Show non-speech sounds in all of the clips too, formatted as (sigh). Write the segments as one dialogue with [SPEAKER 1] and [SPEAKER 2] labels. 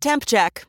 [SPEAKER 1] Temp check.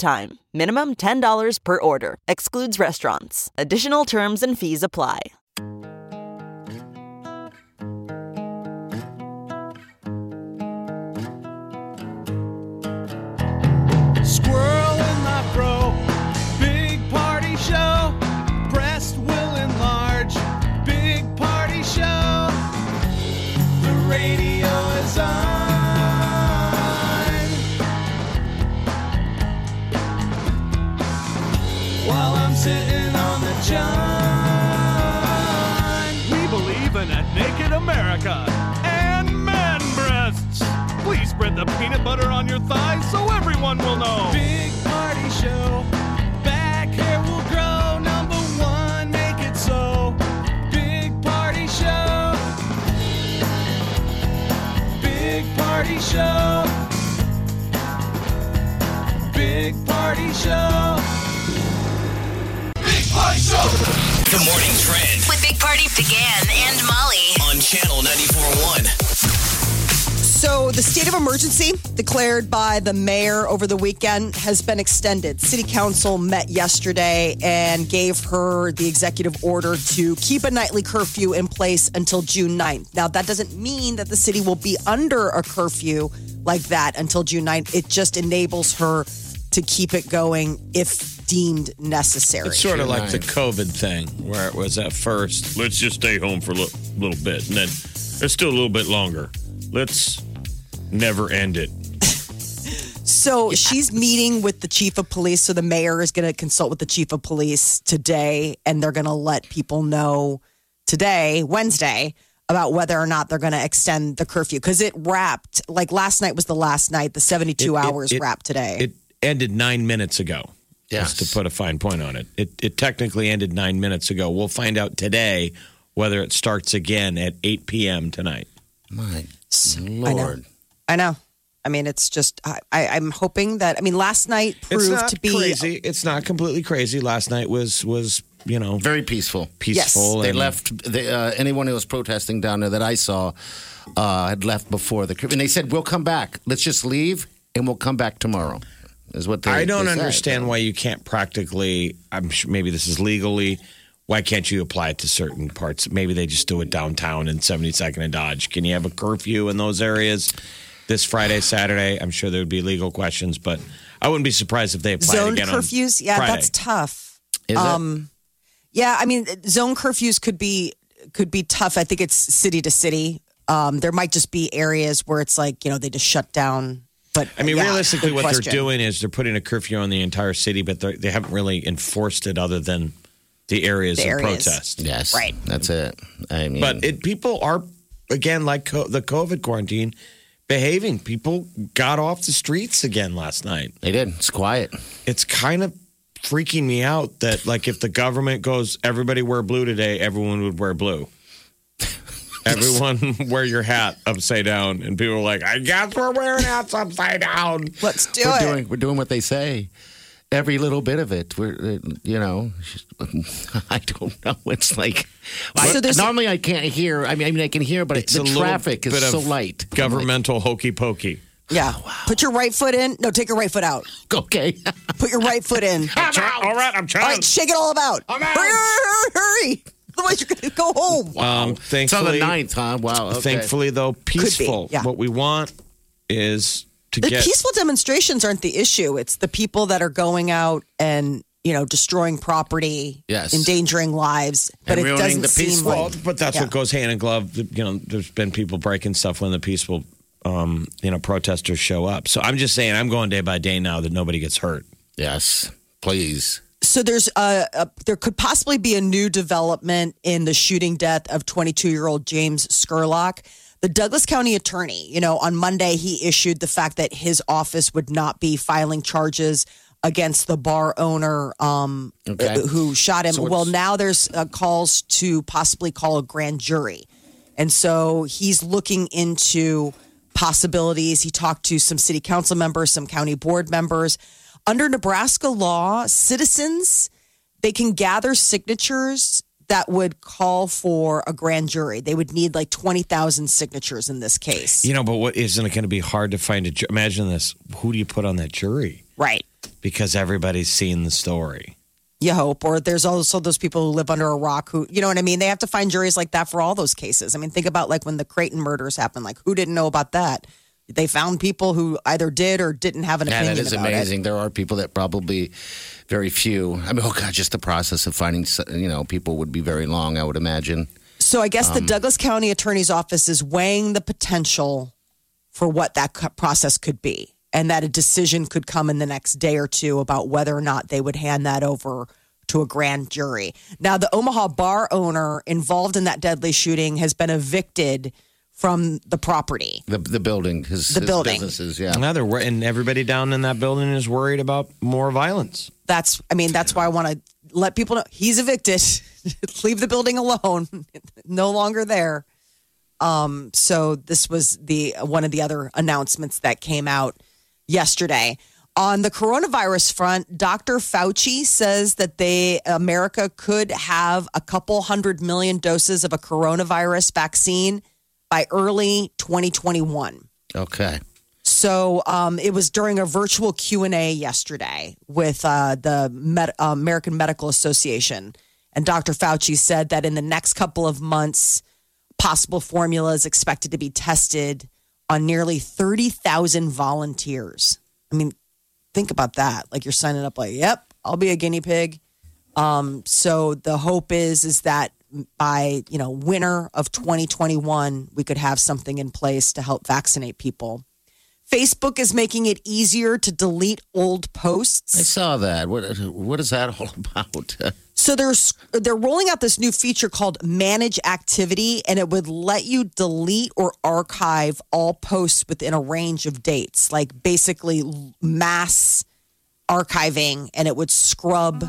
[SPEAKER 1] time. Minimum $10 per order. Excludes restaurants. Additional terms and fees apply.
[SPEAKER 2] Squirrel in my fro, big party show. Breast will enlarge, big party show. The radio is on. While I'm sitting on the john. We believe in a naked America and man breasts. Please spread the peanut butter on your thighs so everyone will know. Big party show. Back hair will grow. Number one, make it so. Big party show. Big party show. Big party show. Big party show.
[SPEAKER 3] The morning trend
[SPEAKER 4] with Big Party began and Molly.
[SPEAKER 3] on channel 941.
[SPEAKER 5] So, the state of emergency declared by the mayor over the weekend has been extended. City Council met yesterday and gave her the executive order to keep a nightly curfew in place until June 9th. Now, that doesn't mean that the city will be under a curfew like that until June 9th. It just enables her to keep it going if deemed necessary.
[SPEAKER 6] It's sort of like the COVID thing where it was at first. Let's just stay home for a little, little bit. And then it's still a little bit longer. Let's never end it.
[SPEAKER 5] So she's meeting with the chief of police. So the mayor is going to consult with the chief of police today, and they're going to let people know today, Wednesday, about whether or not they're going to extend the curfew because it wrapped. Like last night was the last night. The seventy-two
[SPEAKER 6] It- it-
[SPEAKER 5] hours
[SPEAKER 6] it-
[SPEAKER 5] wrapped today.
[SPEAKER 6] It ended nine minutes ago.
[SPEAKER 7] Yes.
[SPEAKER 6] Just to put a fine point on it. it. It technically ended nine minutes ago. We'll find out today whether it starts again at 8 p.m. tonight.
[SPEAKER 7] My
[SPEAKER 5] I know.
[SPEAKER 7] lord.
[SPEAKER 5] I know. I mean, it's just I, I, I'm hoping that. I mean, last night
[SPEAKER 6] It's
[SPEAKER 5] proved
[SPEAKER 6] not
[SPEAKER 5] to be
[SPEAKER 6] crazy. It's not completely crazy. Last night was, was you know,
[SPEAKER 7] Very peaceful.
[SPEAKER 6] peaceful.
[SPEAKER 7] They
[SPEAKER 6] and-
[SPEAKER 7] left the, uh, anyone who was protesting down there that I saw uh, had left before the and they said we'll come back. Let's just leave and we'll come back tomorrow. Is what they,
[SPEAKER 6] I don't
[SPEAKER 7] they said.
[SPEAKER 6] understand why you can't practically. I'm sure maybe this is legally. Why can't you apply it to certain parts? Maybe they just do it downtown in 72nd and Dodge. Can you have a curfew in those areas this Friday, Saturday? I'm sure there would be legal questions, but I wouldn't be surprised if they applied
[SPEAKER 5] zoned
[SPEAKER 6] again
[SPEAKER 5] curfews.
[SPEAKER 6] on
[SPEAKER 5] Yeah,
[SPEAKER 6] Friday.
[SPEAKER 5] that's tough.
[SPEAKER 7] Is it?
[SPEAKER 5] Um, Yeah, I mean, zone curfews could be could be tough. I think it's city to city. Um, there might just be areas where it's like you know they just shut down. But
[SPEAKER 6] I mean,
[SPEAKER 5] yeah,
[SPEAKER 6] realistically,
[SPEAKER 5] good
[SPEAKER 6] what
[SPEAKER 5] question.
[SPEAKER 6] they're doing is they're putting a curfew on the entire city, but they're- they haven't really enforced it other than the areas
[SPEAKER 5] The
[SPEAKER 6] of
[SPEAKER 5] areas.
[SPEAKER 6] protest.
[SPEAKER 7] yes,
[SPEAKER 5] Right.
[SPEAKER 7] That's it. I mean,
[SPEAKER 6] But it, people are, again, like co- the COVID quarantine, behaving. People got off the streets again last night.
[SPEAKER 7] they did. It's quiet.
[SPEAKER 6] It's kind of freaking me out that, like, if the government goes, everybody wear blue today, everyone would wear (laughs) blue. Everyone (laughs) wear your hat upside down, and people are like, "I guess we're wearing hats upside down."
[SPEAKER 5] Let's do
[SPEAKER 7] we're
[SPEAKER 5] it.
[SPEAKER 7] doing we're doing what they say. Every little bit of it, we're uh, you know, (laughs) I don't know. (laughs) It's like I,
[SPEAKER 5] So there's-
[SPEAKER 7] normally I can't hear. I mean, I mean, I can hear, but the
[SPEAKER 6] little
[SPEAKER 7] traffic is
[SPEAKER 6] bit
[SPEAKER 7] so
[SPEAKER 6] of
[SPEAKER 7] light.
[SPEAKER 6] Governmental hokey pokey.
[SPEAKER 5] yeah,
[SPEAKER 6] Oh,
[SPEAKER 5] put your right foot in. No, take your right foot out.
[SPEAKER 7] (laughs) Okay,
[SPEAKER 5] Put your right foot
[SPEAKER 6] (laughs)
[SPEAKER 5] in. all
[SPEAKER 6] I'm try- all right, I'm trying.
[SPEAKER 5] right, shake it all about.
[SPEAKER 6] I'm out.
[SPEAKER 5] Hurry, hurry, hurry! Otherwise, you're gonna go home.
[SPEAKER 7] it's
[SPEAKER 6] Um,
[SPEAKER 7] on the
[SPEAKER 6] thankfully,
[SPEAKER 7] ninth, huh? Wow. Okay.
[SPEAKER 6] Thankfully, though, peaceful.
[SPEAKER 5] yeah.
[SPEAKER 6] What we want is to
[SPEAKER 5] The
[SPEAKER 6] get
[SPEAKER 5] peaceful demonstrations aren't the issue. It's the people that are going out and you know destroying property,
[SPEAKER 7] Yes.
[SPEAKER 5] endangering lives. But
[SPEAKER 7] And
[SPEAKER 5] it
[SPEAKER 7] ruining
[SPEAKER 5] doesn't
[SPEAKER 7] the
[SPEAKER 5] seem
[SPEAKER 7] peaceful.
[SPEAKER 5] like
[SPEAKER 6] Well, but that's
[SPEAKER 5] Yeah.
[SPEAKER 6] what goes hand in glove. You know, there's been people breaking stuff when the peaceful, um, you know, protesters show up. So I'm just saying, I'm going day by day now that nobody gets hurt.
[SPEAKER 7] Yes, please.
[SPEAKER 5] so there's a, a there could possibly be a new development in the shooting death of 22 year old James Skurlock. The Douglas County attorney, you know, on Monday, he issued the fact that his office would not be filing charges against the bar owner um,
[SPEAKER 7] Okay.
[SPEAKER 5] uh, who shot him.
[SPEAKER 7] So it's-
[SPEAKER 5] well, now there's uh, calls to possibly call a grand jury. And so he's looking into possibilities. He talked to some city council members, some county board members. Under Nebraska law, citizens they can gather signatures that would call for a grand jury. They would need like 20,000 signatures in this case.
[SPEAKER 6] You know, but what isn't it going to be hard to find a ju- imagine this? Who do you put on that jury?
[SPEAKER 5] Right.
[SPEAKER 6] Because everybody's seen the story.
[SPEAKER 5] You hope. Or there's also those people who live under a rock who, you know what I mean? They have to find juries like that for all those cases. I mean, think about like when the Creighton murders happened. Like, who didn't know about that? They found people who either did or didn't have an
[SPEAKER 7] Yeah,
[SPEAKER 5] opinion
[SPEAKER 7] that is
[SPEAKER 5] about it.
[SPEAKER 7] amazing. There are people that probably very few. I mean, oh god, just the process of finding so- you know people would be very long. I would imagine.
[SPEAKER 5] So I guess the Douglas County Attorney's Office is weighing the potential for what that co- process could be, and that a decision could come in the next day or two about whether or not they would hand that over to a grand jury. Now, the Omaha bar owner involved in that deadly shooting has been evicted from the property.
[SPEAKER 7] The the building, his,
[SPEAKER 5] The
[SPEAKER 7] his
[SPEAKER 5] building.
[SPEAKER 7] businesses, yeah.
[SPEAKER 6] Another, wor- and everybody down in that building is worried about more violence.
[SPEAKER 5] That's, I mean, that's why I want to let people know he's evicted. (laughs) Leave the building alone. (laughs) no longer there. Um, so this was the one of the other announcements that came out yesterday on the coronavirus front dr fauci says that they america could have a couple hundred million doses of a coronavirus vaccine by early 2021
[SPEAKER 7] Okay.
[SPEAKER 5] so um, it was during a virtual Q and A yesterday with uh, the Med- uh, American Medical Association, and Dr. Fauci said that in the next couple of months, possible formulas expected to be tested on nearly thirty thousand volunteers. I mean, think about that. Like you're signing up, like, yep, I'll be a guinea pig. Um, so the hope is is that by you know winter of 2021, we could have something in place to help vaccinate people. Facebook is making it easier to delete old
[SPEAKER 7] I
[SPEAKER 5] posts.
[SPEAKER 7] saw that. What what is that all (laughs) about?
[SPEAKER 5] So there's they're rolling out this new feature called manage activity and it would let you delete or archive all posts within a range of dates, like basically mass archiving and it would scrub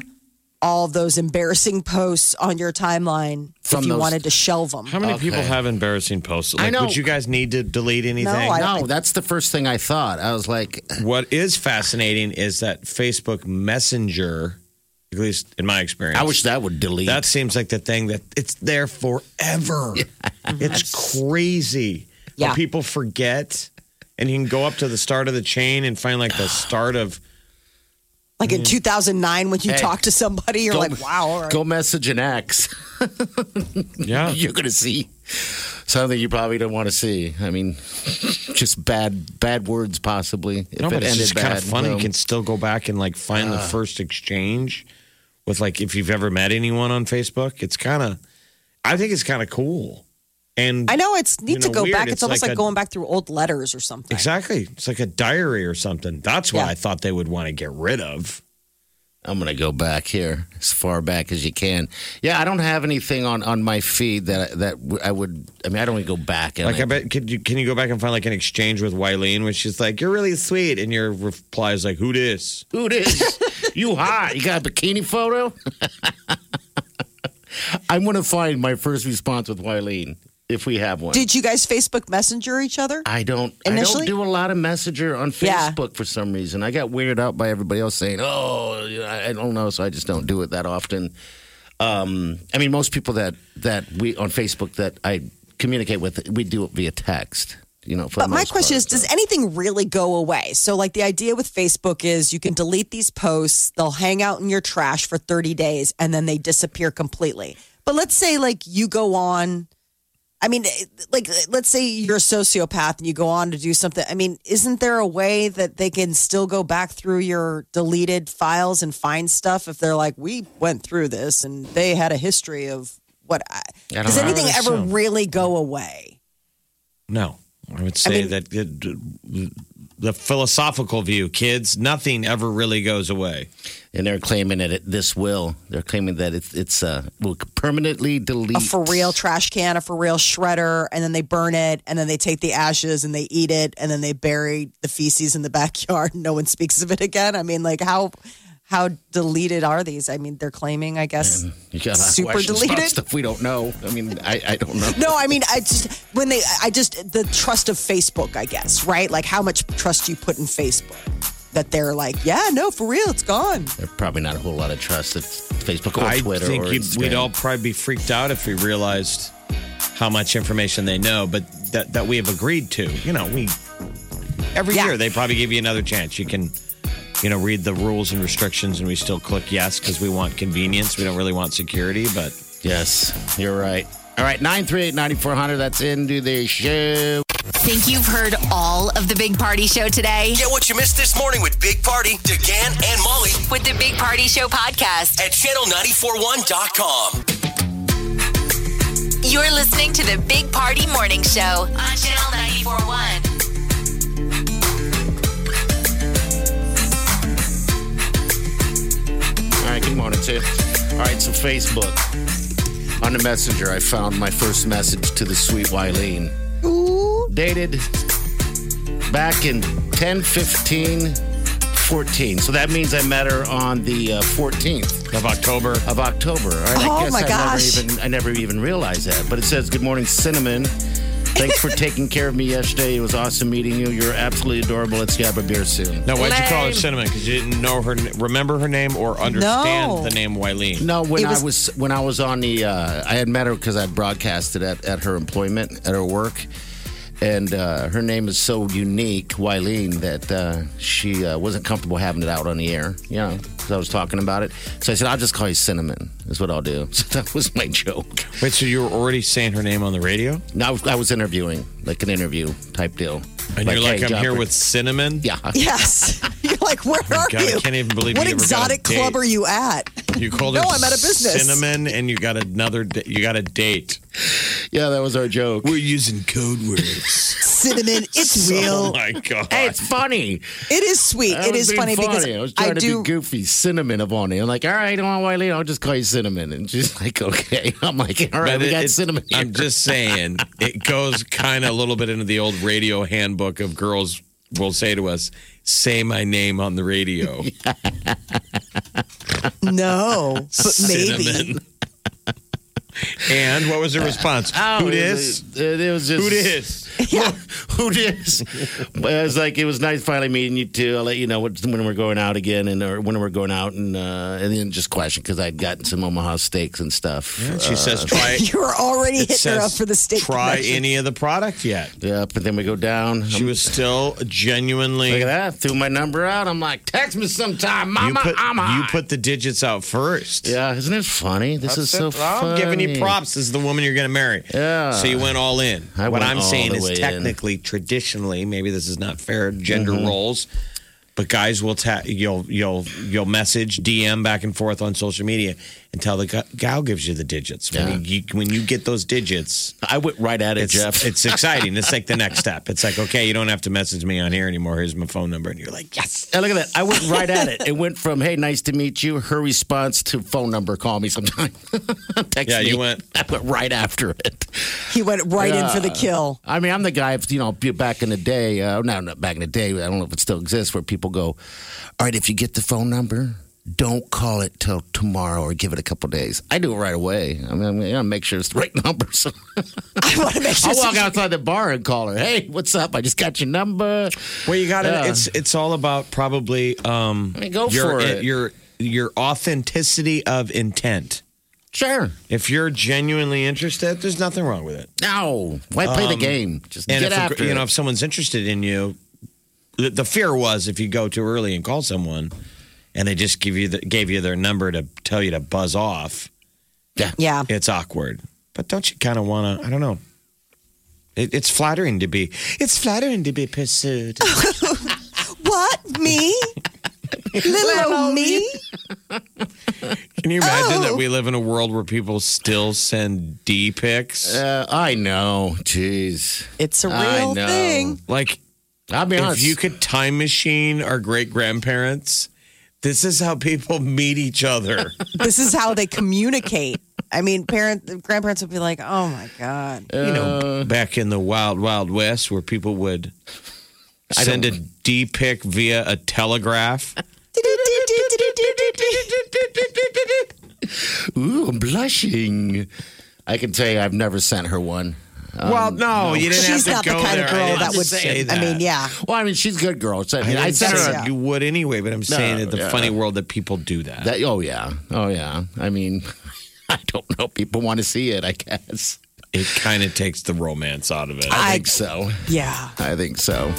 [SPEAKER 5] all those embarrassing posts on your timeline
[SPEAKER 7] From
[SPEAKER 5] if you
[SPEAKER 7] those-
[SPEAKER 5] wanted to shelve them.
[SPEAKER 6] How many people
[SPEAKER 7] Okay.
[SPEAKER 6] have embarrassing posts? Like,
[SPEAKER 7] I know.
[SPEAKER 6] would you guys need to delete anything?
[SPEAKER 5] I-
[SPEAKER 7] no, that's the first thing I thought. I was like,
[SPEAKER 6] what is fascinating is that Facebook Messenger, at least in my experience,
[SPEAKER 7] I wish that would delete.
[SPEAKER 6] That seems like the thing that it's
[SPEAKER 7] (laughs)
[SPEAKER 6] there forever. It's crazy. But
[SPEAKER 5] Yeah.
[SPEAKER 6] people forget, and you can go up to the start of the chain and
[SPEAKER 7] (sighs)
[SPEAKER 6] find like the start of.
[SPEAKER 5] Like in 2009 when you
[SPEAKER 7] Hey,
[SPEAKER 5] talk to somebody you're
[SPEAKER 7] go-
[SPEAKER 5] like, "Wow, all right."
[SPEAKER 7] Go message an ex. (laughs)
[SPEAKER 6] Yeah.
[SPEAKER 7] You're gonna see something you probably don't want to see. I mean, (laughs) just bad bad words possibly. If
[SPEAKER 6] No,
[SPEAKER 7] it
[SPEAKER 6] but it's
[SPEAKER 7] ended
[SPEAKER 6] just kind
[SPEAKER 7] bad,
[SPEAKER 6] of funny. You
[SPEAKER 7] boom.
[SPEAKER 6] can still go back and like find the first exchange with like if you've ever met anyone on Facebook. It's kind of, I think it's kind of cool. And
[SPEAKER 5] I know it's neat
[SPEAKER 6] You
[SPEAKER 5] to
[SPEAKER 6] know,
[SPEAKER 5] go
[SPEAKER 6] weird.
[SPEAKER 5] back. It's,
[SPEAKER 6] It's
[SPEAKER 5] almost like,
[SPEAKER 6] like a-
[SPEAKER 5] going back through old letters or something.
[SPEAKER 6] exactly, it's like a diary or something. That's what
[SPEAKER 5] Yeah.
[SPEAKER 6] I thought they would want to get rid of.
[SPEAKER 7] I'm gonna go back here as far back as you can. Yeah, I don't have anything on on my feed that that w- I would. I mean, I don't even go back. And
[SPEAKER 6] Like I bet, could you can you go back and find like an exchange with Wileen when she's like, "You're really sweet," and your reply is like, "Who dis?"
[SPEAKER 7] who this? you hot? You got a bikini photo? (laughs) I'm gonna find my first response with Wileen if we have one.
[SPEAKER 5] Did you guys Facebook Messenger each other?
[SPEAKER 7] I don't.
[SPEAKER 5] Initially?
[SPEAKER 7] I don't do a lot of messenger on
[SPEAKER 5] Yeah.
[SPEAKER 7] Facebook for some reason. I got weirded out by everybody else saying, "Oh, you know, I I don't know," so I just don't do it that often. Um, I mean, most people that that we on Facebook that I communicate with, we do it via text. You know, for
[SPEAKER 5] But
[SPEAKER 7] the
[SPEAKER 5] my
[SPEAKER 7] most
[SPEAKER 5] question is,
[SPEAKER 7] part,
[SPEAKER 5] does anything really go away? So, like, the idea with Facebook is you can delete these posts, they'll hang out in your trash for 30 days, and then they disappear completely. But let's say, like, you go on, I mean, eh, like, let's say you're a sociopath and you go on to do something. I mean, isn't there a way that they can still go back through your deleted files and find stuff if they're like, we went through this and they had a history of what? I,
[SPEAKER 7] I don't
[SPEAKER 5] does
[SPEAKER 7] know.
[SPEAKER 5] anything
[SPEAKER 6] I would
[SPEAKER 5] ever
[SPEAKER 6] assume.
[SPEAKER 5] really go away?
[SPEAKER 6] No, I would say
[SPEAKER 5] mean-
[SPEAKER 6] that it, the philosophical view, kids. Nothing ever really goes away.
[SPEAKER 7] and they're claiming that it, this will. They're claiming that it's it's uh will permanently delete
[SPEAKER 5] a for real trash can, a for real shredder, and then they burn it, and then they take the ashes and they eat it, and then they bury the feces in the (laughs) backyard. No one speaks of it again. I mean, like how how deleted are these? I mean, they're claiming, I guess.
[SPEAKER 7] You got a lot of
[SPEAKER 5] Super
[SPEAKER 7] questions about
[SPEAKER 5] deleted?
[SPEAKER 7] stuff we don't know. I mean, I, I
[SPEAKER 5] (laughs)
[SPEAKER 7] don't know.
[SPEAKER 5] No, I mean, I just when they, I just the trust of Facebook, I guess, right? Like how much trust you put in Facebook that they're like, yeah, no, for real, it's
[SPEAKER 6] (laughs)
[SPEAKER 5] gone.
[SPEAKER 7] There's probably not a whole lot of trust at Facebook or
[SPEAKER 6] I
[SPEAKER 7] Twitter.
[SPEAKER 6] think
[SPEAKER 7] or
[SPEAKER 6] you'd, we'd
[SPEAKER 7] Instagram.
[SPEAKER 6] all probably be freaked out if we realized how much information they know, but that that we have agreed to. You know, we every
[SPEAKER 5] Yeah.
[SPEAKER 6] year they probably give you another chance. You can, you know, read the rules and restrictions, and we still click yes because we want convenience. We don't really want security, but
[SPEAKER 7] Yes, you're right. All right, 938 9400. That's into the show.
[SPEAKER 4] Think you've heard all of the Big Party Show today?
[SPEAKER 3] Get what you missed this morning with Big Party, DeGan, and Molly
[SPEAKER 4] With the Big Party Show podcast,
[SPEAKER 3] at channel941.com.
[SPEAKER 4] you're listening to the Big Party Morning Show on Channel 941.
[SPEAKER 7] All right, good morning, too. All right, so Facebook. On the messenger, I found my first message to the sweet Wileen. Dated back in 10 15 14. So that means I met her on the uh, 14th.
[SPEAKER 6] of October.
[SPEAKER 7] of October. All right,
[SPEAKER 5] Oh,
[SPEAKER 7] I guess
[SPEAKER 5] my
[SPEAKER 7] I
[SPEAKER 5] gosh.
[SPEAKER 7] Never even, I never even realized that. But it says, "Good morning, cinnamon."
[SPEAKER 5] (laughs)
[SPEAKER 7] Thanks for taking care of me yesterday. It was awesome meeting you. You're absolutely adorable. Let's grab a beer soon.
[SPEAKER 6] No, why'd you call her cinnamon? Because you didn't know her, remember her name, or understand
[SPEAKER 5] No.
[SPEAKER 6] the name Wileen.
[SPEAKER 7] No, when
[SPEAKER 5] It was-
[SPEAKER 7] I was when I was on the, uh, I had met her because I broadcasted at, at her employment at her work, and uh, her name is so unique, Wileen, that uh, she uh, wasn't comfortable having it out on the air. You know, 'cause I was talking about it. So I said, "I'll just call you Cinnamon." Is what I'll do. (laughs) So that was my joke.
[SPEAKER 6] Wait, so you were already saying her name on the radio,
[SPEAKER 7] No, I was- I was interviewing, like an interview type deal.
[SPEAKER 6] and you're like,
[SPEAKER 7] hey,
[SPEAKER 6] "I'm here
[SPEAKER 7] Jopper-
[SPEAKER 6] with cinnamon."
[SPEAKER 7] (laughs) Yeah.
[SPEAKER 5] Yes, (laughs) you're like, where are
[SPEAKER 6] God, I
[SPEAKER 5] you?
[SPEAKER 6] can't even believe
[SPEAKER 5] what
[SPEAKER 6] you ever got a
[SPEAKER 5] exotic club
[SPEAKER 6] date.
[SPEAKER 5] are you at?
[SPEAKER 6] You called
[SPEAKER 5] No,
[SPEAKER 6] her
[SPEAKER 5] I'm out of business.
[SPEAKER 6] cinnamon, and you got another. da- You got a date.
[SPEAKER 7] Yeah, that was our joke.
[SPEAKER 6] We're using code words.
[SPEAKER 5] Cinnamon, (laughs)
[SPEAKER 6] (laughs)
[SPEAKER 5] it's
[SPEAKER 6] oh
[SPEAKER 5] real.
[SPEAKER 6] my god!
[SPEAKER 7] Hey, it's funny.
[SPEAKER 5] It is sweet.
[SPEAKER 7] I
[SPEAKER 5] It
[SPEAKER 7] was
[SPEAKER 5] is
[SPEAKER 7] being
[SPEAKER 5] funny, because
[SPEAKER 7] I was
[SPEAKER 5] I,
[SPEAKER 7] trying to
[SPEAKER 5] do.
[SPEAKER 7] be goofy. Cinnamon of on it. I'm like, all right, on Wiley, I'll just call you cinnamon. And she's (laughs) like, okay. I'm like, all right,
[SPEAKER 6] But
[SPEAKER 7] we
[SPEAKER 6] it-
[SPEAKER 7] got
[SPEAKER 6] it-
[SPEAKER 7] cinnamon. Here.
[SPEAKER 6] I'm
[SPEAKER 7] (laughs)
[SPEAKER 6] just saying, it goes kind of a little bit into the old radio handbook of girls will say to us, "Say my name on the
[SPEAKER 7] (laughs)
[SPEAKER 6] radio." (laughs)
[SPEAKER 5] No, but maybe.
[SPEAKER 6] Cinnamon. (laughs) and what was the response? Who dis?
[SPEAKER 7] It, it was just
[SPEAKER 6] Who dis?
[SPEAKER 7] (laughs) Who dis? But I was like, it was nice finally meeting you too. I'll let you know what, when we're going out again, and or when we're going out, and uh, and then just question because I'd gotten some Omaha steaks and stuff.
[SPEAKER 6] She says, "Try." (laughs)
[SPEAKER 5] You're already
[SPEAKER 6] it
[SPEAKER 5] hitting her up
[SPEAKER 6] says,
[SPEAKER 5] for the steak.
[SPEAKER 6] Try
[SPEAKER 5] connection.
[SPEAKER 6] any of the product yet?
[SPEAKER 7] Yeah, but then we go down.
[SPEAKER 6] She was still genuinely.
[SPEAKER 7] Look at that. Threw my number out. I'm like, text me sometime,
[SPEAKER 6] You
[SPEAKER 7] mama.
[SPEAKER 6] put,
[SPEAKER 7] I'm high.
[SPEAKER 6] you put the digits out first.
[SPEAKER 7] yeah, isn't it funny? This is so
[SPEAKER 6] Well,
[SPEAKER 7] funny.
[SPEAKER 6] I'm giving you props. This is the woman you're going to marry.
[SPEAKER 7] Yeah.
[SPEAKER 6] So you went all in.
[SPEAKER 7] I
[SPEAKER 6] what
[SPEAKER 7] went
[SPEAKER 6] I'm
[SPEAKER 7] all
[SPEAKER 6] saying
[SPEAKER 7] the
[SPEAKER 6] is
[SPEAKER 7] way in.
[SPEAKER 6] technically, traditionally, maybe this is not fair gender
[SPEAKER 7] Mm-hmm.
[SPEAKER 6] roles, but guys will ta- you'll you'll you'll message DM back and forth on social media until the gu- gal gives you the digits. When,
[SPEAKER 7] Yeah.
[SPEAKER 6] you, you- when you get those digits,
[SPEAKER 7] I went right at it,
[SPEAKER 6] it's
[SPEAKER 7] Jeff.
[SPEAKER 6] it's exciting.
[SPEAKER 7] (laughs)
[SPEAKER 6] It's like the next step. It's like okay, you don't have to message me on here anymore. Here's my phone number, and you're like yes.
[SPEAKER 7] And look at that. I went right at it. It went from, hey, nice to meet you, her response to phone number, call me sometime. (laughs) Text
[SPEAKER 6] Yeah,
[SPEAKER 7] me.
[SPEAKER 6] you went-
[SPEAKER 7] (laughs) I went right after it.
[SPEAKER 5] He went right in for the kill. (laughs)
[SPEAKER 7] I mean, I'm the guy, you know, back in the day, uh, no, not back in the day, I don't know if it still exists, where people go, all right, if you get the phone number, don't call it till tomorrow or give it a couple days. I do it right away. I mean, I'm going to make sure it's the right (laughs) number. So
[SPEAKER 5] I want to make sure.
[SPEAKER 6] Oh,
[SPEAKER 7] I'll walk outside the bar and call her, hey, what's up? I just got your number.
[SPEAKER 6] Well, you got to
[SPEAKER 7] Yeah.
[SPEAKER 6] It's it's all about probably um,
[SPEAKER 7] I mean, go
[SPEAKER 6] your,
[SPEAKER 7] for it.
[SPEAKER 6] your your authenticity of intent.
[SPEAKER 7] Sure.
[SPEAKER 6] If you're genuinely interested, there's nothing wrong with it.
[SPEAKER 7] No. Why play the game? Just
[SPEAKER 6] Um, And
[SPEAKER 7] get
[SPEAKER 6] if a gr-
[SPEAKER 7] after
[SPEAKER 6] you know
[SPEAKER 7] it.
[SPEAKER 6] if someone's interested in you, the, the fear was if you go too early and call someone, and they just give you the, gave you their number to tell you to buzz off,
[SPEAKER 5] Yeah.
[SPEAKER 6] it's awkward. But don't you kind of want to? I don't know. It, it's flattering to be. It's flattering to be pursued.
[SPEAKER 5] What me? Little old me.
[SPEAKER 6] Can you imagine
[SPEAKER 5] Oh.
[SPEAKER 6] that we live in a world where people still send D pics?
[SPEAKER 7] Uh, I know. Jeez.
[SPEAKER 5] It's a
[SPEAKER 7] I
[SPEAKER 5] real
[SPEAKER 7] know.
[SPEAKER 5] thing.
[SPEAKER 6] like
[SPEAKER 7] I'll be honest.
[SPEAKER 6] If you could time machine our great grandparents, this is how people meet each
[SPEAKER 5] (laughs)
[SPEAKER 6] other.
[SPEAKER 5] This is how they communicate. I mean, parent grandparents would be like, "Oh my god."
[SPEAKER 6] you
[SPEAKER 5] Uh.
[SPEAKER 6] know, back in the wild, wild west where people would send a D pic via a telegraph.
[SPEAKER 7] (laughs) Ooh, I'm blushing. I can tell you, I've never sent her one.
[SPEAKER 6] well, no, you didn't
[SPEAKER 5] Um, She's
[SPEAKER 6] have
[SPEAKER 5] not
[SPEAKER 6] to
[SPEAKER 5] the
[SPEAKER 6] go
[SPEAKER 5] kind
[SPEAKER 6] there.
[SPEAKER 5] of
[SPEAKER 6] I
[SPEAKER 5] girl
[SPEAKER 6] didn't
[SPEAKER 5] that would
[SPEAKER 6] say that.
[SPEAKER 5] I mean, yeah.
[SPEAKER 7] Well, I mean, she's a good girl. So, I mean,
[SPEAKER 6] I
[SPEAKER 7] I
[SPEAKER 6] didn't
[SPEAKER 7] sent her.
[SPEAKER 6] say
[SPEAKER 5] yeah.
[SPEAKER 6] you would anyway, but I'm saying that the
[SPEAKER 7] yeah.
[SPEAKER 6] funny world that people do that.
[SPEAKER 7] That, oh yeah, oh yeah. I mean, (laughs) I don't know. People want to see it. I guess.
[SPEAKER 6] it kind of takes the romance out of it.
[SPEAKER 7] I think so.
[SPEAKER 5] Yeah.
[SPEAKER 7] I think so.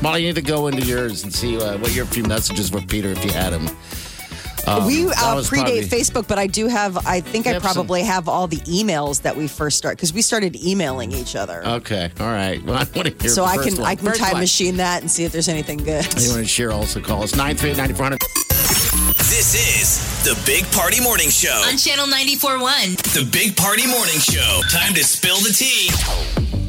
[SPEAKER 7] Molly, you need to go into yours and see uh, what your few messages with Peter if you had him.
[SPEAKER 5] we uh,
[SPEAKER 7] Um, that was
[SPEAKER 5] predate
[SPEAKER 7] probably-
[SPEAKER 5] Facebook, but I do have. I think I
[SPEAKER 7] Yep, some-
[SPEAKER 5] probably have all the emails that we first start because we started emailing each other.
[SPEAKER 7] Okay, all right. Well, I want to hear.
[SPEAKER 5] so
[SPEAKER 7] the
[SPEAKER 5] I
[SPEAKER 7] Uh, first
[SPEAKER 5] can
[SPEAKER 7] one.
[SPEAKER 5] I can
[SPEAKER 7] First
[SPEAKER 5] time
[SPEAKER 7] one.
[SPEAKER 5] machine that and see if there's anything good.
[SPEAKER 7] Anyone to share also call us nine three ninety four hundred.
[SPEAKER 3] This is the Big Party Morning Show.
[SPEAKER 4] On Channel 94.1.
[SPEAKER 3] The Big Party Morning Show. Time to spill the tea.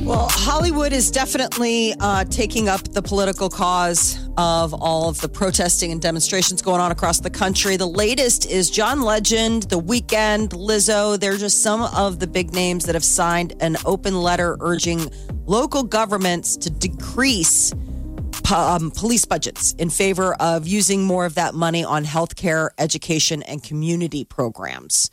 [SPEAKER 5] Well, Hollywood is definitely uh, taking up the political cause of all of the protesting and demonstrations going on across the country. The latest is John Legend, The Weeknd, Lizzo. They're just some of the big names that have signed an open letter urging local governments to decrease po- um, police budgets in favor of using more of that money on healthcare, education, and community programs.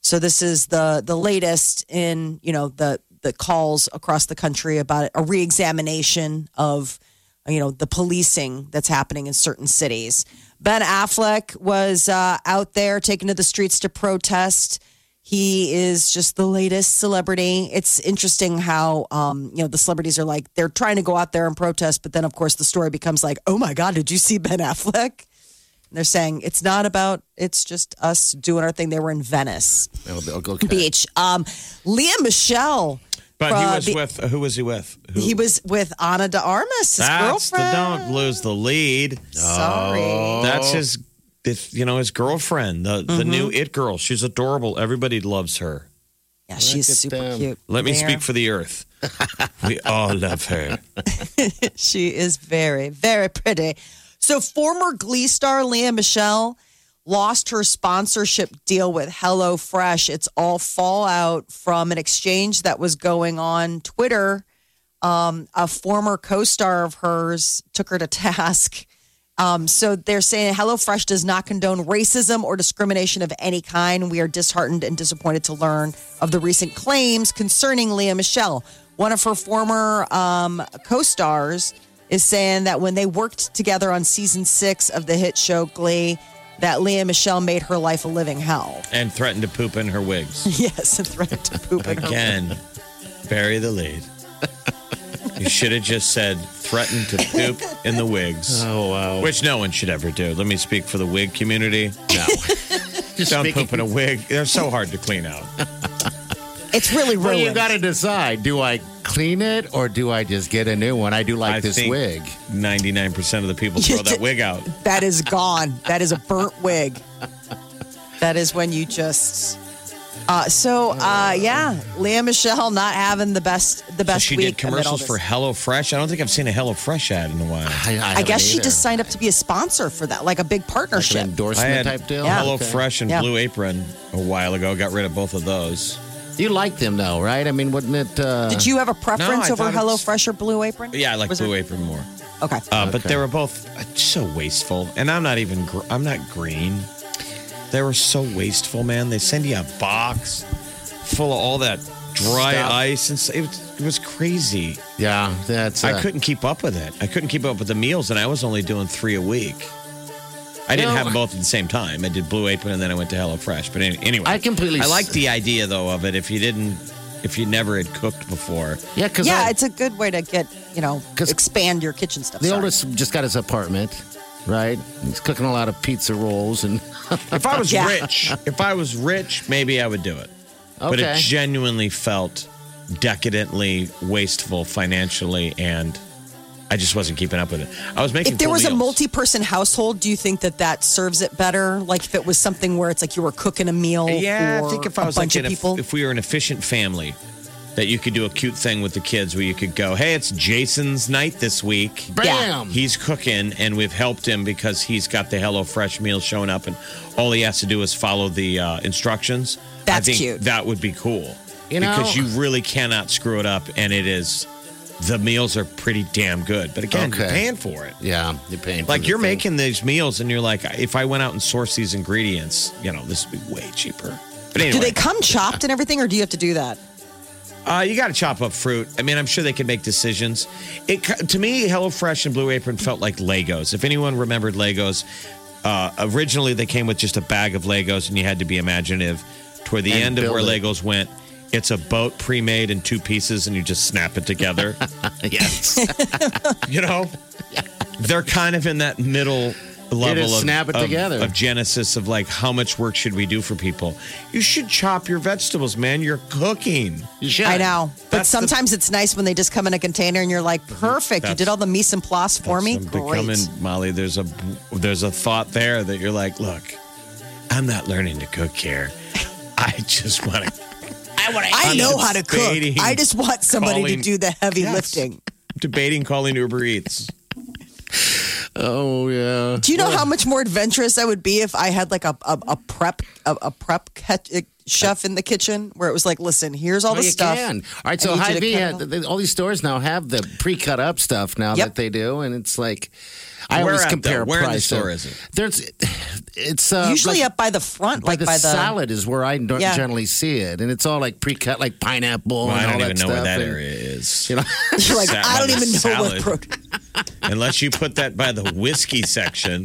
[SPEAKER 5] So this is the the latest in you know the the calls across the country about a reexamination of you know the policing that's happening in certain cities. Ben Affleck was uh, out there taking to the streets to protest. He is just the latest celebrity. It's interesting how um, you know the celebrities are like they're trying to go out there and protest, but then of course the story becomes like, oh my god, did you see Ben Affleck? And they're saying it's not about it's just us doing our thing. They were in Venice
[SPEAKER 7] Okay.
[SPEAKER 5] Beach. Um, Leah Michelle.
[SPEAKER 6] but
[SPEAKER 5] uh,
[SPEAKER 6] he was
[SPEAKER 5] the-
[SPEAKER 6] with who was he with? Who?
[SPEAKER 5] he was with Ana de Armas, his
[SPEAKER 6] That's the
[SPEAKER 5] girlfriend.
[SPEAKER 6] don't lose the lead. Oh.
[SPEAKER 5] Sorry.
[SPEAKER 6] That's his, if, you know, his girlfriend, the the new
[SPEAKER 5] Mm-hmm.
[SPEAKER 6] it girl. She's adorable. Everybody loves her.
[SPEAKER 5] Yeah, she's
[SPEAKER 7] at
[SPEAKER 5] super
[SPEAKER 7] them.
[SPEAKER 5] cute.
[SPEAKER 6] Let me
[SPEAKER 5] There.
[SPEAKER 6] speak for the
[SPEAKER 5] (laughs)
[SPEAKER 6] earth. we all love her.
[SPEAKER 5] She is very, very pretty. So, former Glee star Leah Michelle lost her sponsorship deal with HelloFresh. It's all fallout from an exchange that was going on Twitter. Um, a former co star of hers took her to task. Um, so they're saying HelloFresh does not condone racism or discrimination of any kind. We are disheartened and disappointed to learn of the recent claims concerning Leah Michelle. One of her former um, co stars is saying that when they worked together on season six of the hit show Glee, that Leah Michelle made her life a living hell. (laughs)
[SPEAKER 6] And threatened to poop in her wigs.
[SPEAKER 5] Yes, and threatened to poop in her
[SPEAKER 6] Again, bury the lead. You should have just said threatened to poop in
[SPEAKER 5] (laughs)
[SPEAKER 6] the wigs.
[SPEAKER 7] Oh wow.
[SPEAKER 6] (laughs) Which no one should ever do. Let me speak for the wig community.
[SPEAKER 5] (laughs)
[SPEAKER 6] No. Don't poop in a wig. They're so hard to clean out.
[SPEAKER 5] It's really
[SPEAKER 7] Well,
[SPEAKER 5] ruined.
[SPEAKER 7] you got to decide. Do I clean it or do I just get a new one? I do like
[SPEAKER 6] I
[SPEAKER 7] this
[SPEAKER 6] think
[SPEAKER 7] wig.
[SPEAKER 6] 99% of the people throw that wig out.
[SPEAKER 5] that is gone. That is a burnt wig. That is when you just. Uh, so uh, yeah, Leah Michelle not having the best the
[SPEAKER 6] So
[SPEAKER 5] best
[SPEAKER 6] she did
[SPEAKER 5] week. amid all
[SPEAKER 6] commercials for
[SPEAKER 5] this.
[SPEAKER 6] HelloFresh. I don't think I've seen a HelloFresh ad in a while.
[SPEAKER 7] I,
[SPEAKER 5] I
[SPEAKER 7] haven't
[SPEAKER 5] guess she
[SPEAKER 7] either.
[SPEAKER 5] just signed up to be a sponsor for that, like a big
[SPEAKER 7] like
[SPEAKER 5] partnership.
[SPEAKER 7] an
[SPEAKER 6] I
[SPEAKER 7] endorsement
[SPEAKER 6] had
[SPEAKER 7] type deal.
[SPEAKER 5] Yeah.
[SPEAKER 6] Hello
[SPEAKER 7] Okay.
[SPEAKER 6] Fresh and
[SPEAKER 5] Yeah.
[SPEAKER 6] Blue Apron a while ago. Got rid of both of those.
[SPEAKER 7] You like them though, right? I mean, wouldn't it? Uh,
[SPEAKER 5] Did you have a
[SPEAKER 6] No,
[SPEAKER 5] preference
[SPEAKER 6] I
[SPEAKER 5] over
[SPEAKER 6] thought
[SPEAKER 5] Hello
[SPEAKER 6] it's-
[SPEAKER 5] Fresh or Blue Apron?
[SPEAKER 6] Yeah, I like
[SPEAKER 5] Was
[SPEAKER 6] Blue
[SPEAKER 5] it-
[SPEAKER 6] Apron more.
[SPEAKER 5] Okay.
[SPEAKER 6] Uh, But
[SPEAKER 7] Okay.
[SPEAKER 6] they were both uh, so wasteful. And I'm not even, gr- I'm not green. They were so wasteful, man. They send you a box full of all that dry
[SPEAKER 7] Stuff.
[SPEAKER 6] ice. and s- it was, it was crazy.
[SPEAKER 7] Yeah, that's. Uh,
[SPEAKER 6] I couldn't keep up with it. I couldn't keep up with the meals, and I was only doing three a week. I didn't
[SPEAKER 7] No.
[SPEAKER 6] have them both at the same time. I did Blue Apron, and then I went to HelloFresh. But any, anyway,
[SPEAKER 7] I completely
[SPEAKER 6] I
[SPEAKER 7] s-
[SPEAKER 6] like the idea though of it. If you didn't, if you never had cooked before,
[SPEAKER 7] Yeah, because
[SPEAKER 5] Yeah, it's a good way to get you know
[SPEAKER 7] 'Cause
[SPEAKER 5] expand your kitchen stuff.
[SPEAKER 7] the
[SPEAKER 5] Sorry.
[SPEAKER 7] oldest just got his apartment, right? He's cooking a lot of pizza rolls and.
[SPEAKER 6] if I was
[SPEAKER 5] Yeah.
[SPEAKER 7] (laughs)
[SPEAKER 6] rich, if I was rich, maybe I would do it. (laughs) But it
[SPEAKER 7] Okay.
[SPEAKER 6] genuinely felt decadently wasteful financially, and I just wasn't keeping up with it. I was making
[SPEAKER 5] If there
[SPEAKER 6] full
[SPEAKER 5] was a
[SPEAKER 6] meals.
[SPEAKER 5] multi-person household, do you think that that serves it better? Like if it was something where it's like you were cooking a meal,
[SPEAKER 6] Yeah,
[SPEAKER 5] or
[SPEAKER 6] I think if I was
[SPEAKER 5] a
[SPEAKER 6] like
[SPEAKER 5] bunch
[SPEAKER 6] in
[SPEAKER 5] of
[SPEAKER 6] a-
[SPEAKER 5] people,
[SPEAKER 6] if we were an efficient family, that you could do a cute thing with the kids where you could go, hey, it's Jason's night this week.
[SPEAKER 7] Bam.
[SPEAKER 6] He's cooking, and we've helped him because he's got the HelloFresh meal showing up, and all he has to do is follow the uh, instructions.
[SPEAKER 5] That's
[SPEAKER 6] I think
[SPEAKER 5] cute.
[SPEAKER 6] That would be cool.
[SPEAKER 7] You
[SPEAKER 6] because
[SPEAKER 7] know-
[SPEAKER 6] you really cannot screw it up, and it is the meals are pretty damn good. But again, you're
[SPEAKER 7] Okay.
[SPEAKER 6] paying for it.
[SPEAKER 7] Yeah, you're paying. for
[SPEAKER 6] Like
[SPEAKER 7] the
[SPEAKER 6] you're
[SPEAKER 7] thing.
[SPEAKER 6] making these meals, and you're like, if I went out and sourced these ingredients, you know, this would be way cheaper. But anyway,
[SPEAKER 5] Do they come chopped and everything, or do you have to do that?
[SPEAKER 6] uh, you got to chop up fruit. I mean, I'm sure they could make decisions. It co- to me, HelloFresh and Blue Apron felt like Legos. If anyone remembered Legos, uh, originally they came with just a bag of Legos, and you had to be imaginative. Toward the
[SPEAKER 7] And
[SPEAKER 6] end of
[SPEAKER 7] build
[SPEAKER 6] where
[SPEAKER 7] it.
[SPEAKER 6] Legos went, it's a boat pre-made in two pieces, and you just snap
[SPEAKER 7] (laughs)
[SPEAKER 6] it together. (laughs)
[SPEAKER 7] yes,
[SPEAKER 6] you know, they're kind of in that middle level
[SPEAKER 7] just
[SPEAKER 6] of,
[SPEAKER 7] snap it
[SPEAKER 6] of-
[SPEAKER 7] together.
[SPEAKER 6] of genesis of like how much work should we do for people? You should chop your vegetables, man. You're cooking.
[SPEAKER 7] you should.
[SPEAKER 5] I know. But
[SPEAKER 6] That's the- Mm-hmm.
[SPEAKER 5] sometimes it's nice when they just come in a container and you're like, perfect. You
[SPEAKER 6] That's-
[SPEAKER 5] did all the mise en place for me.
[SPEAKER 6] That's
[SPEAKER 5] Great.
[SPEAKER 6] Becoming, Molly, there's a there's a thought there that you're like, look, I'm not learning to cook here. (laughs) I just want to
[SPEAKER 5] I know how to cook.
[SPEAKER 6] Anticipating
[SPEAKER 5] I just want somebody
[SPEAKER 6] calling-
[SPEAKER 5] to do the heavy
[SPEAKER 6] Yes.
[SPEAKER 5] lifting.
[SPEAKER 6] debating calling Uber Eats.
[SPEAKER 7] Oh yeah.
[SPEAKER 5] Do you know how much more adventurous I would be if I had like a a, a prep a, a prep cat- uh, chef in the kitchen where it was like, listen, here's all
[SPEAKER 7] Well,
[SPEAKER 5] the
[SPEAKER 7] you
[SPEAKER 5] stuff.
[SPEAKER 7] can. All right,
[SPEAKER 5] and
[SPEAKER 7] so
[SPEAKER 5] you did
[SPEAKER 7] Hy
[SPEAKER 5] it
[SPEAKER 7] Vee,
[SPEAKER 5] cut
[SPEAKER 7] had-
[SPEAKER 5] it all.
[SPEAKER 7] they- all these stores now have the pre-cut up stuff now
[SPEAKER 5] Yep.
[SPEAKER 7] that they do, and it's like I
[SPEAKER 6] Where
[SPEAKER 7] always
[SPEAKER 6] at,
[SPEAKER 7] compare
[SPEAKER 6] though? Where in the
[SPEAKER 7] price.
[SPEAKER 6] store is it?
[SPEAKER 7] There's, it's uh,
[SPEAKER 5] Usually
[SPEAKER 7] like,
[SPEAKER 5] up by the front,
[SPEAKER 7] by
[SPEAKER 5] like
[SPEAKER 7] the
[SPEAKER 5] by the (laughs)
[SPEAKER 7] salad is where I don't
[SPEAKER 5] Yeah.
[SPEAKER 7] generally see it, and it's all like pre-cut, like pineapple.
[SPEAKER 6] Well,
[SPEAKER 7] and
[SPEAKER 6] I don't
[SPEAKER 7] all
[SPEAKER 6] even
[SPEAKER 7] that
[SPEAKER 6] know
[SPEAKER 7] stuff,
[SPEAKER 6] where that
[SPEAKER 7] and-
[SPEAKER 6] area is.
[SPEAKER 7] You know,
[SPEAKER 6] (laughs)
[SPEAKER 7] (laughs)
[SPEAKER 5] You're like,
[SPEAKER 6] Salad
[SPEAKER 5] I don't
[SPEAKER 6] is
[SPEAKER 5] even know
[SPEAKER 6] salad.
[SPEAKER 5] what protein.
[SPEAKER 6] Unless you put that by the whiskey section,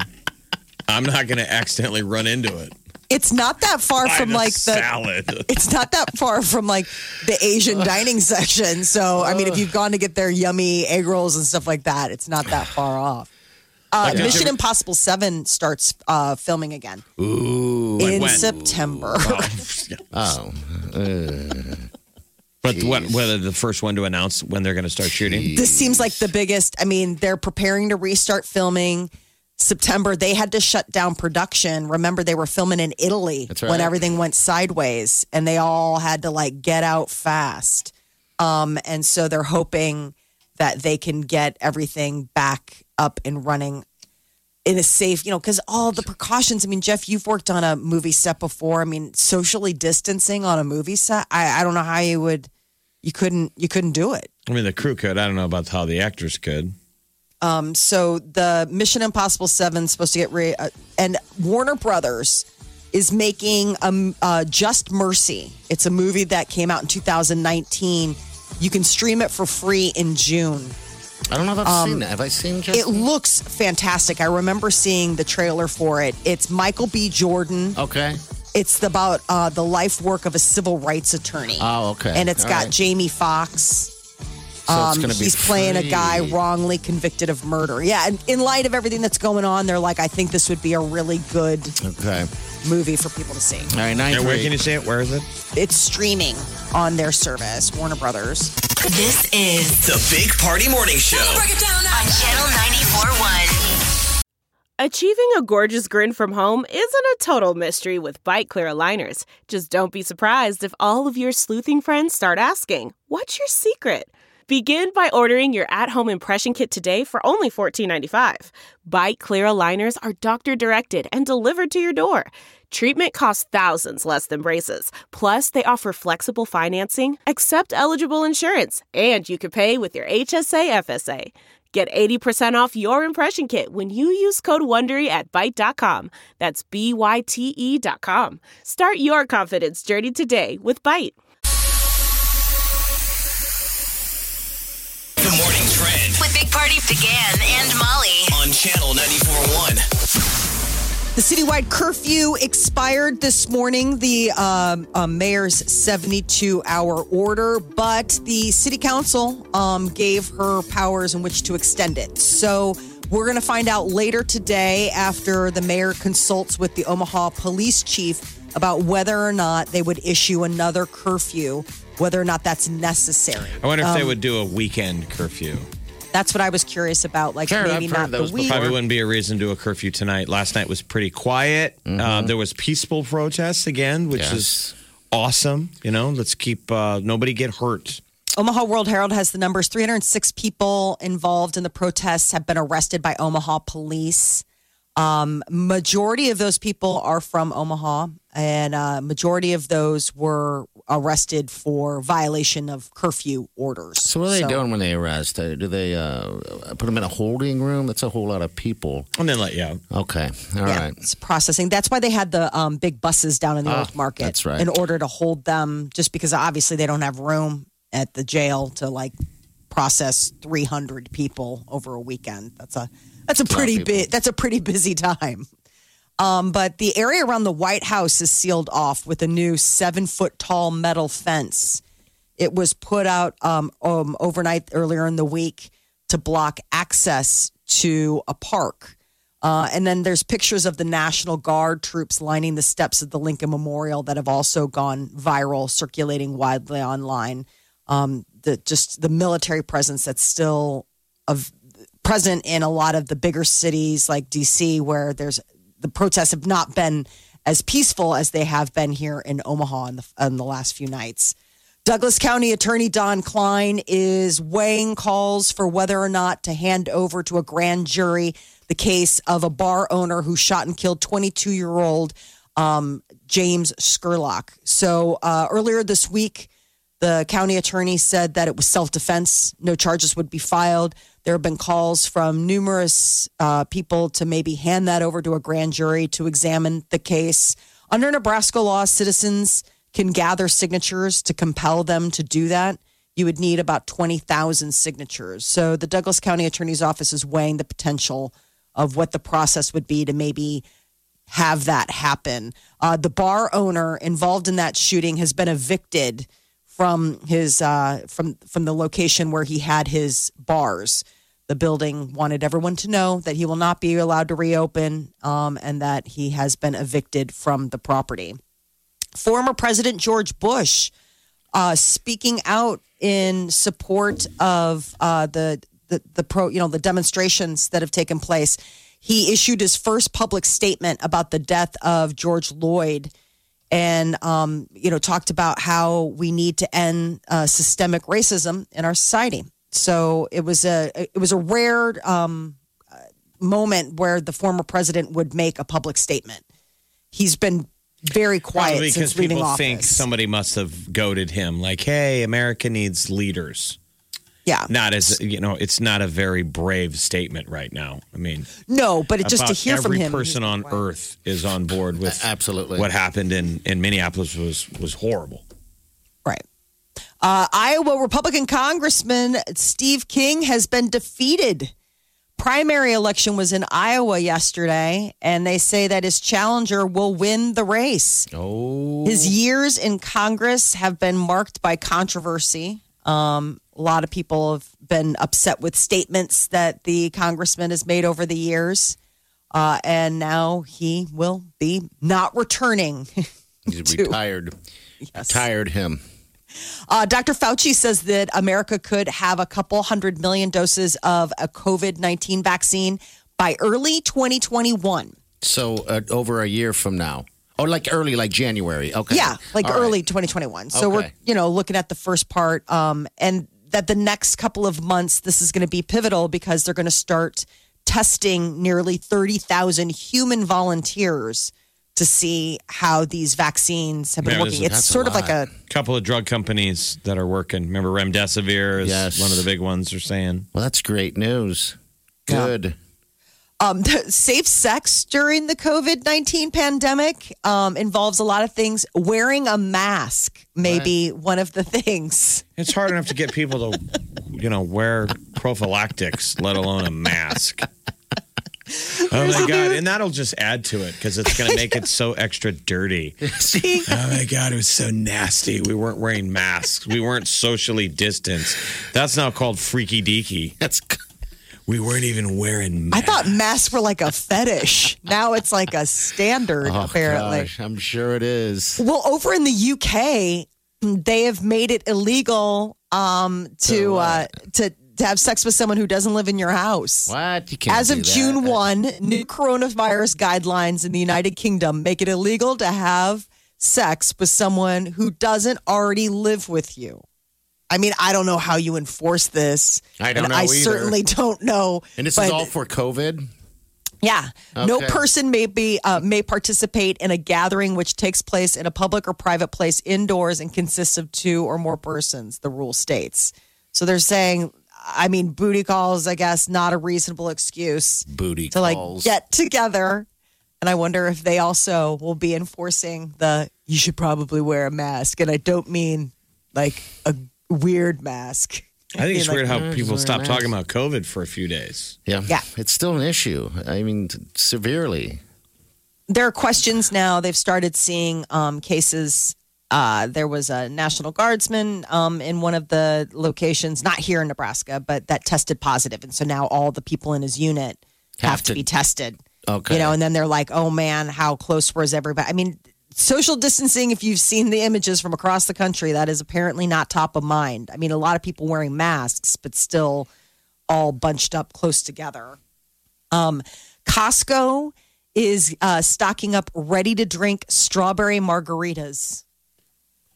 [SPEAKER 6] I'm not going to accidentally run into it.
[SPEAKER 5] It's not that far
[SPEAKER 6] By
[SPEAKER 5] from
[SPEAKER 6] the
[SPEAKER 5] like the.
[SPEAKER 6] salad.
[SPEAKER 5] It's not that far from like the Asian dining section. So, I mean, if you've gone to get their yummy egg rolls and stuff like that, it's not that far off. Uh,
[SPEAKER 6] did
[SPEAKER 5] Mission
[SPEAKER 6] you-
[SPEAKER 5] Impossible 7 starts uh, filming again
[SPEAKER 7] ooh,
[SPEAKER 5] in
[SPEAKER 6] when?
[SPEAKER 5] September.
[SPEAKER 7] oh,
[SPEAKER 6] But what, whether the first one to announce when they're going to start shooting?
[SPEAKER 5] this seems like the biggest. I mean, they're preparing to restart filming. September, they had to shut down production. Remember, they were filming in Italy
[SPEAKER 7] That's right.
[SPEAKER 5] when everything went sideways, and they all had to like get out fast. Um, and so they're hoping that they can get everything back up and running in a safe, you know, because all the precautions. I mean, Jeff, you've worked on a movie set before. I mean, socially distancing on a movie set. I, I don't know how you would, you couldn't, you couldn't do it.
[SPEAKER 6] I mean, the crew could. I don't know about how the actors could.
[SPEAKER 5] Um, so the Mission Impossible Seven is supposed to get re- uh, and Warner Brothers is making um, uh, Just Mercy. It's a movie that came out in 2019. You can stream it for free in June.
[SPEAKER 7] I don't know if I've seen that. Have I seen Justin?
[SPEAKER 5] Um, It looks fantastic. I remember seeing the trailer for it. It's Michael B. Jordan.
[SPEAKER 7] okay,
[SPEAKER 5] It's about uh, the life work of a civil rights attorney.
[SPEAKER 7] Oh, okay.
[SPEAKER 5] And it's
[SPEAKER 7] All
[SPEAKER 5] got
[SPEAKER 7] right.
[SPEAKER 5] Jamie Foxx.
[SPEAKER 7] so it's gonna be
[SPEAKER 5] Um, he's playing a guy
[SPEAKER 7] free.
[SPEAKER 5] wrongly convicted of murder. Yeah, and in light of everything that's going on, they're like, I think this would be a really good
[SPEAKER 7] Okay, all
[SPEAKER 5] movie for people to see.
[SPEAKER 7] right, nine
[SPEAKER 6] Yeah, where
[SPEAKER 7] three.
[SPEAKER 6] can you see it? Where is it?
[SPEAKER 5] It's streaming on their service, Warner Brothers.
[SPEAKER 4] This is
[SPEAKER 3] The Big Party Morning Show.
[SPEAKER 4] on Channel 94.1.
[SPEAKER 8] Achieving a gorgeous grin from home isn't a total mystery with bite clear aligners. Just don't be surprised if all of your sleuthing friends start asking, What's your secret? Begin by ordering your at home impression kit today for only $14.95. Bite clear aligners are doctor directed and delivered to your door. Treatment costs thousands less than braces. Plus, they offer flexible financing, accept eligible insurance, and you can pay with your HSA FSA. Get 80% off your impression kit when you use code WONDERY at Byte.com. That's B-Y-T-E E dot com. Start your confidence journey today with Byte.
[SPEAKER 3] The Morning Trend
[SPEAKER 4] With Big Party began and Molly.
[SPEAKER 3] on Channel 94.1.
[SPEAKER 5] The citywide curfew expired this morning, the um, uh, mayor's 72 hour order, but the city council um, gave her powers in which to extend it. So we're going to find out later today after the mayor consults with the Omaha police chief about whether or not they would issue another curfew, whether or not that's necessary.
[SPEAKER 6] I wonder if they would do a weekend curfew.
[SPEAKER 5] That's what I was curious about. Like,
[SPEAKER 7] Fair enough.
[SPEAKER 5] maybe
[SPEAKER 7] Heard
[SPEAKER 5] not the
[SPEAKER 7] those
[SPEAKER 5] week.
[SPEAKER 6] Probably wouldn't be a reason to do a curfew
[SPEAKER 5] Mm-hmm.
[SPEAKER 6] tonight. Last night was pretty quiet. Uh, there was peaceful protests again, which
[SPEAKER 7] Yes.
[SPEAKER 6] is awesome. You know, let's keep uh, nobody get hurt.
[SPEAKER 5] Omaha World Herald has the numbers 306 people involved in the protests have been arrested by Omaha police. Um, majority of those people are from Omaha, and uh, majority of those were arrested for violation of curfew orders.
[SPEAKER 7] So what are they doing when they arrest? Uh, Do they uh, put them in a holding room? That's a whole lot of people.
[SPEAKER 6] And then let you out.
[SPEAKER 7] Okay, all right. Ah,
[SPEAKER 5] yeah, (laughs) it's processing. That's why they had the um, big buses down in the old market.
[SPEAKER 7] that's right.
[SPEAKER 5] In order to hold them, just because obviously they don't have room at the jail to like process 300 people over a weekend. That's a that's a pretty big that's a pretty busy time. Um, but the area around the White House is sealed off with a new seven foot tall metal fence. It was put out um, um, overnight earlier in the week to block access to a park. Uh, and then there's pictures of the National Guard troops lining the steps of the Lincoln Memorial that have also gone viral, circulating widely online. Um, the just the military presence that's still of present in a lot of the bigger cities like DC, where there's the protests have not been as peaceful as they have been here in Omaha in the, in the last few nights. Douglas County Attorney Don Klein is weighing calls for whether or not to hand over to a grand jury the case of a bar owner who shot and killed 22 year old um, James Skurlock. So uh, earlier this week, the county attorney said that it was self defense. No charges would be filed. There have been calls from numerous uh, people to maybe hand that over to a grand jury to examine the case. Under Nebraska law, citizens can gather signatures to compel them to do that. You would need about 20,000 signatures. So the Douglas County Attorney's Office is weighing the potential of what the process would be to maybe have that happen. Uh, the bar owner involved in that shooting has been evicted from his uh, from from the location where he had his bars. The building wanted everyone to know that he will not be allowed to reopen um, and that he has been evicted from the property. Former President George Bush uh, speaking out in support of uh, the, the the pro you know the demonstrations that have taken place. He issued his first public statement about the death of George Floyd, and um, you know talked about how we need to end uh, systemic racism in our society. So it was a it was a rare um, uh, moment where the former president would make a public statement. He's been very quiet
[SPEAKER 6] Probably because
[SPEAKER 5] since leaving
[SPEAKER 6] people
[SPEAKER 5] office.
[SPEAKER 6] think somebody must have goaded him, like, "Hey, America needs leaders."
[SPEAKER 5] yeah,
[SPEAKER 6] Not as you know, it's not a very brave statement right now. I mean,
[SPEAKER 5] No, but it, just to
[SPEAKER 6] about
[SPEAKER 5] hear from
[SPEAKER 6] every
[SPEAKER 5] him.
[SPEAKER 6] person on earth is on board with
[SPEAKER 7] Absolutely.
[SPEAKER 6] what happened in in Minneapolis was was horrible.
[SPEAKER 5] Right. Uh, Iowa Republican Congressman Steve King has been defeated. Primary election was in Iowa yesterday, and they say that his challenger will win the race.
[SPEAKER 7] Oh,
[SPEAKER 5] His years in Congress have been marked by controversy. Um, a lot of people have been upset with statements that the congressman has made over the years. Uh, and now he will be not returning. (laughs)
[SPEAKER 7] he's retired. Retired him.
[SPEAKER 5] Uh, Dr. Fauci says that America could have a couple hundred million doses of a COVID 19 vaccine by early 2021.
[SPEAKER 7] So uh, over a year from now, oh, like early, like January. Okay.
[SPEAKER 5] Yeah, like
[SPEAKER 7] All right.
[SPEAKER 5] early 2021. So we're,
[SPEAKER 7] Okay.
[SPEAKER 5] you know, looking at the first part um, and that the next couple of months, this is going to be pivotal because they're going to start testing nearly 30,000 human volunteers to see how these vaccines have been
[SPEAKER 6] Man,
[SPEAKER 5] working.
[SPEAKER 6] isn't
[SPEAKER 5] It's
[SPEAKER 7] that a
[SPEAKER 5] sort of like a
[SPEAKER 7] lot?
[SPEAKER 6] couple of drug companies that are working. Remember, remdesivir is
[SPEAKER 7] Yes.
[SPEAKER 6] one of the big ones. They're saying
[SPEAKER 7] Well, that's great news. Good. (laughs)
[SPEAKER 5] um, (laughs) safe sex during the COVID 19 pandemic um, involves a lot of things. Wearing a mask may be one of the things.
[SPEAKER 6] it's hard enough to get people to, you know, wear prophylactics, let alone a (laughs) mask. Oh my god! And that'll just add to it because it's going to make it so extra dirty. oh my god! It was so nasty. We weren't wearing masks. We weren't socially distanced. That's now called freaky deaky.
[SPEAKER 7] That's good.
[SPEAKER 6] We weren't even wearing.
[SPEAKER 5] I
[SPEAKER 6] masks.
[SPEAKER 5] thought masks were like a fetish. Now it's like a standard,
[SPEAKER 7] Oh,
[SPEAKER 5] apparently.
[SPEAKER 7] gosh, I'm sure it is.
[SPEAKER 5] Well, over in the UK, they have made it illegal um, to, uh, to, to have sex with someone who doesn't live in your house.
[SPEAKER 7] What? You can't
[SPEAKER 5] As of
[SPEAKER 7] do that.
[SPEAKER 5] June 1, new coronavirus guidelines in the United Kingdom make it illegal to have sex with someone who doesn't already live with you. I mean, I don't know how you enforce this.
[SPEAKER 7] I don't
[SPEAKER 5] and
[SPEAKER 7] know
[SPEAKER 5] I
[SPEAKER 7] either.
[SPEAKER 5] certainly don't know.
[SPEAKER 7] And this
[SPEAKER 5] but-
[SPEAKER 7] is all for COVID.
[SPEAKER 5] yeah. No
[SPEAKER 7] Okay.
[SPEAKER 5] person may be uh, may participate in a gathering which takes place in a public or private place indoors and consists of two or more persons. The rule states. So they're saying, I mean, booty calls. I guess not a reasonable excuse
[SPEAKER 7] Booty
[SPEAKER 5] to like
[SPEAKER 7] calls.
[SPEAKER 5] get together. And I wonder if they also will be enforcing the you should probably wear a mask. And I don't mean like a weird mask.
[SPEAKER 6] I think it's
[SPEAKER 5] Being
[SPEAKER 6] weird
[SPEAKER 5] like,
[SPEAKER 6] how people stop
[SPEAKER 7] nice.
[SPEAKER 6] talking about COVID for a few days.
[SPEAKER 7] yeah.
[SPEAKER 5] Yeah.
[SPEAKER 7] It's still an issue. I mean, t- severely.
[SPEAKER 5] there are questions now. They've started seeing um, cases. Uh, there was a National Guardsman um, in one of the locations, not here in Nebraska, but that tested positive, and so now all the people in his unit have,
[SPEAKER 7] Have
[SPEAKER 5] to,
[SPEAKER 7] to-
[SPEAKER 5] be tested.
[SPEAKER 7] Okay.
[SPEAKER 5] you know, and then they're like, "Oh man, how close was everybody?" I mean, social distancing. If you've seen the images from across the country, that is apparently not top of mind. I mean, a lot of people wearing masks, but still all bunched up close together. Um, Costco is uh, stocking up ready to drink strawberry margaritas.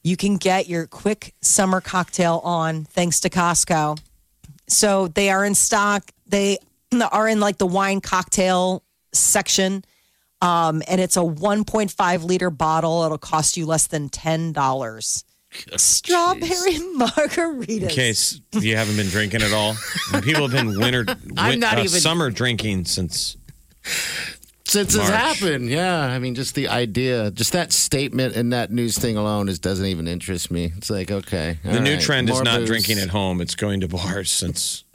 [SPEAKER 5] You can get your quick summer cocktail on thanks to Costco. So they are in stock. They are in like the wine cocktail section. Um, and it's a 1.5 liter bottle. It'll cost you less than $10. Strawberry margaritas.
[SPEAKER 6] In case you haven't been drinking at
[SPEAKER 7] (laughs)
[SPEAKER 6] all, And people have been winter, win,
[SPEAKER 7] I'm not
[SPEAKER 6] uh,
[SPEAKER 7] even-
[SPEAKER 6] summer drinking since.
[SPEAKER 7] Since
[SPEAKER 6] March.
[SPEAKER 7] it's happened, yeah. I mean, just the idea, just that statement and that news thing alone is doesn't even interest me. It's like, okay.
[SPEAKER 6] The new trend is not drinking at home; it's going to bars since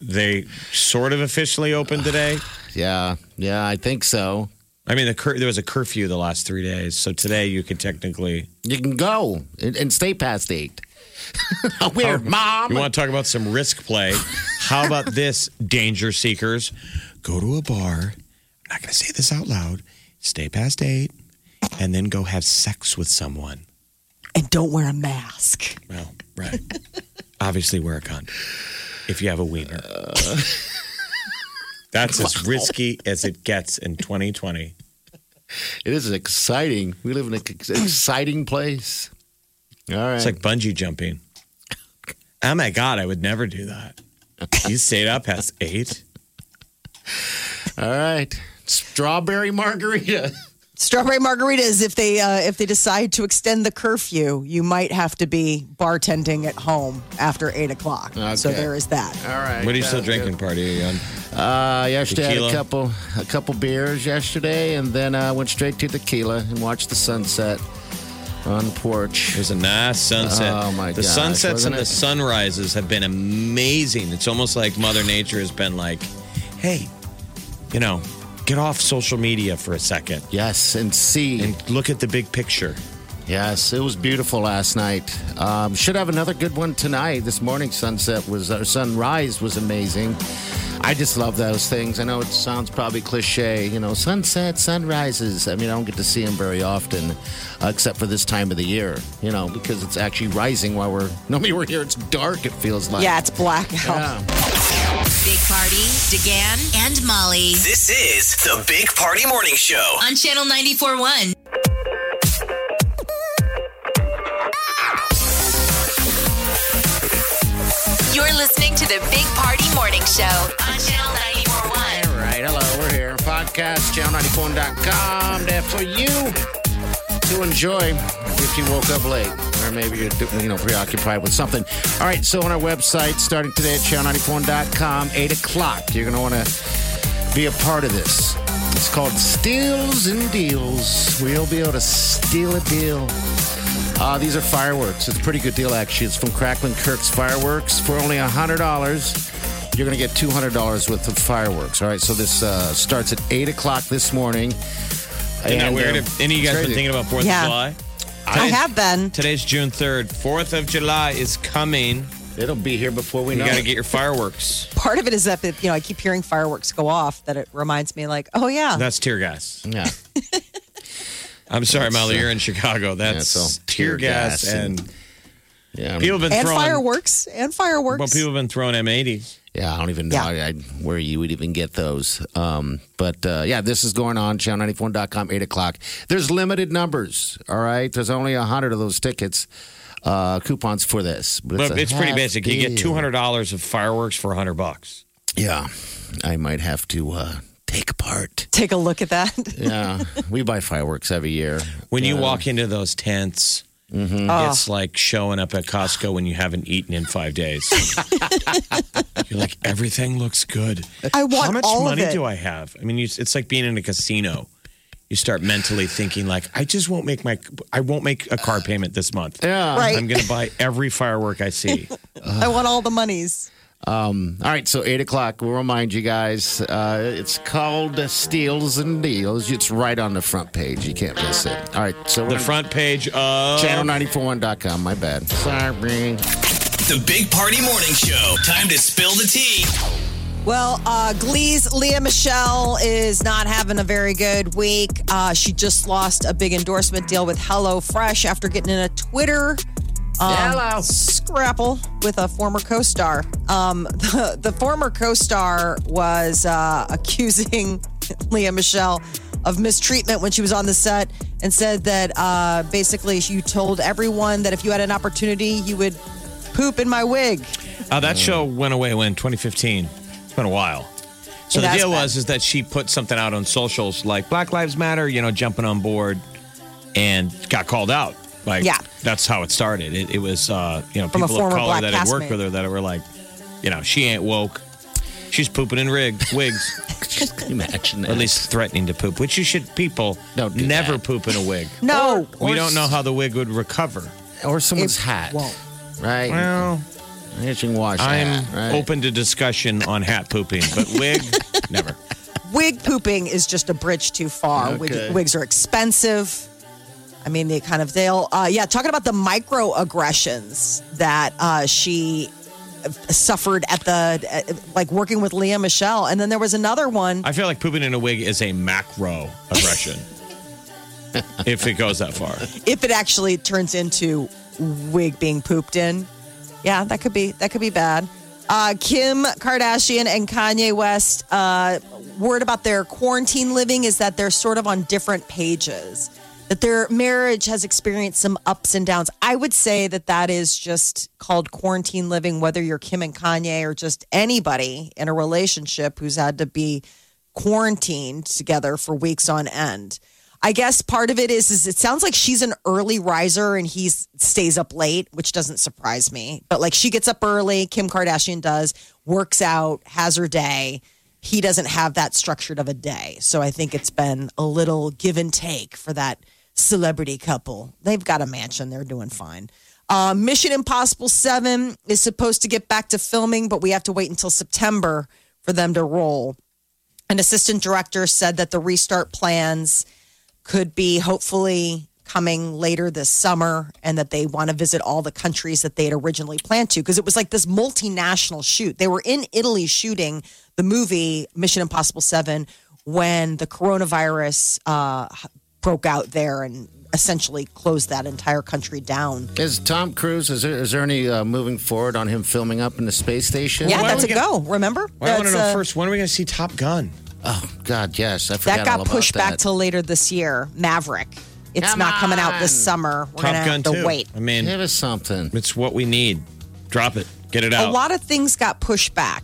[SPEAKER 6] they sort of officially opened today.
[SPEAKER 7] Yeah. Yeah, I think so.
[SPEAKER 6] I mean, the cur- there was a curfew the last three days, so today you could technically.
[SPEAKER 7] You can go and, and stay past eight. (laughs) Weird,
[SPEAKER 6] Oh, You
[SPEAKER 7] mom.
[SPEAKER 6] want to talk about some risk play? How about this, danger seekers? Go to a bar. I'm not going to say this out loud. Stay past eight, and then go have sex with someone.
[SPEAKER 5] And don't wear a mask.
[SPEAKER 6] Well, right. Obviously, wear a condom if you have a wiener. Uh. That's as risky as it gets in 2020.
[SPEAKER 7] It is exciting. We live in an ex- exciting place. All right.
[SPEAKER 6] It's like bungee jumping. Oh my God, I would never do that. You stayed up past eight.
[SPEAKER 7] All right. Strawberry margarita. (laughs)
[SPEAKER 5] Strawberry margaritas. If they uh, if they decide to extend the curfew, you might have to be bartending at home after eight o'clock. So
[SPEAKER 7] Okay.
[SPEAKER 5] there is that.
[SPEAKER 7] All right.
[SPEAKER 6] What are you still drinking, party? On?
[SPEAKER 7] Uh, yesterday I
[SPEAKER 6] Tequila.
[SPEAKER 7] had a couple a couple beers yesterday, and then I went straight to tequila and watched the sunset on the porch.
[SPEAKER 6] It was a nice sunset.
[SPEAKER 7] Oh, my
[SPEAKER 6] The
[SPEAKER 7] gosh,
[SPEAKER 6] sunsets
[SPEAKER 7] wasn't
[SPEAKER 6] and the
[SPEAKER 7] it?
[SPEAKER 6] sunrises have been amazing. It's almost like Mother Nature has been like, hey, you know, get off social media for a second
[SPEAKER 7] Yes, and see.
[SPEAKER 6] and look at the big picture.
[SPEAKER 7] Yes, it was beautiful last night. Um, should have another good one tonight. This morning sunset was or sunrise was amazing. I just love those things. I know it sounds probably cliche, you know, sunset, sunrises. I mean, I don't get to see them very often, uh, except for this time of the year, you know, because it's actually rising while we're (laughs) nobody we're here. It's dark. It feels like
[SPEAKER 5] Yeah, it's blackout.
[SPEAKER 7] Yeah.
[SPEAKER 4] Big Party, DeGan, and Molly
[SPEAKER 3] This is the Big Party Morning Show.
[SPEAKER 4] on Channel 94.1. You're listening to the Big Party Morning Show on Channel 94.1.
[SPEAKER 7] All right, hello, we're here. Podcast, channel94.com. There for you to enjoy if you woke up late or maybe you're do- you know preoccupied with something. All right, so on our website, starting today at channel94.com, 8 o'clock, you're going to want to be a part of this. It's called Steals and Deals. We'll be able to steal a deal. Uh, these are fireworks. It's a pretty good deal, actually. It's from Cracklin Kirk's Fireworks for only $100. You're going to get $200 worth of fireworks. All right, so this uh, starts at 8 o'clock this morning.
[SPEAKER 6] Isn't that weird?
[SPEAKER 7] uh,
[SPEAKER 6] Have any of you guys
[SPEAKER 7] it's crazy.
[SPEAKER 6] been thinking about 4th
[SPEAKER 5] Yeah.
[SPEAKER 6] of July?
[SPEAKER 5] I have been.
[SPEAKER 6] Today's June 3rd. 4th of July is coming.
[SPEAKER 7] It'll be here before we
[SPEAKER 6] You
[SPEAKER 7] know
[SPEAKER 6] got to
[SPEAKER 7] it.
[SPEAKER 6] get
[SPEAKER 7] (laughs)
[SPEAKER 6] your fireworks.
[SPEAKER 5] Part of it is that you know I keep hearing fireworks go off. That it reminds me, like, oh yeah,
[SPEAKER 6] That's tear gas. (laughs)
[SPEAKER 7] yeah.
[SPEAKER 6] I'm sorry, Molly, you're in Chicago. That's
[SPEAKER 7] uh, all
[SPEAKER 6] tear,
[SPEAKER 7] tear
[SPEAKER 6] gas.
[SPEAKER 7] gas and-
[SPEAKER 6] and
[SPEAKER 7] yeah.
[SPEAKER 6] people have been
[SPEAKER 5] and
[SPEAKER 6] throwing.
[SPEAKER 5] fireworks and fireworks.
[SPEAKER 6] Well, people have been throwing M80s.
[SPEAKER 7] Yeah, I don't even know
[SPEAKER 5] Yeah.
[SPEAKER 7] I, I, where you would even get those. Um, but uh, yeah, this is going on, channel94.com, 8 o'clock. There's limited numbers, all right? There's only 100 of those tickets, uh, coupons for this.
[SPEAKER 6] But
[SPEAKER 7] a
[SPEAKER 6] it's pretty
[SPEAKER 7] half
[SPEAKER 6] basic. You get two
[SPEAKER 7] deal.
[SPEAKER 6] hundred dollars of fireworks for hundred bucks.
[SPEAKER 7] Yeah, I might have to uh, take part.
[SPEAKER 5] Take a look at that. (laughs)
[SPEAKER 7] Yeah, (laughs) we buy fireworks every year.
[SPEAKER 6] When you walk into those tents,
[SPEAKER 7] Mm-hmm.
[SPEAKER 5] Oh.
[SPEAKER 6] it's like showing up at Costco when you haven't eaten in
[SPEAKER 5] (laughs)
[SPEAKER 6] five days. You're like, everything
[SPEAKER 5] (laughs)
[SPEAKER 6] looks good.
[SPEAKER 5] I want
[SPEAKER 6] How much
[SPEAKER 5] all
[SPEAKER 6] money
[SPEAKER 5] of it.
[SPEAKER 6] do I have? I mean, you, it's like being in a casino. You start mentally thinking like, I just won't make my, I won't make a car payment this month.
[SPEAKER 7] Yeah.
[SPEAKER 5] Right.
[SPEAKER 6] I'm going to buy every firework I see.
[SPEAKER 5] I want all the monies.
[SPEAKER 7] All right, so 8 o'clock, we'll remind you guys. Uh, it's called Steals and Deals. It's right on the front page. You can't miss it. All right, so we're
[SPEAKER 6] The front page of
[SPEAKER 7] channel941.com. My bad. Sorry.
[SPEAKER 3] The Big Party Morning Show. Time to spill the tea.
[SPEAKER 5] Well, uh, Glee's Leah Michelle is not having a very good week. Uh, she just lost a big endorsement deal with HelloFresh after getting in a Twitter um,
[SPEAKER 7] Hello.
[SPEAKER 5] scrapple with a former co-star. Um, (laughs) the, the former co-star was uh, accusing (laughs) Leah Michelle of mistreatment when she was on the set, and said that uh, basically you told everyone that if you had an opportunity, you would poop in my wig.
[SPEAKER 6] Uh, that show went away when 2015. It's been a while. So
[SPEAKER 5] It
[SPEAKER 6] the
[SPEAKER 5] has
[SPEAKER 6] deal
[SPEAKER 5] been.
[SPEAKER 6] was is that she put something out on socials like Black Lives Matter, you know, jumping on board, and got called out. Like,
[SPEAKER 5] Yeah.
[SPEAKER 6] that's how it started. It, it was, uh, you know,
[SPEAKER 5] From a
[SPEAKER 6] people of
[SPEAKER 5] former
[SPEAKER 6] color
[SPEAKER 5] black
[SPEAKER 6] that had worked
[SPEAKER 5] castmate.
[SPEAKER 6] with her that were like, you know, she ain't woke. She's pooping in rig,
[SPEAKER 5] (laughs)
[SPEAKER 6] wigs,
[SPEAKER 7] Just imagine that.
[SPEAKER 6] at least threatening to poop, which you should, people,
[SPEAKER 7] Don't do
[SPEAKER 6] never
[SPEAKER 7] that.
[SPEAKER 6] poop in a wig.
[SPEAKER 5] No,
[SPEAKER 6] we don't know how the wig would recover.
[SPEAKER 7] Or someone's
[SPEAKER 5] It
[SPEAKER 7] hat.
[SPEAKER 5] won't.
[SPEAKER 7] Right?
[SPEAKER 6] Well,
[SPEAKER 7] Hitching wash
[SPEAKER 6] I'm
[SPEAKER 7] hat, right?
[SPEAKER 6] open to discussion on hat pooping, but
[SPEAKER 7] (laughs)
[SPEAKER 6] wig, never.
[SPEAKER 5] wig pooping is just a bridge too far.
[SPEAKER 7] Okay.
[SPEAKER 5] Wig, wigs are expensive. I mean, they kind of they'll uh, yeah. Talking about the microaggressions that uh, she uh, suffered at the uh, like working with Leah Michelle, and then there was another one.
[SPEAKER 6] I feel like pooping in a wig is a macro
[SPEAKER 5] (laughs)
[SPEAKER 6] aggression. if it goes that far.
[SPEAKER 5] If it actually turns into wig being pooped in, yeah, that could be that could be bad. Uh, Kim Kardashian and Kanye West. Uh, word about their quarantine living is that they're sort of on different pages. That their marriage has experienced some ups and downs. I would say that that is just called quarantine living, whether you're Kim and Kanye or just anybody in a relationship who's had to be quarantined together for weeks on end. I guess part of it is is it sounds like she's an early riser and he stays up late, which doesn't surprise me. But like she gets up early, Kim Kardashian does, works out, has her day. He doesn't have that structured of a day. So I think it's been a little give and take for that celebrity couple. They've got a mansion, they're doing fine. Uh, Mission Impossible 7 is supposed to get back to filming, but we have to wait until September for them to roll. An assistant director said that the restart plans could be hopefully coming later this summer and that they want to visit all the countries that they had originally planned to because it was like this multinational shoot. They were in Italy shooting the movie Mission Impossible 7 when the coronavirus uh, broke out there and essentially closed that entire country down.
[SPEAKER 7] Is Tom Cruise, is there, is there any uh, moving forward on him filming up in the space station?
[SPEAKER 5] Yeah,
[SPEAKER 6] Why
[SPEAKER 5] that's a
[SPEAKER 6] don't we
[SPEAKER 5] go. Remember?
[SPEAKER 6] Well, I want to
[SPEAKER 5] That's,
[SPEAKER 6] know
[SPEAKER 5] uh,
[SPEAKER 6] first when are we going to see Top Gun?
[SPEAKER 7] Oh, God, yes. I forgot
[SPEAKER 5] that
[SPEAKER 7] all
[SPEAKER 5] got
[SPEAKER 7] about
[SPEAKER 5] pushed back
[SPEAKER 7] that.
[SPEAKER 5] till later this year. Maverick. It's
[SPEAKER 7] Come
[SPEAKER 5] not coming out this
[SPEAKER 7] on.
[SPEAKER 5] summer. We're
[SPEAKER 6] Top
[SPEAKER 5] gonna have
[SPEAKER 6] Gun
[SPEAKER 5] to
[SPEAKER 6] too.
[SPEAKER 5] wait.
[SPEAKER 6] I mean,
[SPEAKER 7] Give us something.
[SPEAKER 6] it's what we need. Drop it. Get it
[SPEAKER 5] A
[SPEAKER 6] out.
[SPEAKER 5] lot of things got pushed back.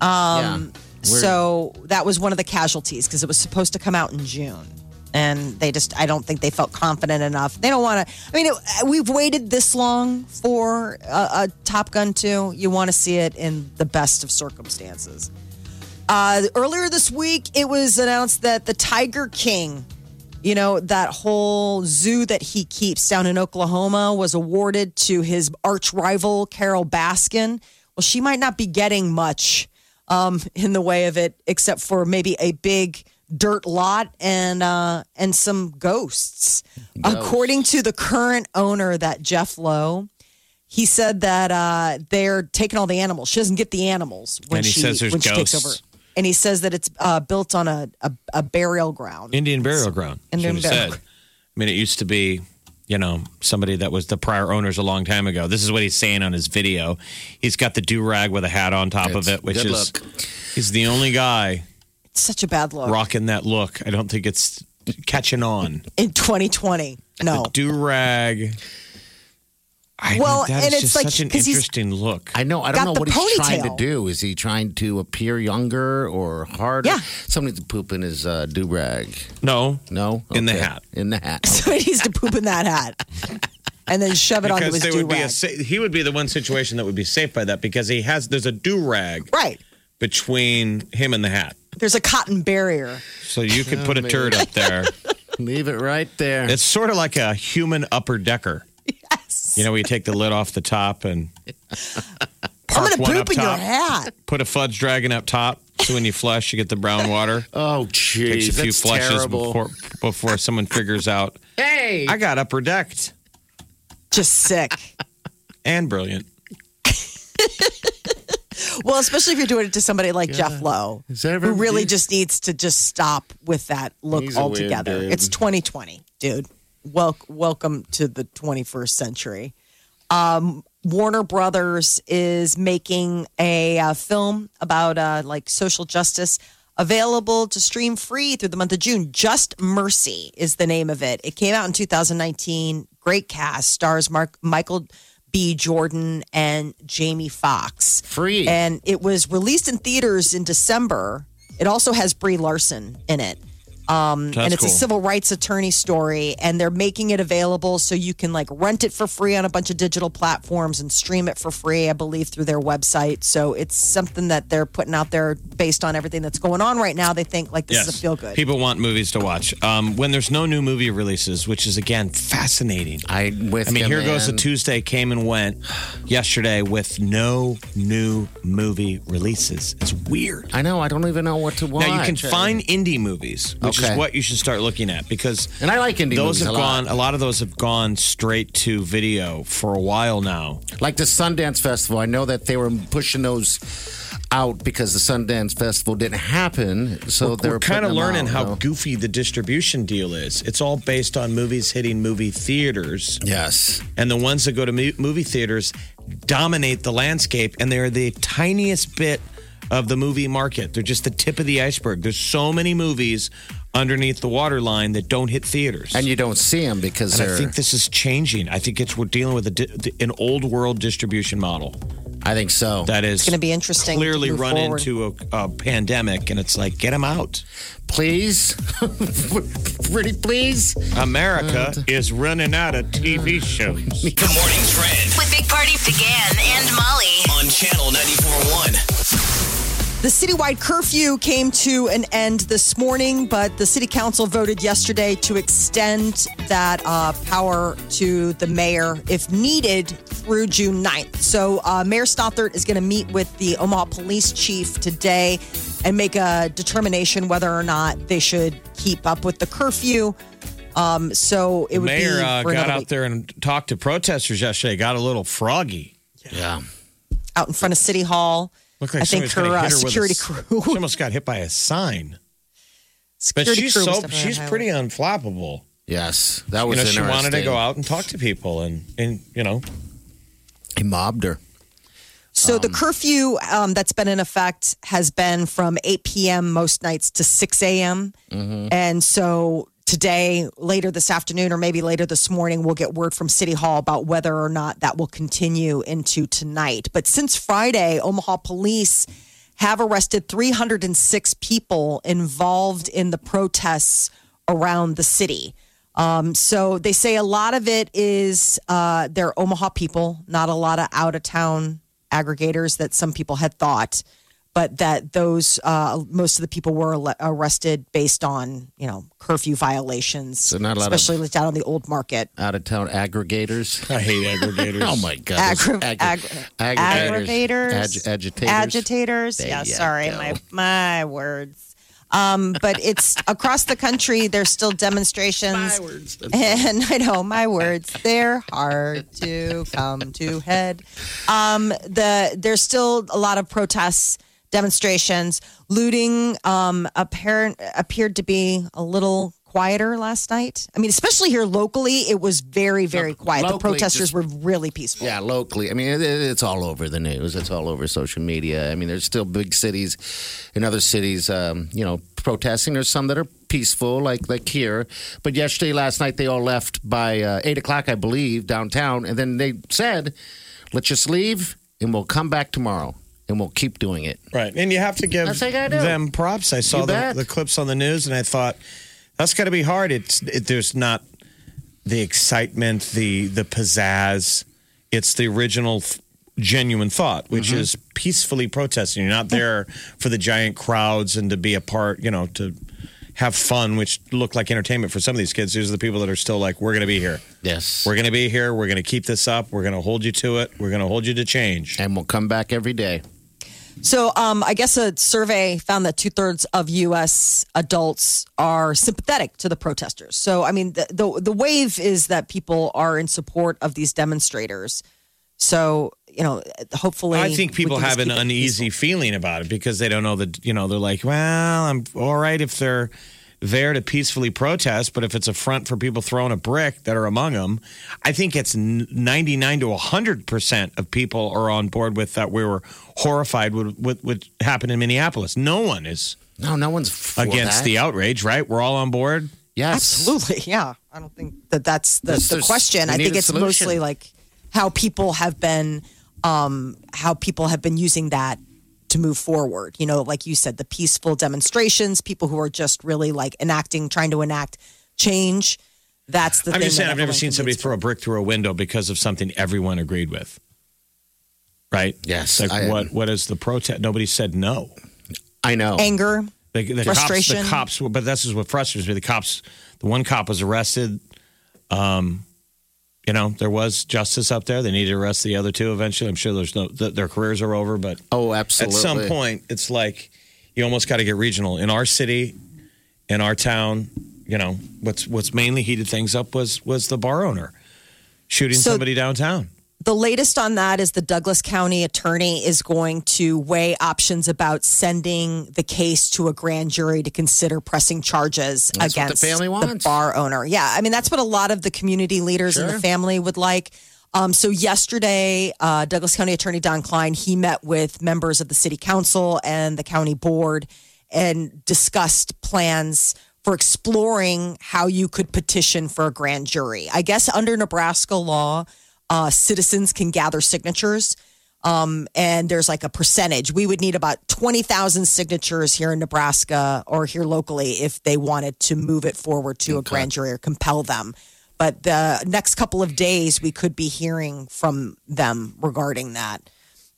[SPEAKER 7] Um,
[SPEAKER 5] So that was one of the casualties because it was supposed to come out in June. And they just, I don't think they felt confident enough. They don't want to. I mean, it, uh, we've waited this long for a, a Top Gun 2. You want to see it in the best of circumstances. Uh, earlier this week, it was announced that the Tiger King, you know, that whole zoo that he keeps down in Oklahoma, was awarded to his arch rival, Carol Baskin. Well, she might not be getting much um, in the way of it, except for maybe a big dirt lot and uh, and some ghosts. According to the current owner, that Jeff Lowe. He said that uh, they're taking all the animals. She doesn't get the animals when
[SPEAKER 6] And he
[SPEAKER 5] she
[SPEAKER 6] says there's
[SPEAKER 5] when she takes
[SPEAKER 6] ghosts.
[SPEAKER 5] over and he says that it's uh, built on a, a, a burial ground.
[SPEAKER 6] Indian burial ground.
[SPEAKER 5] Indian
[SPEAKER 6] should have
[SPEAKER 5] burial
[SPEAKER 6] said. I mean, it used to be you know, somebody that was the prior owners a long time ago. This is what he's saying on his video. He's got the do rag with a hat on top of
[SPEAKER 7] It's-
[SPEAKER 6] it, which
[SPEAKER 7] good
[SPEAKER 6] is
[SPEAKER 7] luck.
[SPEAKER 6] he's the only guy
[SPEAKER 5] It's such a bad look
[SPEAKER 6] rocking that look. I don't think it's catching on.
[SPEAKER 5] in 2020. No.
[SPEAKER 6] (laughs)
[SPEAKER 5] (laughs)
[SPEAKER 6] Do rag. I
[SPEAKER 5] Oh. Well,
[SPEAKER 6] well, that is
[SPEAKER 5] and it's
[SPEAKER 6] just
[SPEAKER 5] like-
[SPEAKER 6] such an
[SPEAKER 5] 'cause he's-
[SPEAKER 6] interesting look.
[SPEAKER 7] I know. I
[SPEAKER 5] Got
[SPEAKER 7] don't know
[SPEAKER 5] the
[SPEAKER 7] what he's trying to
[SPEAKER 5] ponytail.
[SPEAKER 7] do. Is he trying to appear younger or harder?
[SPEAKER 5] Yeah.
[SPEAKER 7] Somebody to poop in his uh, do rag.
[SPEAKER 6] No,
[SPEAKER 7] No,
[SPEAKER 6] In the
[SPEAKER 7] Okay.
[SPEAKER 6] hat.
[SPEAKER 7] In the
[SPEAKER 5] (laughs)
[SPEAKER 7] hat.
[SPEAKER 5] So he needs to poop in that hat and then shove it onto his
[SPEAKER 6] because they
[SPEAKER 5] do
[SPEAKER 6] would be a,
[SPEAKER 5] rag.
[SPEAKER 6] sa- he would be the one situation that would be safe by that because he has there's a do rag
[SPEAKER 5] Right.
[SPEAKER 6] between him and the hat,
[SPEAKER 5] There's a cotton barrier.
[SPEAKER 6] so you could put a turd up there.
[SPEAKER 7] Leave it right there.
[SPEAKER 6] (laughs) It's sort of like a human upper decker.
[SPEAKER 5] Yes.
[SPEAKER 6] You know, we take the lid off the top and
[SPEAKER 5] I'm
[SPEAKER 6] park
[SPEAKER 5] going to
[SPEAKER 6] one up
[SPEAKER 5] poop in your
[SPEAKER 6] top,
[SPEAKER 5] hat.
[SPEAKER 6] put a fudge dragon up top. So when you flush, you get the brown (laughs) water.
[SPEAKER 7] oh,
[SPEAKER 6] Takes
[SPEAKER 7] jeez,
[SPEAKER 6] a few
[SPEAKER 7] that's
[SPEAKER 6] flushes
[SPEAKER 7] terrible.
[SPEAKER 6] before before someone figures out
[SPEAKER 7] hey,
[SPEAKER 6] I got upper decked
[SPEAKER 5] Just
[SPEAKER 6] (laughs)
[SPEAKER 5] sick.
[SPEAKER 6] and brilliant.
[SPEAKER 5] Well, especially if you're doing it to somebody like Jeff Lowe,
[SPEAKER 7] Is that
[SPEAKER 5] who
[SPEAKER 7] ever-
[SPEAKER 5] really just needs to just stop with that look
[SPEAKER 7] He's a weird
[SPEAKER 5] altogether.
[SPEAKER 7] dude.
[SPEAKER 5] It's 2020, dude. Wel- welcome to the 21st century. Um, Warner Brothers is making a uh, film about uh, like social justice available to stream free through the month of June. Just Mercy is the name of it. It came out in 2019. Great cast stars Mark Michael B. Jordan and Jamie Foxx
[SPEAKER 7] free.
[SPEAKER 5] and it was released in theaters in December. It also has Brie Larson in it. Um, and it's a
[SPEAKER 6] cool.
[SPEAKER 5] civil rights attorney story, and they're making it available so you can like rent it for free on a bunch of digital platforms and stream it for free, I believe, through their website. So it's something that they're putting out there based on everything that's going on right now. They think like this is a feel good.
[SPEAKER 6] People want movies to watch. Um, when there's no new movie releases, which is again fascinating.
[SPEAKER 7] I with.
[SPEAKER 6] I mean,
[SPEAKER 7] you,
[SPEAKER 6] here goes the
[SPEAKER 7] man.
[SPEAKER 6] Tuesday came and went yesterday with no new movie releases. It's weird.
[SPEAKER 7] I know. I don't even know what to watch.
[SPEAKER 6] Now you can
[SPEAKER 7] I-
[SPEAKER 6] find indie movies, which
[SPEAKER 7] Okay.
[SPEAKER 6] is what you should start looking at because
[SPEAKER 7] And I like indie
[SPEAKER 6] those
[SPEAKER 7] movies
[SPEAKER 6] have
[SPEAKER 7] a lot.
[SPEAKER 6] gone. A lot of those have gone straight to video for a while now.
[SPEAKER 7] like the Sundance Festival. I know that they were pushing those out because the Sundance Festival didn't happen. So they're
[SPEAKER 6] We're kind of learning how
[SPEAKER 7] Though.
[SPEAKER 6] goofy the distribution deal is. It's all based on movies hitting movie theaters,
[SPEAKER 7] Yes.
[SPEAKER 6] and the ones that go to mu- movie theaters dominate the landscape, and they are the tiniest bit of the movie market. They're just the tip of the iceberg. There's so many movies underneath the waterline that don't hit theaters.
[SPEAKER 7] And you don't see them because
[SPEAKER 6] And
[SPEAKER 7] they're.
[SPEAKER 6] I think this is changing. I think it's we're dealing with a, di- an old world distribution model
[SPEAKER 7] I think so.
[SPEAKER 6] that is
[SPEAKER 5] gonna be interesting to
[SPEAKER 6] Clearly
[SPEAKER 5] move
[SPEAKER 6] run
[SPEAKER 5] forward.
[SPEAKER 6] into a, a pandemic, and it's like get them out.
[SPEAKER 7] please, (laughs) pretty please.
[SPEAKER 6] America
[SPEAKER 5] uh,
[SPEAKER 6] is running out of
[SPEAKER 5] (laughs)
[SPEAKER 6] TV shows.
[SPEAKER 3] The morning trend
[SPEAKER 4] With Big Party began and Molly.
[SPEAKER 3] on channel 941.
[SPEAKER 5] The citywide curfew came to an end this morning, but the city council voted yesterday to extend that uh, power to the mayor if needed through June 9th. So, uh, Mayor Stothert is going to meet with the Omaha police chief today and make a determination whether or not they should keep up with the curfew. Um, so, it would
[SPEAKER 6] Mayor
[SPEAKER 5] be
[SPEAKER 6] uh,
[SPEAKER 5] for
[SPEAKER 6] got
[SPEAKER 5] another
[SPEAKER 6] out
[SPEAKER 5] week.
[SPEAKER 6] there and talked to protesters yesterday. Got a little froggy.
[SPEAKER 7] Yeah.
[SPEAKER 5] out in front of City Hall.
[SPEAKER 6] Looked like
[SPEAKER 5] I think
[SPEAKER 6] somebody's
[SPEAKER 5] her,
[SPEAKER 6] gonna
[SPEAKER 5] uh,
[SPEAKER 6] hit her
[SPEAKER 5] security
[SPEAKER 6] with a,
[SPEAKER 5] crew. (laughs)
[SPEAKER 6] s- She almost got hit by a sign. But
[SPEAKER 5] security
[SPEAKER 6] she's
[SPEAKER 5] crew was
[SPEAKER 6] so
[SPEAKER 5] definitely on
[SPEAKER 6] she's
[SPEAKER 5] the highway.
[SPEAKER 6] pretty unflappable.
[SPEAKER 7] Yes. That
[SPEAKER 6] You
[SPEAKER 7] was
[SPEAKER 6] know, she
[SPEAKER 7] interesting.
[SPEAKER 6] wanted to go out and talk to people, and and you know
[SPEAKER 7] He mobbed her.
[SPEAKER 5] So the curfew um, that's been in effect has been from 8 p.m. most nights to 6 a.m. And so today, later this afternoon, or maybe later this morning, we'll get word from City Hall about whether or not that will continue into tonight. But since Friday, Omaha police have arrested 306 people involved in the protests around the city. Um, so they say a lot of it is uh, they're Omaha people, not a lot of out of town aggregators that some people had thought, but that those uh, most of the people were al- arrested based on you know curfew violations,
[SPEAKER 7] So not a lot of-
[SPEAKER 5] especially like down on the old market.
[SPEAKER 7] Out of town aggregators.
[SPEAKER 6] I hate
[SPEAKER 7] (laughs)
[SPEAKER 6] aggregators.
[SPEAKER 7] Oh my God!
[SPEAKER 5] Aggra-
[SPEAKER 7] Those
[SPEAKER 5] aggra-
[SPEAKER 7] aggregators,
[SPEAKER 5] aggravators,
[SPEAKER 7] ag- agitators,
[SPEAKER 5] agitators.
[SPEAKER 7] There
[SPEAKER 5] yeah,
[SPEAKER 7] you
[SPEAKER 5] sorry,
[SPEAKER 7] go.
[SPEAKER 5] my my words. Um, but
[SPEAKER 7] (laughs)
[SPEAKER 5] it's across the country. There's still demonstrations, (laughs) and I know my words. They're hard to come to head. Um, the there's still a lot of protests, demonstrations, looting. Um, apparent appeared to be a little quieter last night. I mean, especially here locally, it was very, very quiet. The
[SPEAKER 7] locally,
[SPEAKER 5] protesters
[SPEAKER 7] just-
[SPEAKER 5] were really peaceful.
[SPEAKER 7] Yeah, locally. I mean, it, it- it's all over the news. It's all over social media. I mean, there's still big cities in other cities, um, you know, protesting. There's some that are peaceful, like like here. But yesterday, last night, they all left by uh, eight o'clock, I believe, downtown, and then they said, "Let's just leave, and we'll come back tomorrow, and we'll keep doing it."
[SPEAKER 6] Right. And you have to give
[SPEAKER 7] That's what you gotta do.
[SPEAKER 6] them props. I saw
[SPEAKER 7] You
[SPEAKER 6] the,
[SPEAKER 7] bet.
[SPEAKER 6] the clips on the news and I thought, that's got to be hard. It's it, There's not the excitement, the, the pizzazz. It's the original, th- genuine thought, which
[SPEAKER 7] Mm-hmm.
[SPEAKER 6] is peacefully protesting. You're not there for the giant crowds and to be a part, you know, to have fun, which looked like entertainment for some of these kids. These are the people that are still like, we're going to be here.
[SPEAKER 7] Yes,
[SPEAKER 6] We're going to be here. We're going to keep this up. We're going to hold you to it. We're going to hold you to change.
[SPEAKER 7] and we'll come back every day.
[SPEAKER 5] So um, I guess a survey found that two thirds of U.S. adults are sympathetic to the protesters. So I mean, the, the the wave is that people are in support of these demonstrators. So you know, hopefully,
[SPEAKER 6] I think people
[SPEAKER 5] we can
[SPEAKER 6] have
[SPEAKER 5] just
[SPEAKER 6] an
[SPEAKER 5] keep it
[SPEAKER 6] uneasy feeling about it because they don't know that, you know, they're like, well, I'm all right if they're there to peacefully protest, but if it's a front for people throwing a brick that are among them, I think it's n- 99 to 100% of people are on board with that. We were horrified with what would happen in Minneapolis. No one is
[SPEAKER 7] No, no one's for
[SPEAKER 6] against
[SPEAKER 7] that.
[SPEAKER 6] the outrage, right? We're all on board.
[SPEAKER 7] yes,
[SPEAKER 5] Absolutely, (laughs) yeah. I don't think that that's the,
[SPEAKER 7] There's-
[SPEAKER 5] the
[SPEAKER 7] there's-
[SPEAKER 5] question.
[SPEAKER 7] we
[SPEAKER 5] I
[SPEAKER 7] need
[SPEAKER 5] think
[SPEAKER 7] a
[SPEAKER 5] it's
[SPEAKER 7] solution.
[SPEAKER 5] mostly like how people have been, um, how people have been using that to move forward. You know, like you said, the peaceful demonstrations, people who are just really like enacting, trying to enact change. That's the
[SPEAKER 6] I'm
[SPEAKER 5] thing.
[SPEAKER 6] just saying,
[SPEAKER 5] that
[SPEAKER 6] I've never
[SPEAKER 5] everyone
[SPEAKER 6] seen somebody
[SPEAKER 5] convenes
[SPEAKER 6] throw a brick through a window because of something everyone agreed with. Right?
[SPEAKER 7] Yes,
[SPEAKER 6] It's like,
[SPEAKER 7] I-
[SPEAKER 6] what, what is the protest? Nobody said no.
[SPEAKER 7] I know.
[SPEAKER 5] anger.
[SPEAKER 6] The, the
[SPEAKER 5] Frustration.
[SPEAKER 6] Cops, the cops, were- but this is what frustrates me. The cops, the one cop was arrested. Um, you know, there was justice up there. They needed to arrest the other two eventually. I'm sure there's no, th- their careers are over, but
[SPEAKER 7] oh, absolutely.
[SPEAKER 6] at some point, it's like you almost got to get regional. In our city, in our town, you know, what's what's mainly heated things up was was the bar owner shooting
[SPEAKER 5] So-
[SPEAKER 6] somebody downtown.
[SPEAKER 5] The latest on that is the Douglas County attorney is going to weigh options about sending the case to a grand jury to consider pressing charges
[SPEAKER 7] That's what the
[SPEAKER 5] against
[SPEAKER 7] family wants.
[SPEAKER 5] bar owner. Yeah, I mean that's what a lot of the community leaders and the family would like. Um, so yesterday, uh, Douglas County Attorney Don Klein he met with members of the City Council and the County Board and discussed plans for exploring how you could petition for a grand jury. I guess under Nebraska law, uh, citizens can gather signatures. Um, and there's like a percentage. We would need about 20,000 signatures here in Nebraska or here locally if they wanted to move it forward to a grand jury or compel them. But the next couple of days, we could be hearing from them regarding that.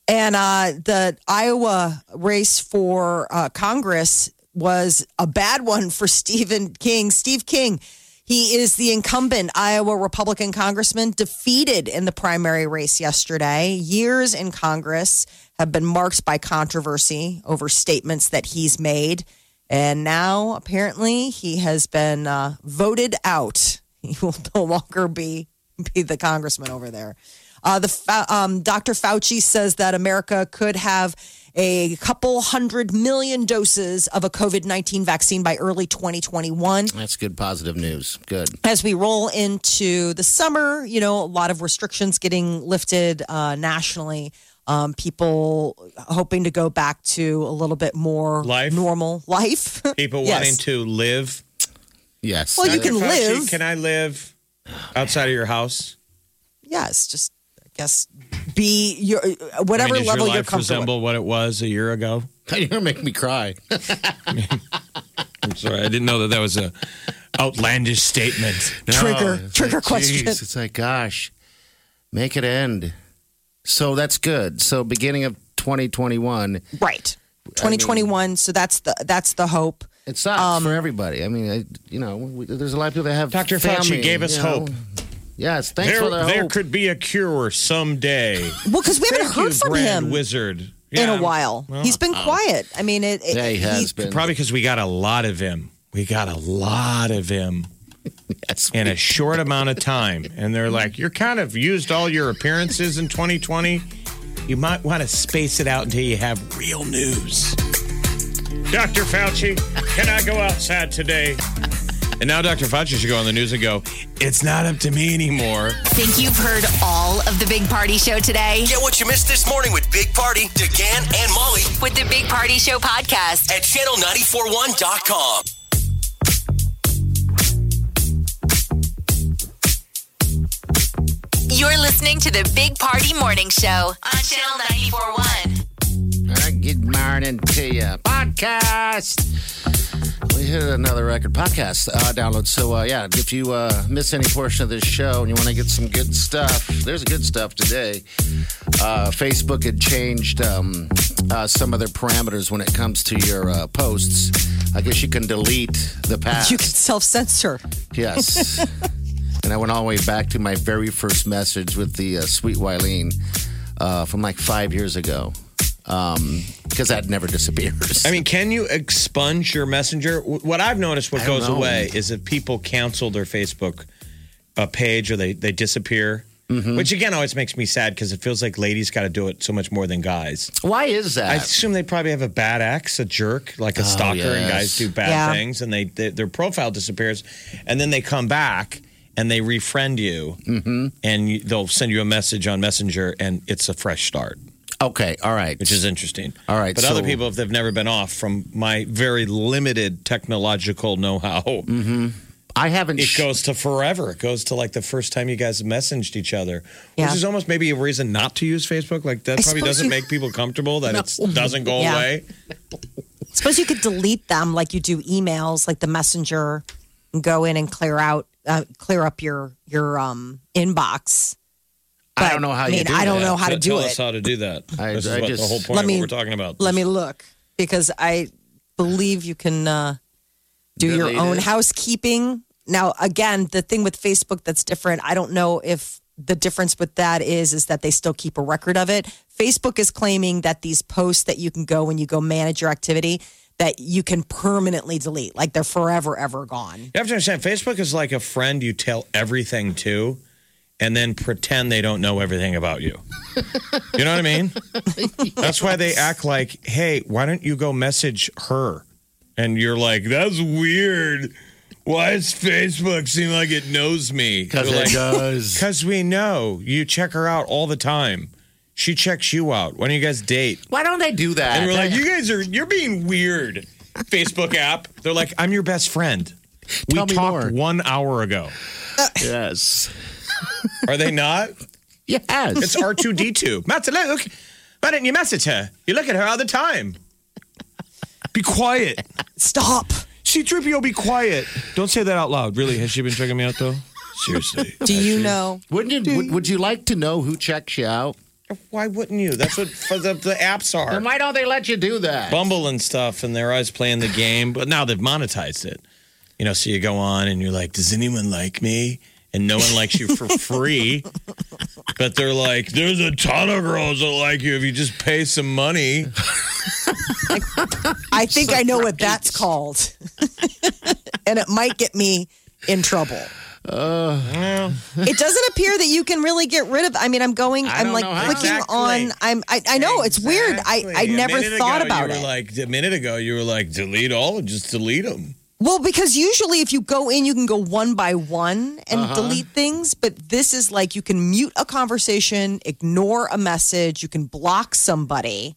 [SPEAKER 5] And uh, the Iowa race for uh, Congress was a bad one (laughs) for Stephen King. Steve King, he is the incumbent Iowa Republican congressman, defeated in the primary race yesterday. Years in Congress have been marked by controversy over statements that he's made. And now, apparently, he has been uh, voted out. (laughs) He will no longer be be the congressman over there. Uh, the Fa- um, Dr. Fauci says that America could have a couple hundred million doses of a COVID nineteen vaccine by early 2021
[SPEAKER 7] That's good positive news. Good.
[SPEAKER 5] as we roll into the summer, you know, a lot of restrictions getting lifted uh, nationally. Um, people hoping to go back to a little bit more
[SPEAKER 6] Life?
[SPEAKER 5] normal life. (laughs)
[SPEAKER 6] People
[SPEAKER 5] Yes.
[SPEAKER 6] wanting to live.
[SPEAKER 7] Yes.
[SPEAKER 5] Well, you
[SPEAKER 7] Uh,
[SPEAKER 5] can
[SPEAKER 6] Fauci,
[SPEAKER 5] live.
[SPEAKER 6] Can I live outside of your house?
[SPEAKER 5] Yes, just I guess be your uh,
[SPEAKER 6] I mean,
[SPEAKER 5] whatever
[SPEAKER 6] does
[SPEAKER 5] level
[SPEAKER 6] your
[SPEAKER 5] you're
[SPEAKER 6] life
[SPEAKER 5] comfortable. with.
[SPEAKER 6] resemble what it was a year ago?
[SPEAKER 7] (laughs) You're gonna make me cry.
[SPEAKER 6] I'm sorry, I didn't know that that was a outlandish statement.
[SPEAKER 5] Trigger,
[SPEAKER 7] It's
[SPEAKER 5] trigger
[SPEAKER 7] like,
[SPEAKER 5] question.
[SPEAKER 7] geez, it's like, gosh, make it end. So that's good. So beginning of 2021,
[SPEAKER 5] Right. 2021. so that's the that's the hope.
[SPEAKER 7] it sucks
[SPEAKER 5] Um,
[SPEAKER 7] for everybody. I mean, I, you know, we, there's a lot of people that have.
[SPEAKER 6] Dr.
[SPEAKER 7] family,
[SPEAKER 6] Fauci gave us
[SPEAKER 7] you know.
[SPEAKER 6] hope.
[SPEAKER 7] Yes, thanks
[SPEAKER 6] There,
[SPEAKER 7] for the
[SPEAKER 6] there
[SPEAKER 7] hope.
[SPEAKER 6] could be a cure someday.
[SPEAKER 5] Well, because we haven't
[SPEAKER 6] Thank
[SPEAKER 5] heard
[SPEAKER 6] you,
[SPEAKER 5] from
[SPEAKER 6] Grand
[SPEAKER 5] him
[SPEAKER 6] Wizard.
[SPEAKER 5] in
[SPEAKER 6] Yeah. oh.
[SPEAKER 5] a while. He's been quiet. I mean, it. it-
[SPEAKER 7] yeah, he has been.
[SPEAKER 6] Probably because we got a lot of him. We got a lot of him
[SPEAKER 7] Yes.
[SPEAKER 6] in a short amount of time. And they're like, you're kind of used all your appearances in 2020. You might want to space it out until you have real news. Dr. Fauci, can I go outside today? And now Dr. Fauci should go on the news and go, it's not up to me anymore.
[SPEAKER 4] Think you've heard all of the Big Party Show today?
[SPEAKER 3] Get what you missed this morning with Big Party, DeGan, and Molly
[SPEAKER 4] With the Big Party Show podcast.
[SPEAKER 3] at channel941.com.
[SPEAKER 4] You're listening to the Big Party Morning Show on Channel 941.
[SPEAKER 7] Uh, Good morning to you. Podcast. We hit another record podcast uh, download. So, uh, yeah, if you uh, miss any portion of this show and you want to get some good stuff, there's good stuff today. Uh, Facebook had changed um, uh, some of their parameters when it comes to your uh, posts. I guess you can delete the
[SPEAKER 5] (laughs)
[SPEAKER 7] past.
[SPEAKER 5] You can self censor.
[SPEAKER 6] (laughs)
[SPEAKER 7] Yes. and I went all the way back to my very first message with the uh, sweet Wileen uh, from like five years ago. Because that never disappears. (laughs)
[SPEAKER 6] I mean, can you expunge your messenger? W- What I've noticed, what
[SPEAKER 7] I don't
[SPEAKER 6] goes
[SPEAKER 7] know.
[SPEAKER 6] away is if people cancel their Facebook uh, page or they, they disappear,
[SPEAKER 7] Mm-hmm.
[SPEAKER 6] which again always makes me sad because it feels like ladies got to do it so much more than guys.
[SPEAKER 7] why is that?
[SPEAKER 6] I assume they probably have a bad axe, a jerk, like a stalker, and
[SPEAKER 7] Oh, yes.
[SPEAKER 6] guys do bad
[SPEAKER 5] Yeah.
[SPEAKER 6] things, and they, they their profile disappears, and then they come back and they refriend you,
[SPEAKER 7] Mm-hmm.
[SPEAKER 6] and you, they'll send you a message on Messenger, and it's a fresh start
[SPEAKER 7] okay, all right.
[SPEAKER 6] which is interesting.
[SPEAKER 7] All right,
[SPEAKER 6] but other
[SPEAKER 7] so-
[SPEAKER 6] people, if they've never been off, from my very limited technological know-how, (laughs)
[SPEAKER 7] Mm-hmm. I haven't.
[SPEAKER 6] it
[SPEAKER 7] sh-
[SPEAKER 6] goes to forever. It goes to like the first time you guys messaged each other,
[SPEAKER 5] Yeah.
[SPEAKER 6] which is almost maybe a reason not to use Facebook. Like that
[SPEAKER 5] I
[SPEAKER 6] probably
[SPEAKER 5] suppose
[SPEAKER 6] doesn't
[SPEAKER 5] you-
[SPEAKER 6] make people comfortable
[SPEAKER 5] (laughs)
[SPEAKER 6] that it doesn't go
[SPEAKER 5] Yeah.
[SPEAKER 6] away.
[SPEAKER 5] Suppose you could delete them like you do emails, like the messenger, and go in and clear out, uh, clear up your your um, inbox.
[SPEAKER 7] I don't know how
[SPEAKER 5] I
[SPEAKER 7] you
[SPEAKER 5] mean,
[SPEAKER 7] do
[SPEAKER 5] I don't
[SPEAKER 7] that.
[SPEAKER 5] know how to
[SPEAKER 6] Tell-
[SPEAKER 5] do
[SPEAKER 6] tell us
[SPEAKER 5] it.
[SPEAKER 6] how to do that.
[SPEAKER 7] I-
[SPEAKER 6] this is
[SPEAKER 7] I
[SPEAKER 6] what the
[SPEAKER 7] just-
[SPEAKER 6] whole point
[SPEAKER 5] Let
[SPEAKER 6] of
[SPEAKER 5] me-
[SPEAKER 6] what we're talking about.
[SPEAKER 5] Let me look because I believe you can uh, do
[SPEAKER 7] Delete
[SPEAKER 5] your own
[SPEAKER 7] it.
[SPEAKER 5] housekeeping. Now, again, the thing with Facebook that's different, I don't know if the difference with that is is that they still keep a record of it. Facebook is claiming that these posts that you can go when you go manage your activity that you can permanently delete, like they're forever ever gone.
[SPEAKER 6] You have to understand, Facebook is like a friend you tell everything to, and then pretend they don't know everything about you. you know what I mean? That's why they act like, "Hey, why don't you go message her?" And you're like, "That's weird. Why does Facebook seem like it knows me?"
[SPEAKER 7] Because
[SPEAKER 6] You're
[SPEAKER 7] it
[SPEAKER 6] like, (laughs)
[SPEAKER 7] does.
[SPEAKER 6] "'Cause we know you check her out all the time. She checks you out. Why don't you guys date?"
[SPEAKER 7] Why don't they do that?
[SPEAKER 6] And we're
[SPEAKER 7] (laughs)
[SPEAKER 6] like, "You guys are you're being weird." Facebook app. They're like, "I'm your best friend." We
[SPEAKER 7] Tell me
[SPEAKER 6] talked
[SPEAKER 7] more.
[SPEAKER 6] one hour ago.
[SPEAKER 7] yes.
[SPEAKER 6] Are they not?
[SPEAKER 7] (laughs) Yes.
[SPEAKER 6] It's R two D
[SPEAKER 7] (laughs)
[SPEAKER 6] two. Matt, look. Why didn't you message her? You look at her all the time. Be quiet.
[SPEAKER 5] Stop.
[SPEAKER 6] See, Tripio, be quiet. Don't say that out loud. Really, has she been checking me out
[SPEAKER 7] (laughs)
[SPEAKER 6] though? Seriously.
[SPEAKER 5] Do you know?
[SPEAKER 7] Wouldn't you, would, would you like to know who checks you out?
[SPEAKER 6] Why wouldn't you? That's what for the, the apps
[SPEAKER 7] And
[SPEAKER 6] are.
[SPEAKER 7] why don't they let you do that?
[SPEAKER 6] Bumble and stuff, and they're always playing the game. But now they've monetized it. You know, so you go on and you're like, does anyone like me? And no one likes you (laughs) for free. But they're like, there's a ton of girls that like you if you just pay some money.
[SPEAKER 5] I think I know what that's called. (laughs) and it might get me in trouble.
[SPEAKER 6] Uh,
[SPEAKER 5] It doesn't appear that you can really get rid of I mean I'm going
[SPEAKER 7] I
[SPEAKER 5] I'm
[SPEAKER 7] don't
[SPEAKER 5] like
[SPEAKER 7] know how.
[SPEAKER 5] clicking
[SPEAKER 6] Exactly.
[SPEAKER 5] on I'm I, I know it's weird. I, I
[SPEAKER 6] Exactly. A
[SPEAKER 5] never
[SPEAKER 6] minute
[SPEAKER 5] thought
[SPEAKER 6] ago,
[SPEAKER 5] about
[SPEAKER 6] you were
[SPEAKER 5] it.
[SPEAKER 6] Like a minute ago, you were like, delete all, just delete them.
[SPEAKER 5] well, because usually if you go in you can go one by one and
[SPEAKER 7] Uh-huh.
[SPEAKER 5] delete things, but this is like you can mute a conversation, ignore a message, you can block somebody.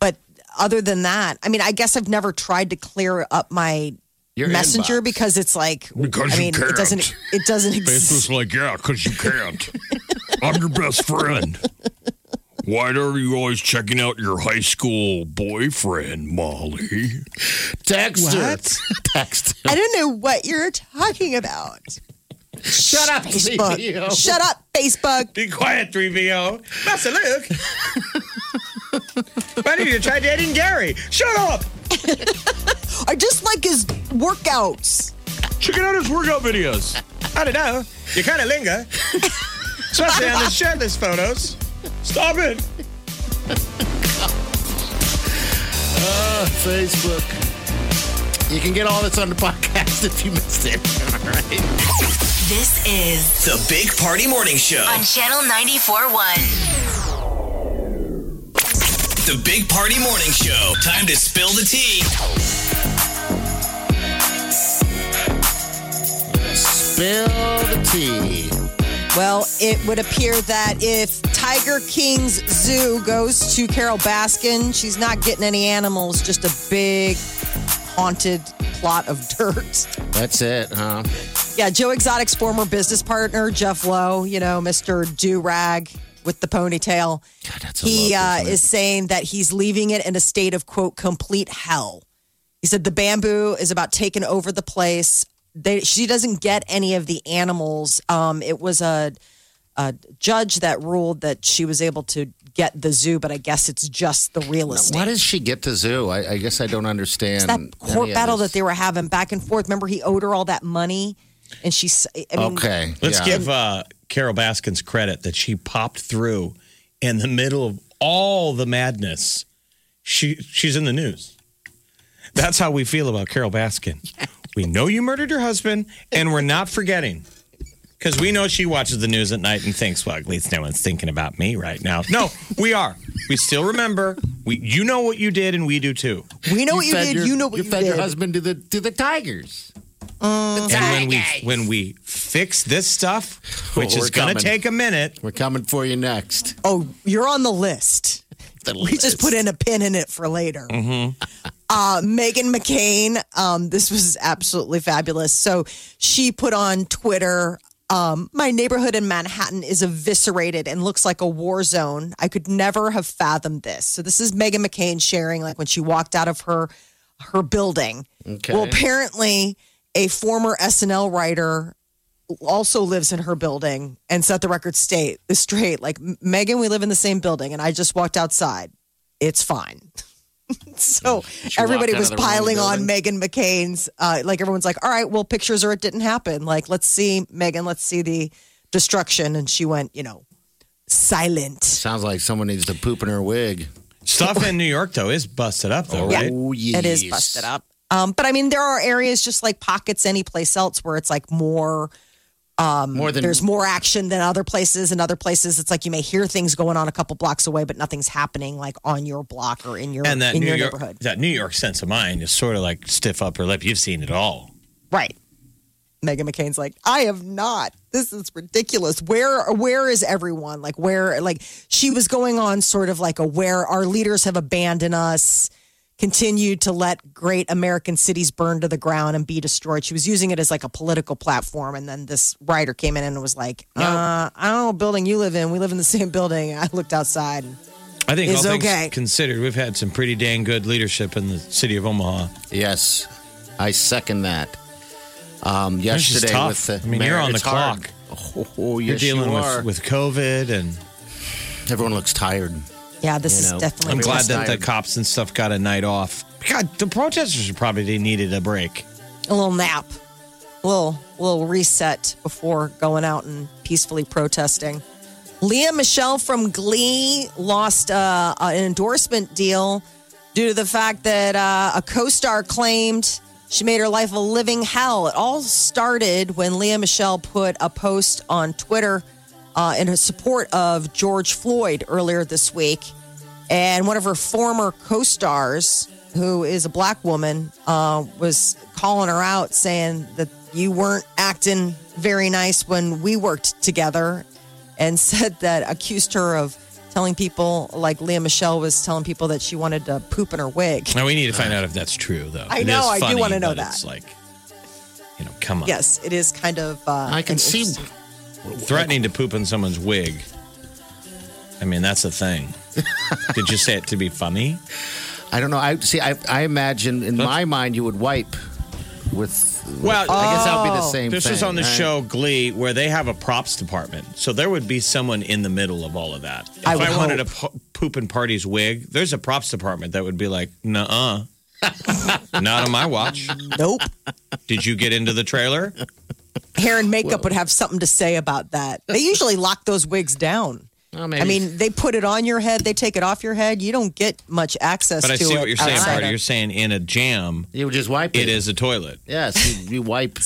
[SPEAKER 5] But other than that, I mean I guess I've never tried to clear up my
[SPEAKER 7] Your
[SPEAKER 5] messenger
[SPEAKER 7] inbox.
[SPEAKER 5] because it's like
[SPEAKER 9] Because
[SPEAKER 5] I
[SPEAKER 9] you
[SPEAKER 5] mean it doesn't it
[SPEAKER 7] (laughs)
[SPEAKER 5] doesn't exist.
[SPEAKER 9] Facebook's like, yeah, because you
[SPEAKER 6] (laughs)
[SPEAKER 9] can't. I'm your best friend. Why are you always checking out your high school boyfriend, Molly?
[SPEAKER 7] Text her.
[SPEAKER 5] What?
[SPEAKER 7] Text her.
[SPEAKER 5] I don't know what you're talking about.
[SPEAKER 7] Shut up,
[SPEAKER 5] Facebook.
[SPEAKER 7] CEO.
[SPEAKER 5] Shut up, Facebook.
[SPEAKER 6] Be quiet, 3VO. Master
[SPEAKER 5] (laughs)
[SPEAKER 6] Luke. Why did you try dating Gary? Shut up.
[SPEAKER 5] I just like his workouts.
[SPEAKER 6] Check out his workout videos. I don't know. You kind of
[SPEAKER 5] (laughs)
[SPEAKER 6] linger. Especially on the shirtless photos. Stop it.
[SPEAKER 7] Facebook. You can get all this on the (laughs) podcast if you missed it. (laughs) All right.
[SPEAKER 4] This is
[SPEAKER 3] The Big Party Morning Show.
[SPEAKER 4] on Channel 941.
[SPEAKER 3] The Big Party Morning Show. Time to spill the tea.
[SPEAKER 7] Spill the tea.
[SPEAKER 5] Well, it would appear that if Tiger King's zoo goes to Carol Baskin, she's not getting any animals, just a big haunted plot of dirt.
[SPEAKER 7] That's it, huh?
[SPEAKER 5] Yeah, Joe Exotic's former business partner, Jeff Lowe, you know, Mr. Do Rag with the ponytail.
[SPEAKER 7] that's a
[SPEAKER 5] he
[SPEAKER 7] look,
[SPEAKER 5] uh, is saying that he's leaving it in a state of, quote, complete hell. He said the bamboo is about taking over the place. They, she doesn't get any of the animals. Um, it was a, a judge that ruled that she was able to get the zoo, but I guess it's just the real estate.
[SPEAKER 7] Why does she get to zoo? I, I guess I don't understand.
[SPEAKER 5] It's that court
[SPEAKER 7] any of
[SPEAKER 5] battle
[SPEAKER 7] this.
[SPEAKER 5] that they were having back and forth. Remember, he owed her all that money, and she. s- I mean,
[SPEAKER 7] Okay.
[SPEAKER 6] Let's
[SPEAKER 7] yeah.
[SPEAKER 6] give uh, Carol Baskins credit that she popped through in the middle of all the madness. She she's in the news. That's how we feel about
[SPEAKER 7] (laughs)
[SPEAKER 6] Carol Baskin. We know you murdered your husband, and we're not forgetting. Because we know she watches the news at night and thinks, well, at least no one's thinking about me right now. No, we are. We still remember. We, you know what you did, and we do too.
[SPEAKER 5] we know what you
[SPEAKER 7] fed
[SPEAKER 5] did.
[SPEAKER 7] your-
[SPEAKER 5] you know what you,
[SPEAKER 7] fed
[SPEAKER 5] did.
[SPEAKER 7] your husband to the to the tigers.
[SPEAKER 6] And when we when we fix this stuff, which
[SPEAKER 7] Oh, we're
[SPEAKER 6] is going to
[SPEAKER 7] coming.
[SPEAKER 6] take a minute,
[SPEAKER 7] We're coming for you next.
[SPEAKER 5] Oh, you're on the list. We just put in a pin in it for later. uh, Megan McCain, um, this was absolutely fabulous. So she put on Twitter. Um, my neighborhood in Manhattan is eviscerated and looks like a war zone. I could never have fathomed this. So this is Megan McCain sharing, like when she walked out of her her building.
[SPEAKER 7] Okay.
[SPEAKER 5] Well, apparently, a former SNL writer also lives in her building and set the record state straight. Like Megan, we live in the same building, and I just walked outside. It's fine. (laughs) so
[SPEAKER 7] She
[SPEAKER 5] everybody
[SPEAKER 7] walked out
[SPEAKER 5] was
[SPEAKER 7] of the wrong
[SPEAKER 5] piling on
[SPEAKER 7] building?
[SPEAKER 5] Megan McCain's. Uh, like everyone's like, "All right, well, pictures or it didn't happen." Like, let's see Megan. Let's see the destruction. And she went, you know, silent.
[SPEAKER 7] Sounds like someone needs to poop in her wig.
[SPEAKER 6] Stuff in New York though is busted up though, right?
[SPEAKER 7] Oh yes.
[SPEAKER 5] It is busted up. Um, but I mean, there are areas just like pockets, any place else where it's like more.
[SPEAKER 7] More than
[SPEAKER 5] there's more action than other places and other places it's like you may hear things going on a couple blocks away but nothing's happening like on your block or in your
[SPEAKER 6] And that
[SPEAKER 5] in
[SPEAKER 6] New
[SPEAKER 5] your
[SPEAKER 6] York
[SPEAKER 5] neighborhood
[SPEAKER 6] that New York sense of mine is sort of like stiff upper lip. You've seen it all.
[SPEAKER 5] right megan mccain's like i have not this is ridiculous where where is everyone like where like she was going on sort of like a where our leaders have abandoned us continued to let great american cities burn to the ground and be destroyed she was using it as like a political platform and then this writer came in and was like uh, i don't know what building you live in we live in the same (laughs) building i looked outside and
[SPEAKER 6] I think
[SPEAKER 5] It's
[SPEAKER 6] all things
[SPEAKER 5] okay.
[SPEAKER 6] considered, we've had some pretty dang good leadership in the city of Omaha.
[SPEAKER 7] Yes, I second that. Um,
[SPEAKER 6] This is
[SPEAKER 7] yesterday
[SPEAKER 6] tough.
[SPEAKER 7] with the
[SPEAKER 6] I mean, you're on the
[SPEAKER 7] it's hard.
[SPEAKER 6] clock.
[SPEAKER 7] Oh, oh,
[SPEAKER 6] You're
[SPEAKER 7] yes,
[SPEAKER 6] dealing
[SPEAKER 7] you are.
[SPEAKER 6] with, with COVID, and
[SPEAKER 7] everyone looks tired.
[SPEAKER 5] Yeah, this
[SPEAKER 7] You
[SPEAKER 5] is
[SPEAKER 7] know,
[SPEAKER 5] definitely.
[SPEAKER 6] I'm glad that the
[SPEAKER 7] tired.
[SPEAKER 6] cops and stuff got a night off. God, the protesters probably needed a break.
[SPEAKER 5] a little nap, a little little reset before going out and peacefully protesting. Leah Michelle from Glee lost uh, an endorsement deal due to the fact that uh, a co-star claimed she made her life a living hell. It all started when Leah Michelle put a post on Twitter uh, in her support of George Floyd earlier this week, and one of her former co-stars, who is a black woman, uh, was calling her out, saying that you weren't acting very nice when we worked together, and (laughs) said that accused her of telling people like Leah Michelle was telling people that she wanted to poop in her wig.
[SPEAKER 6] Now we need to find out if that's true, though.
[SPEAKER 5] Uh-huh. I
[SPEAKER 6] It
[SPEAKER 5] know, I
[SPEAKER 6] is
[SPEAKER 5] do
[SPEAKER 6] funny,
[SPEAKER 5] wanna know
[SPEAKER 6] but
[SPEAKER 5] that.
[SPEAKER 6] It's like, you know, come on.
[SPEAKER 5] Yes, it is kind of. Uh,
[SPEAKER 7] I can
[SPEAKER 5] an
[SPEAKER 7] see.
[SPEAKER 5] interesting-
[SPEAKER 6] Threatening to poop in someone's wig. I mean, that's a thing. Did you say it to be funny?
[SPEAKER 7] I don't know. I see. I, I imagine in my mind you would wipe with.
[SPEAKER 6] Well,
[SPEAKER 7] I guess that would be the
[SPEAKER 5] Oh.
[SPEAKER 7] same.
[SPEAKER 6] This
[SPEAKER 7] thing,
[SPEAKER 6] was on the
[SPEAKER 7] right?
[SPEAKER 6] show Glee, where they have a props department. So there would be someone in the middle of all of that. If I,
[SPEAKER 5] I would
[SPEAKER 6] wanted a po- poop and parties wig, there's a props department that would be like, "Nuh-uh, not on my watch."
[SPEAKER 5] (laughs) Nope.
[SPEAKER 6] Did you get into the trailer?
[SPEAKER 5] Hair and makeup would have something to say about that. They usually lock those wigs down.
[SPEAKER 7] Well,
[SPEAKER 5] I
[SPEAKER 7] maybe-
[SPEAKER 5] mean, they put it on your head, they take it off your head. You don't get much access
[SPEAKER 6] But
[SPEAKER 5] to
[SPEAKER 6] I see
[SPEAKER 5] it.
[SPEAKER 6] what you're saying,
[SPEAKER 5] outside
[SPEAKER 6] Party.
[SPEAKER 5] of-
[SPEAKER 6] You're saying in a jam,
[SPEAKER 7] you would just wipe.
[SPEAKER 6] it is a toilet.
[SPEAKER 7] Yes, you, you wipe.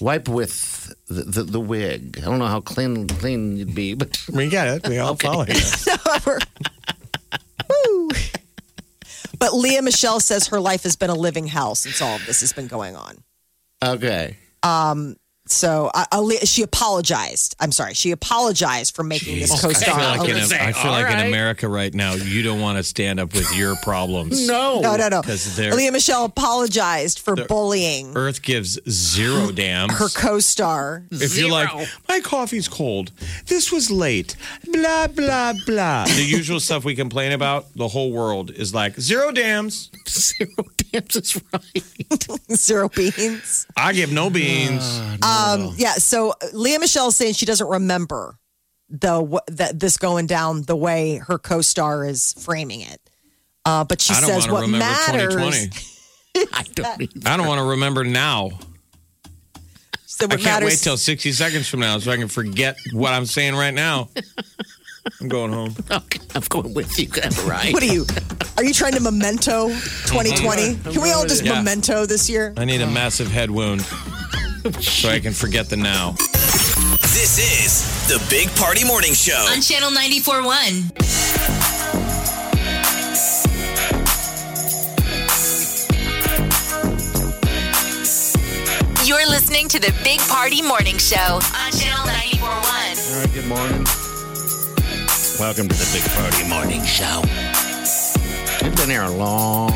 [SPEAKER 7] Wipe with the, the the wig. I don't know how clean clean you'd be, but
[SPEAKER 6] We get it. We all follow you.
[SPEAKER 5] (laughs) Woo. But Leah Michelle says her life has been a living hell since all of this has been going on.
[SPEAKER 7] okay.
[SPEAKER 5] So I, I'll li- she apologized. I'm sorry. She apologized for making this
[SPEAKER 6] I feel
[SPEAKER 5] co-star.
[SPEAKER 6] like, in,
[SPEAKER 5] a-
[SPEAKER 6] I feel like in America right now, you don't want to stand up with your problems.
[SPEAKER 7] No.
[SPEAKER 5] (laughs) no, no, no.
[SPEAKER 6] 'Cause they're-
[SPEAKER 5] Leah Michelle apologized for bullying
[SPEAKER 6] Earth gives
[SPEAKER 5] (gasps)
[SPEAKER 6] zero damn.
[SPEAKER 5] her co-star. (laughs)
[SPEAKER 6] If you're like, my coffee's cold, this was late, blah, blah, blah. The usual stuff we complain about, the whole world is like, zero dams.
[SPEAKER 7] (laughs) Zero dams is right.
[SPEAKER 5] Zero beans.
[SPEAKER 6] I give no
[SPEAKER 5] (sighs)
[SPEAKER 6] beans. Oh.
[SPEAKER 5] Um, yeah. So Leah Michelle's saying she doesn't remember the wh- that this going down the way her co-star is framing it. Uh, but she
[SPEAKER 6] I don't
[SPEAKER 5] says
[SPEAKER 6] want
[SPEAKER 5] what
[SPEAKER 6] to remember
[SPEAKER 5] matters.
[SPEAKER 6] 2020.
[SPEAKER 7] I don't even.
[SPEAKER 6] I don't want to remember now.
[SPEAKER 5] She said
[SPEAKER 6] I
[SPEAKER 5] what
[SPEAKER 6] can't
[SPEAKER 5] matters.
[SPEAKER 6] wait till 60 seconds from now so I can forget what I'm saying
[SPEAKER 5] (laughs)
[SPEAKER 6] right now. I'm going home.
[SPEAKER 7] Okay, I'm going with you. That's right.
[SPEAKER 5] what are you? Are you trying to memento
[SPEAKER 6] (laughs)
[SPEAKER 5] 2020? Can we all just
[SPEAKER 6] Yeah.
[SPEAKER 5] memento this year?
[SPEAKER 6] I need a massive head wound so I can forget the now.
[SPEAKER 3] This is the Big Party Morning Show.
[SPEAKER 4] On Channel 94.1. You're listening to the Big Party Morning Show on Channel 94.1.
[SPEAKER 7] All right, good morning. Welcome to the Big Party Morning Show. I've been here a long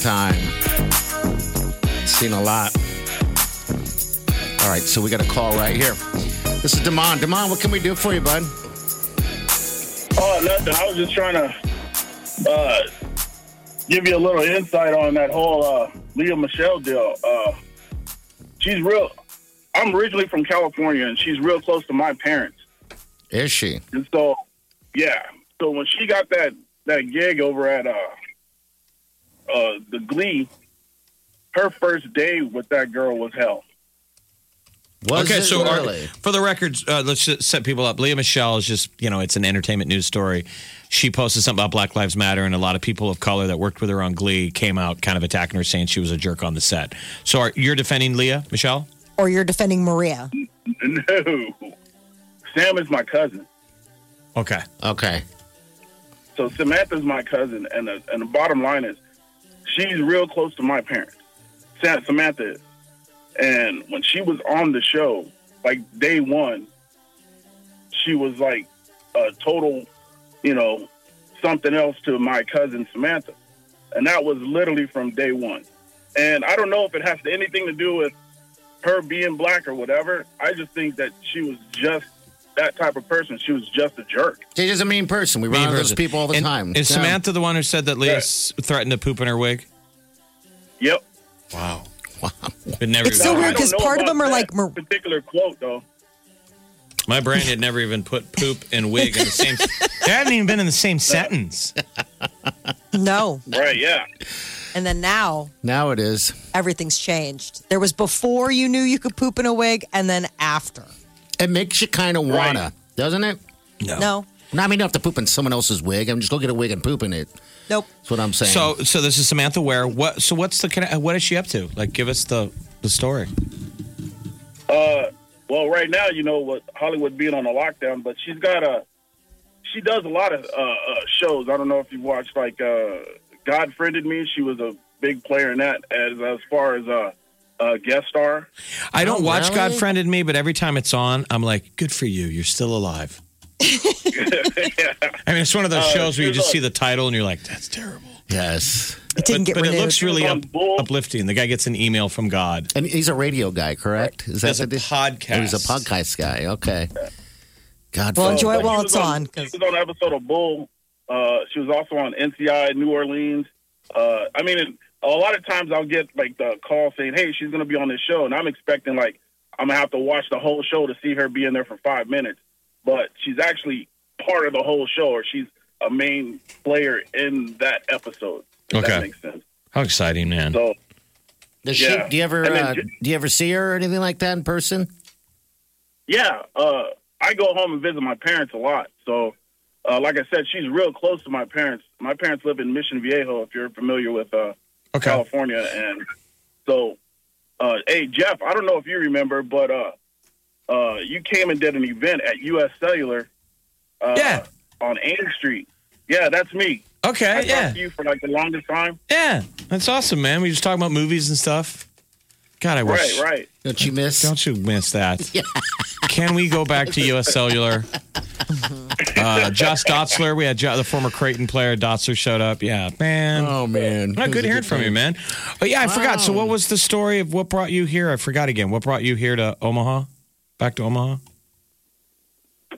[SPEAKER 7] time. Seen a lot. All right, so we got a call right here. This is Damon. Damon, what can we do for you, bud?
[SPEAKER 10] Oh, nothing. I was just trying to uh, give you a little insight on that whole uh, Leah Michelle deal. Uh, she's real. I'm originally from California, and she's real close to my parents.
[SPEAKER 7] Is she?
[SPEAKER 10] And so, yeah. So when she got that that gig over at uh, uh, the Glee, her first day with that girl (laughs) was hell.
[SPEAKER 7] Was
[SPEAKER 6] okay,
[SPEAKER 7] it
[SPEAKER 6] so are-
[SPEAKER 7] really?
[SPEAKER 6] for the record, uh, let's just set people up. Leah Michelle is just, you know, it's an entertainment news story. She posted something about Black Lives Matter, and a lot of people of color that worked with her on Glee came out kind of attacking her, saying she was a jerk on the set. So are, you're defending Leah Michelle?
[SPEAKER 5] Or you're defending Maria?
[SPEAKER 10] No, Sam is my cousin.
[SPEAKER 6] Okay.
[SPEAKER 7] okay.
[SPEAKER 10] So Samantha's my cousin, and the, and the bottom line is, she's real close to my parents. Sa- Samantha, is. and when she was on the show, like day one, she was like a total, you know, something else to my cousin Samantha, and that was literally from day one. And I don't know if it has anything to do with her being black or whatever. I just think that she was just that type of person. She was just a jerk.
[SPEAKER 7] She's just a mean person. We run into those people all the
[SPEAKER 6] And
[SPEAKER 7] time.
[SPEAKER 6] Is
[SPEAKER 7] Yeah.
[SPEAKER 6] Samantha the one who said that Leah s threatened to poop in her wig?
[SPEAKER 10] Yep.
[SPEAKER 6] Wow. It never
[SPEAKER 5] It's so
[SPEAKER 10] Now, I
[SPEAKER 5] weird
[SPEAKER 10] don't
[SPEAKER 5] 'cause
[SPEAKER 10] know
[SPEAKER 5] part of
[SPEAKER 10] about
[SPEAKER 5] them are
[SPEAKER 10] that
[SPEAKER 5] like mar-
[SPEAKER 10] particular quote though.
[SPEAKER 6] My brain had never even put poop and wig in
[SPEAKER 5] (laughs)
[SPEAKER 6] the same. They hadn't even been in the same sentence.
[SPEAKER 5] No.
[SPEAKER 10] Right? Yeah.
[SPEAKER 5] And then now
[SPEAKER 7] Now it is.
[SPEAKER 5] everything's changed. There was before you knew you could poop in a wig, and then after.
[SPEAKER 7] It makes you kind of
[SPEAKER 10] Right.
[SPEAKER 7] wanna, doesn't it?
[SPEAKER 5] No.
[SPEAKER 7] Not I mean, you don't have to poop in someone else's wig. I'm just go get a wig and poop in it.
[SPEAKER 5] Nope.
[SPEAKER 7] That's what I'm saying.
[SPEAKER 6] So, so this is Samantha Ware. What? So, what's the? conne- What is she up to? Like, give us the the story.
[SPEAKER 10] Uh, well, right now, you know, with Hollywood being on a lockdown, but she's got a, she does a lot of uh, uh, shows. I don't know if you've watched like uh, God Friended Me. She was a big player in that as as far as uh, uh, guest star.
[SPEAKER 6] I don't
[SPEAKER 7] Oh,
[SPEAKER 6] watch
[SPEAKER 7] really?
[SPEAKER 6] God Friended Me, but every time it's on, I'm like, good for you. You're
[SPEAKER 10] (laughs)
[SPEAKER 6] still alive. I mean, it's one of those
[SPEAKER 10] Uh,
[SPEAKER 6] shows where you
[SPEAKER 10] she's
[SPEAKER 6] just
[SPEAKER 10] like-
[SPEAKER 6] see the title and you're like, that's terrible.
[SPEAKER 7] yes.
[SPEAKER 5] It didn't
[SPEAKER 6] but
[SPEAKER 5] get
[SPEAKER 6] but
[SPEAKER 5] renewed.
[SPEAKER 6] it looks really
[SPEAKER 10] She's on
[SPEAKER 6] up,
[SPEAKER 10] Bull.
[SPEAKER 6] uplifting. The guy gets an email from God.
[SPEAKER 7] And he's a radio guy, correct? Is
[SPEAKER 6] He's a
[SPEAKER 7] the-
[SPEAKER 6] podcast.
[SPEAKER 7] He's a podcast guy. Okay. God.
[SPEAKER 5] Well,
[SPEAKER 7] fuck.
[SPEAKER 5] enjoy it
[SPEAKER 10] But
[SPEAKER 5] while
[SPEAKER 10] she
[SPEAKER 5] it's
[SPEAKER 10] was
[SPEAKER 5] on.
[SPEAKER 10] She
[SPEAKER 5] 'cause- oh
[SPEAKER 10] was on an episode of Bull. Uh, she was also on NCI New Orleans. Uh, I mean, and a lot of times I'll get like the call saying, "Hey, she's going to be on this show," and I'm expecting like I'm gonna have to watch the whole show to see her be in there for five minutes. But she's actually part of the whole show, or she's a main player in that episode. If
[SPEAKER 6] Okay.
[SPEAKER 10] that makes sense.
[SPEAKER 6] How exciting, man!
[SPEAKER 10] So
[SPEAKER 7] Does
[SPEAKER 10] yeah.
[SPEAKER 7] she, do you ever
[SPEAKER 10] And then
[SPEAKER 7] uh,
[SPEAKER 10] ju-
[SPEAKER 7] do you ever see her or anything like that in person?
[SPEAKER 10] Yeah, uh, I go home and visit my parents a lot. So, uh, like I said, she's real close to my parents. My parents live in Mission Viejo, if you're familiar with uh,
[SPEAKER 6] Okay,
[SPEAKER 10] California. And so, uh, hey, Jeff, I don't know if you remember, but uh, uh, you came and did an event at U.S. Cellular. Uh,
[SPEAKER 6] Yeah.
[SPEAKER 10] On Ann Street. Yeah, that's me. I
[SPEAKER 6] okay,
[SPEAKER 10] talked
[SPEAKER 6] yeah,
[SPEAKER 10] to you for like the longest time.
[SPEAKER 6] yeah. That's awesome, man. We just talk about movies and stuff. God, I wish.
[SPEAKER 10] Right, right.
[SPEAKER 7] Don't you miss?
[SPEAKER 6] Don't you
[SPEAKER 7] (laughs)
[SPEAKER 6] miss that? Can we go back to U.S. Cellular? Uh, Josh Dotzler, we had jo- the former Creighton player Dotzler showed up. Yeah, man.
[SPEAKER 7] Oh man,
[SPEAKER 6] Not good hearing from you, man. Oh, yeah, I forgot. So,
[SPEAKER 7] Wow.
[SPEAKER 6] what was the story of what brought you here? I forgot again. What brought you here to Omaha? Back to Omaha?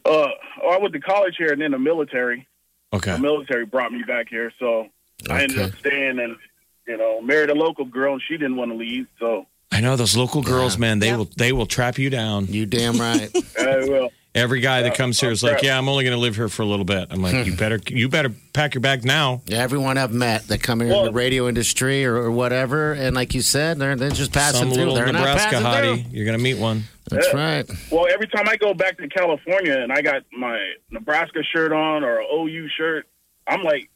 [SPEAKER 10] Uh, oh, I went to college here and then the military.
[SPEAKER 6] Okay.
[SPEAKER 10] The military brought me back here, so I ended
[SPEAKER 7] Okay.
[SPEAKER 10] up staying and you know married a local girl, and she didn't want to leave. So
[SPEAKER 6] I know those local girls, man. They will they will trap you down.
[SPEAKER 7] You damn
[SPEAKER 10] (laughs)
[SPEAKER 7] right.
[SPEAKER 10] I will.
[SPEAKER 6] Every guy that comes here is like,
[SPEAKER 10] crap.
[SPEAKER 6] "Yeah, I'm only going to live here for a little bit." I'm like, "You better you better pack your bag now."
[SPEAKER 7] Everyone I've met that come here in the
[SPEAKER 10] Well-
[SPEAKER 7] radio industry or, or whatever, and like you said, they're they're just passing
[SPEAKER 6] Some
[SPEAKER 7] through.
[SPEAKER 6] little
[SPEAKER 7] they're
[SPEAKER 6] Nebraska
[SPEAKER 7] not passing
[SPEAKER 6] hottie, you're going to meet one.
[SPEAKER 7] through. That's right. Oh,
[SPEAKER 10] Well, every time I go back to California and I got my Nebraska shirt on or a OU shirt, I'm like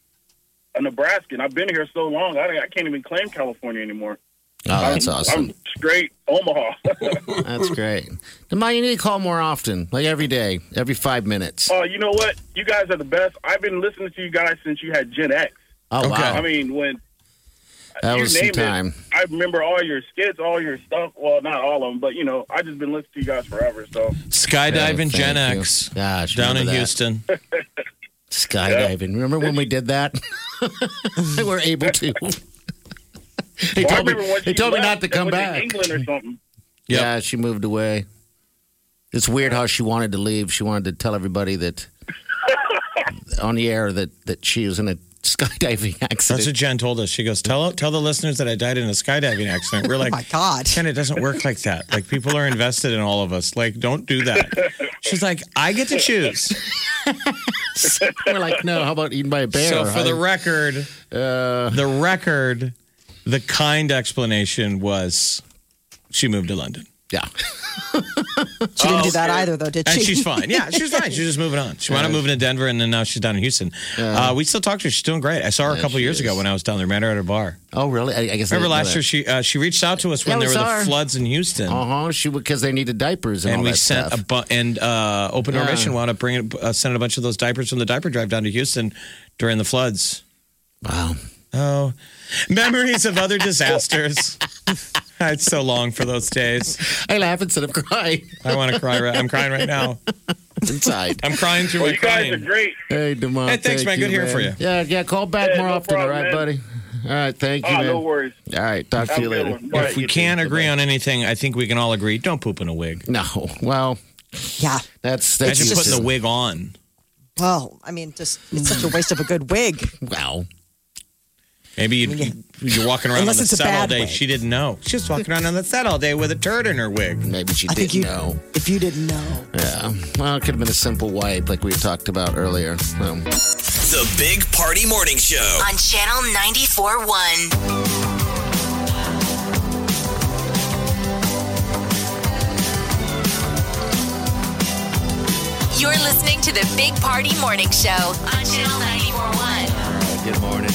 [SPEAKER 10] a Nebraskan. I've been here so long, I, I can't even claim California anymore.
[SPEAKER 7] Oh, that's
[SPEAKER 10] I'm,
[SPEAKER 7] awesome.
[SPEAKER 10] I'm straight Omaha.
[SPEAKER 7] That's great. Demai, you need to call more often, like every day, every five minutes.
[SPEAKER 10] oh, you know what? You guys are the best. I've been listening to you guys since you had Gen X.
[SPEAKER 7] Oh
[SPEAKER 10] I
[SPEAKER 7] wow,
[SPEAKER 10] mean, when
[SPEAKER 7] that
[SPEAKER 10] you
[SPEAKER 7] was some
[SPEAKER 10] name it,
[SPEAKER 7] time.
[SPEAKER 10] I remember all your skits, all your stuff. Well, not all of them, but you know, I just been listening to you guys forever. So
[SPEAKER 6] Skydiving
[SPEAKER 7] Hey,
[SPEAKER 6] Gen
[SPEAKER 7] thank you.
[SPEAKER 6] X
[SPEAKER 7] Gosh,
[SPEAKER 6] down
[SPEAKER 7] remember
[SPEAKER 6] in
[SPEAKER 7] that.
[SPEAKER 6] Houston.
[SPEAKER 7] Skydiving. Remember when we did that? (laughs) we were able
[SPEAKER 10] (laughs)
[SPEAKER 7] to.
[SPEAKER 10] Well, I
[SPEAKER 7] they told me,
[SPEAKER 10] remember when
[SPEAKER 7] they
[SPEAKER 10] she
[SPEAKER 7] told me
[SPEAKER 10] left
[SPEAKER 7] not to
[SPEAKER 10] and
[SPEAKER 7] come
[SPEAKER 10] went
[SPEAKER 7] back.
[SPEAKER 10] England or something.
[SPEAKER 6] Yep.
[SPEAKER 7] Yeah, she moved away. It's weird how she wanted to leave. She wanted to tell everybody
[SPEAKER 10] (laughs)
[SPEAKER 7] that on the air that, that she was in a skydiving (laughs)
[SPEAKER 6] That's
[SPEAKER 7] accident.
[SPEAKER 6] what Jen told us. She goes, "Tell tell the listeners that I died in a skydiving
[SPEAKER 7] (laughs)
[SPEAKER 6] accident."
[SPEAKER 7] Oh
[SPEAKER 6] We're like,
[SPEAKER 5] My God.
[SPEAKER 6] Jen, it doesn't work like that. Like people are invested in all of us. Like, don't do
[SPEAKER 7] (laughs)
[SPEAKER 6] that. She's like, I get to choose.
[SPEAKER 7] (laughs) We're like, no, how about eaten by a bear?
[SPEAKER 6] So for the
[SPEAKER 7] I-
[SPEAKER 6] record,
[SPEAKER 7] Uh.
[SPEAKER 6] the record, the kind explanation was she moved to London.
[SPEAKER 7] yeah.
[SPEAKER 5] She didn't do that either, though, did
[SPEAKER 6] Oh, And
[SPEAKER 5] she?
[SPEAKER 7] (laughs)
[SPEAKER 6] she's fine. Yeah, she's fine. She's just moving on. She wound up moving to Denver, and then now she's down in Houston. Uh, we still talk to her. She's doing great. I saw her a
[SPEAKER 7] Yeah,
[SPEAKER 6] couple
[SPEAKER 7] she
[SPEAKER 6] years ago
[SPEAKER 7] is.
[SPEAKER 6] when I was down there. Met her at a bar.
[SPEAKER 7] Oh, really? I, I guess.
[SPEAKER 6] Remember last year she uh, she reached out to us when
[SPEAKER 7] Yeah,
[SPEAKER 6] there
[SPEAKER 7] we
[SPEAKER 6] were
[SPEAKER 7] saw
[SPEAKER 6] the
[SPEAKER 7] her.
[SPEAKER 6] floods in Houston.
[SPEAKER 7] Uh huh. She because they needed diapers and,
[SPEAKER 6] and
[SPEAKER 7] all
[SPEAKER 6] we
[SPEAKER 7] that
[SPEAKER 6] sent
[SPEAKER 7] stuff.
[SPEAKER 6] a bu- and uh, Open Door
[SPEAKER 7] Yeah.
[SPEAKER 6] Mission wound up bringing uh, sending a bunch of those diapers from the diaper drive down to Houston during the floods.
[SPEAKER 7] wow.
[SPEAKER 6] Oh, memories of other disasters. (laughs) I had so long for those days.
[SPEAKER 7] I laugh instead of crying
[SPEAKER 6] I want to cry. Right, I'm crying right now.
[SPEAKER 7] inside.
[SPEAKER 6] I'm crying through
[SPEAKER 10] Well,
[SPEAKER 6] my
[SPEAKER 10] you guys
[SPEAKER 6] crying.
[SPEAKER 10] are great.
[SPEAKER 7] (laughs) hey, Demont.
[SPEAKER 6] Hey, thanks, man.
[SPEAKER 7] thank
[SPEAKER 6] Good hearing
[SPEAKER 7] man.
[SPEAKER 6] for you.
[SPEAKER 7] Yeah, yeah. Call back
[SPEAKER 10] Hey,
[SPEAKER 7] more
[SPEAKER 10] no
[SPEAKER 7] often. all
[SPEAKER 10] problem,
[SPEAKER 7] right,
[SPEAKER 10] man.
[SPEAKER 7] buddy. All right. Thank you,
[SPEAKER 10] Oh,
[SPEAKER 7] man.
[SPEAKER 10] no worries.
[SPEAKER 7] All right. Talk
[SPEAKER 10] Have a
[SPEAKER 7] to you
[SPEAKER 10] good
[SPEAKER 7] later.
[SPEAKER 10] one. Bye.
[SPEAKER 6] If we
[SPEAKER 10] You too.
[SPEAKER 6] can't agree on anything, I think we can all agree. Don't poop in a wig.
[SPEAKER 7] No. Well,
[SPEAKER 5] (laughs) yeah.
[SPEAKER 7] that's that's
[SPEAKER 6] Imagine
[SPEAKER 7] just
[SPEAKER 6] putting the wig on.
[SPEAKER 5] Well, I mean, just it's
[SPEAKER 6] Mm.
[SPEAKER 5] such a waste of a good wig.
[SPEAKER 7] Wow.
[SPEAKER 6] Maybe you, you're walking around on
[SPEAKER 5] Unless
[SPEAKER 6] the
[SPEAKER 5] it's a
[SPEAKER 6] set all
[SPEAKER 5] bad
[SPEAKER 6] day.
[SPEAKER 5] wig.
[SPEAKER 6] She didn't know. She was walking around on the set all day with a turd in her wig.
[SPEAKER 7] Maybe she
[SPEAKER 5] I
[SPEAKER 7] didn't
[SPEAKER 5] think you.
[SPEAKER 7] know.
[SPEAKER 5] If you didn't know,
[SPEAKER 7] Yeah. Well, it could have been a simple wipe like we talked about earlier. So.
[SPEAKER 3] The Big Party Morning Show.
[SPEAKER 4] on Channel 94.1. You're listening to the Big Party Morning Show on Channel 94.1.
[SPEAKER 7] Good morning.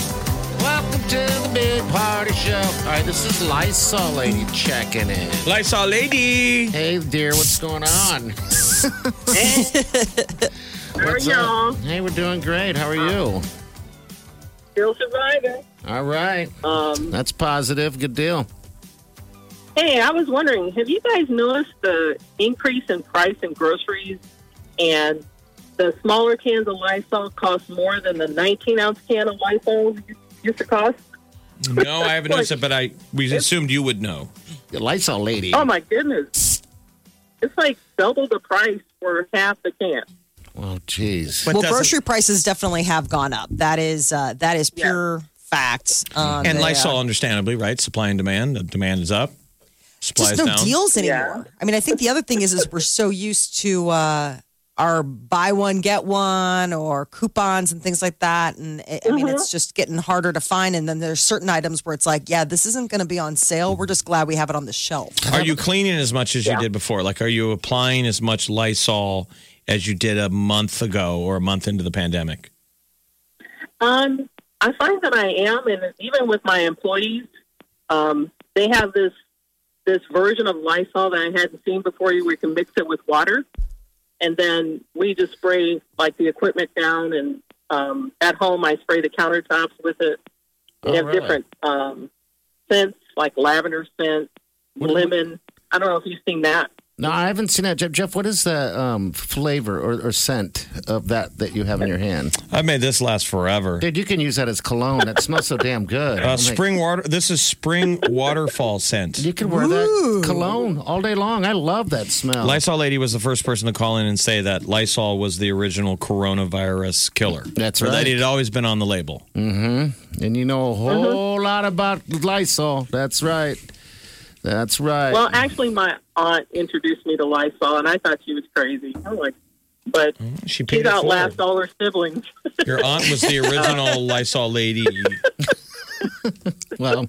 [SPEAKER 7] Welcome to the Big Party Show. All right, this is Lysol Lady checking in.
[SPEAKER 6] Lysol lady.
[SPEAKER 7] Hey, dear, what's going
[SPEAKER 11] (laughs)
[SPEAKER 7] on? what's up? Hey, we're doing great. How are you?
[SPEAKER 11] Still surviving.
[SPEAKER 7] All right.
[SPEAKER 11] Um,
[SPEAKER 7] That's positive. Good deal.
[SPEAKER 11] hey, I was wondering, have you guys noticed the increase in price in groceries and the smaller cans of Lysol cost more than the 19 ounce can of Lysol used to cost?
[SPEAKER 6] No, I haven't noticed it, but I we assumed you would know.
[SPEAKER 7] Lysol Lady.
[SPEAKER 11] Oh my goodness. It's like double the price for half the can.
[SPEAKER 7] Oh, jeez.
[SPEAKER 6] But
[SPEAKER 5] well,
[SPEAKER 6] doesn't-
[SPEAKER 5] grocery prices definitely have gone up. That is uh, that is
[SPEAKER 11] Yeah.
[SPEAKER 5] pure fact. Um,
[SPEAKER 6] And
[SPEAKER 5] they, uh,
[SPEAKER 6] Lysol, understandably, right? Supply and demand. The demand is up. Supply
[SPEAKER 5] just no
[SPEAKER 6] is down.
[SPEAKER 5] deals
[SPEAKER 11] Yeah.
[SPEAKER 5] anymore. I mean, I think the other thing is is we're so used to uh, our buy one get one or coupons and things like that, and I I mean
[SPEAKER 11] Mm-hmm.
[SPEAKER 5] it's just getting harder to find. And then there's certain items where it's like, yeah, this isn't going to be on sale. We're just glad we have it on the shelf.
[SPEAKER 6] Are you cleaning as much as you did before? Like, are you applying as much Lysol as you did a month ago or a month into the pandemic?
[SPEAKER 11] Um, I find that I am, and even with my employees, um, they have this this version of Lysol that I hadn't seen before. Where you can mix it with water, and then we just spray like the equipment down. And um, at home, I spray the countertops with it. They
[SPEAKER 7] Oh,
[SPEAKER 11] have
[SPEAKER 7] really?
[SPEAKER 11] different um, scents, like lavender scent, lemon. I don't know if you've seen that.
[SPEAKER 7] No, I haven't seen that. Jeff, Jeff what is the um, flavor or, or scent of that that you have in your hand?
[SPEAKER 6] I made this last forever.
[SPEAKER 7] Dude, you can use that as cologne. That smells so damn good.
[SPEAKER 6] Uh, spring water. This is spring waterfall scent.
[SPEAKER 7] You could wear that cologne all day long. I love that smell.
[SPEAKER 6] Lysol lady was the first person to call in and say that Lysol was the original coronavirus killer.
[SPEAKER 7] That's
[SPEAKER 6] Or
[SPEAKER 7] right.
[SPEAKER 6] That it had always been on the label.
[SPEAKER 7] Mm-hmm. And you know a whole lot about Lysol. That's right. That's right.
[SPEAKER 11] Well, actually, my aunt introduced me to Lysol, and I thought she was crazy. I'm like, but
[SPEAKER 6] She
[SPEAKER 11] she's
[SPEAKER 6] paid it
[SPEAKER 11] outlast
[SPEAKER 6] forward.
[SPEAKER 11] all her siblings. (laughs)
[SPEAKER 6] Your aunt was
[SPEAKER 5] (laughs)
[SPEAKER 6] the original Lysol lady.
[SPEAKER 7] (laughs) well,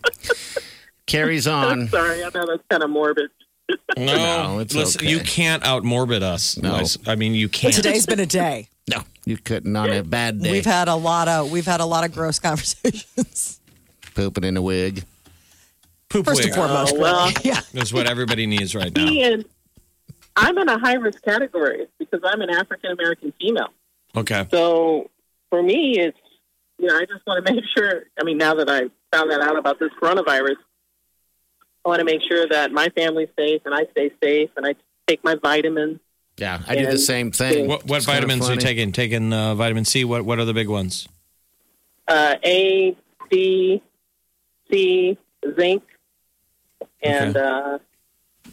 [SPEAKER 4] (laughs)
[SPEAKER 7] carries
[SPEAKER 11] I'm sorry, I know that's kind of morbid.
[SPEAKER 6] No,
[SPEAKER 7] No, it's
[SPEAKER 6] listen,
[SPEAKER 7] okay.
[SPEAKER 6] you can't out morbid us.
[SPEAKER 7] No.
[SPEAKER 6] Lys- I mean, you
[SPEAKER 5] But
[SPEAKER 6] can't.
[SPEAKER 5] today's been a day.
[SPEAKER 7] no, you couldn't on a bad day.
[SPEAKER 5] We've had a lot of we've had a lot of gross conversations.
[SPEAKER 7] Pooping in a wig.
[SPEAKER 6] poop
[SPEAKER 5] First
[SPEAKER 6] wig
[SPEAKER 5] and foremost,
[SPEAKER 11] Oh, well.
[SPEAKER 5] yeah.
[SPEAKER 6] is what everybody needs right now.
[SPEAKER 11] Me and I'm in a high risk category because I'm an African American female.
[SPEAKER 6] Okay.
[SPEAKER 11] So for me, it's you know I just want to make (laughs) sure. I mean, now that I found that out about this coronavirus, I want to make sure that my family's safe and I stay safe and I take my vitamins.
[SPEAKER 7] Yeah, I do the
[SPEAKER 11] And-
[SPEAKER 7] same thing.
[SPEAKER 6] What, what
[SPEAKER 7] It's kinda
[SPEAKER 6] vitamins are you
[SPEAKER 7] funny.
[SPEAKER 6] taking? Taking uh, vitamin C. What What are the big ones?
[SPEAKER 11] uh, A, B, C, zinc, and uh,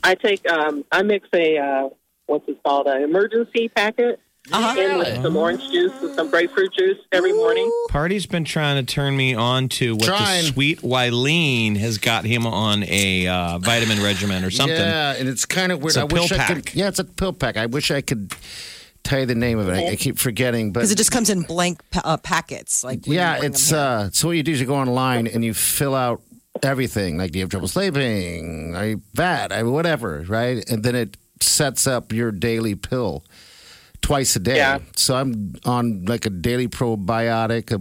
[SPEAKER 11] I take um, I mix a uh, what's it called an emergency packet
[SPEAKER 5] Uh-huh.
[SPEAKER 11] in with some orange juice and some grapefruit juice every morning.
[SPEAKER 6] Party's been trying to turn me on to what
[SPEAKER 7] Trying.
[SPEAKER 6] the sweet Wileen has got him on a uh, vitamin regimen or something.
[SPEAKER 7] Yeah, and it's kind of weird.
[SPEAKER 6] It's a
[SPEAKER 7] I wish
[SPEAKER 6] pill
[SPEAKER 7] I
[SPEAKER 6] pack.
[SPEAKER 7] could. Yeah, it's a pill pack. I wish I could tell you the name of it. I, I keep forgetting, but
[SPEAKER 5] Because it just comes in blank pa- uh, packets. Like when you
[SPEAKER 7] yeah,
[SPEAKER 5] bring them
[SPEAKER 7] it's
[SPEAKER 5] here.
[SPEAKER 7] uh. So what you do is you go online and you fill out everything. Like, do you have trouble sleeping? Are you fat? I mean, whatever, right? And then it sets up your daily pill twice a day.
[SPEAKER 11] Yeah.
[SPEAKER 7] So I'm on like a daily probiotic, a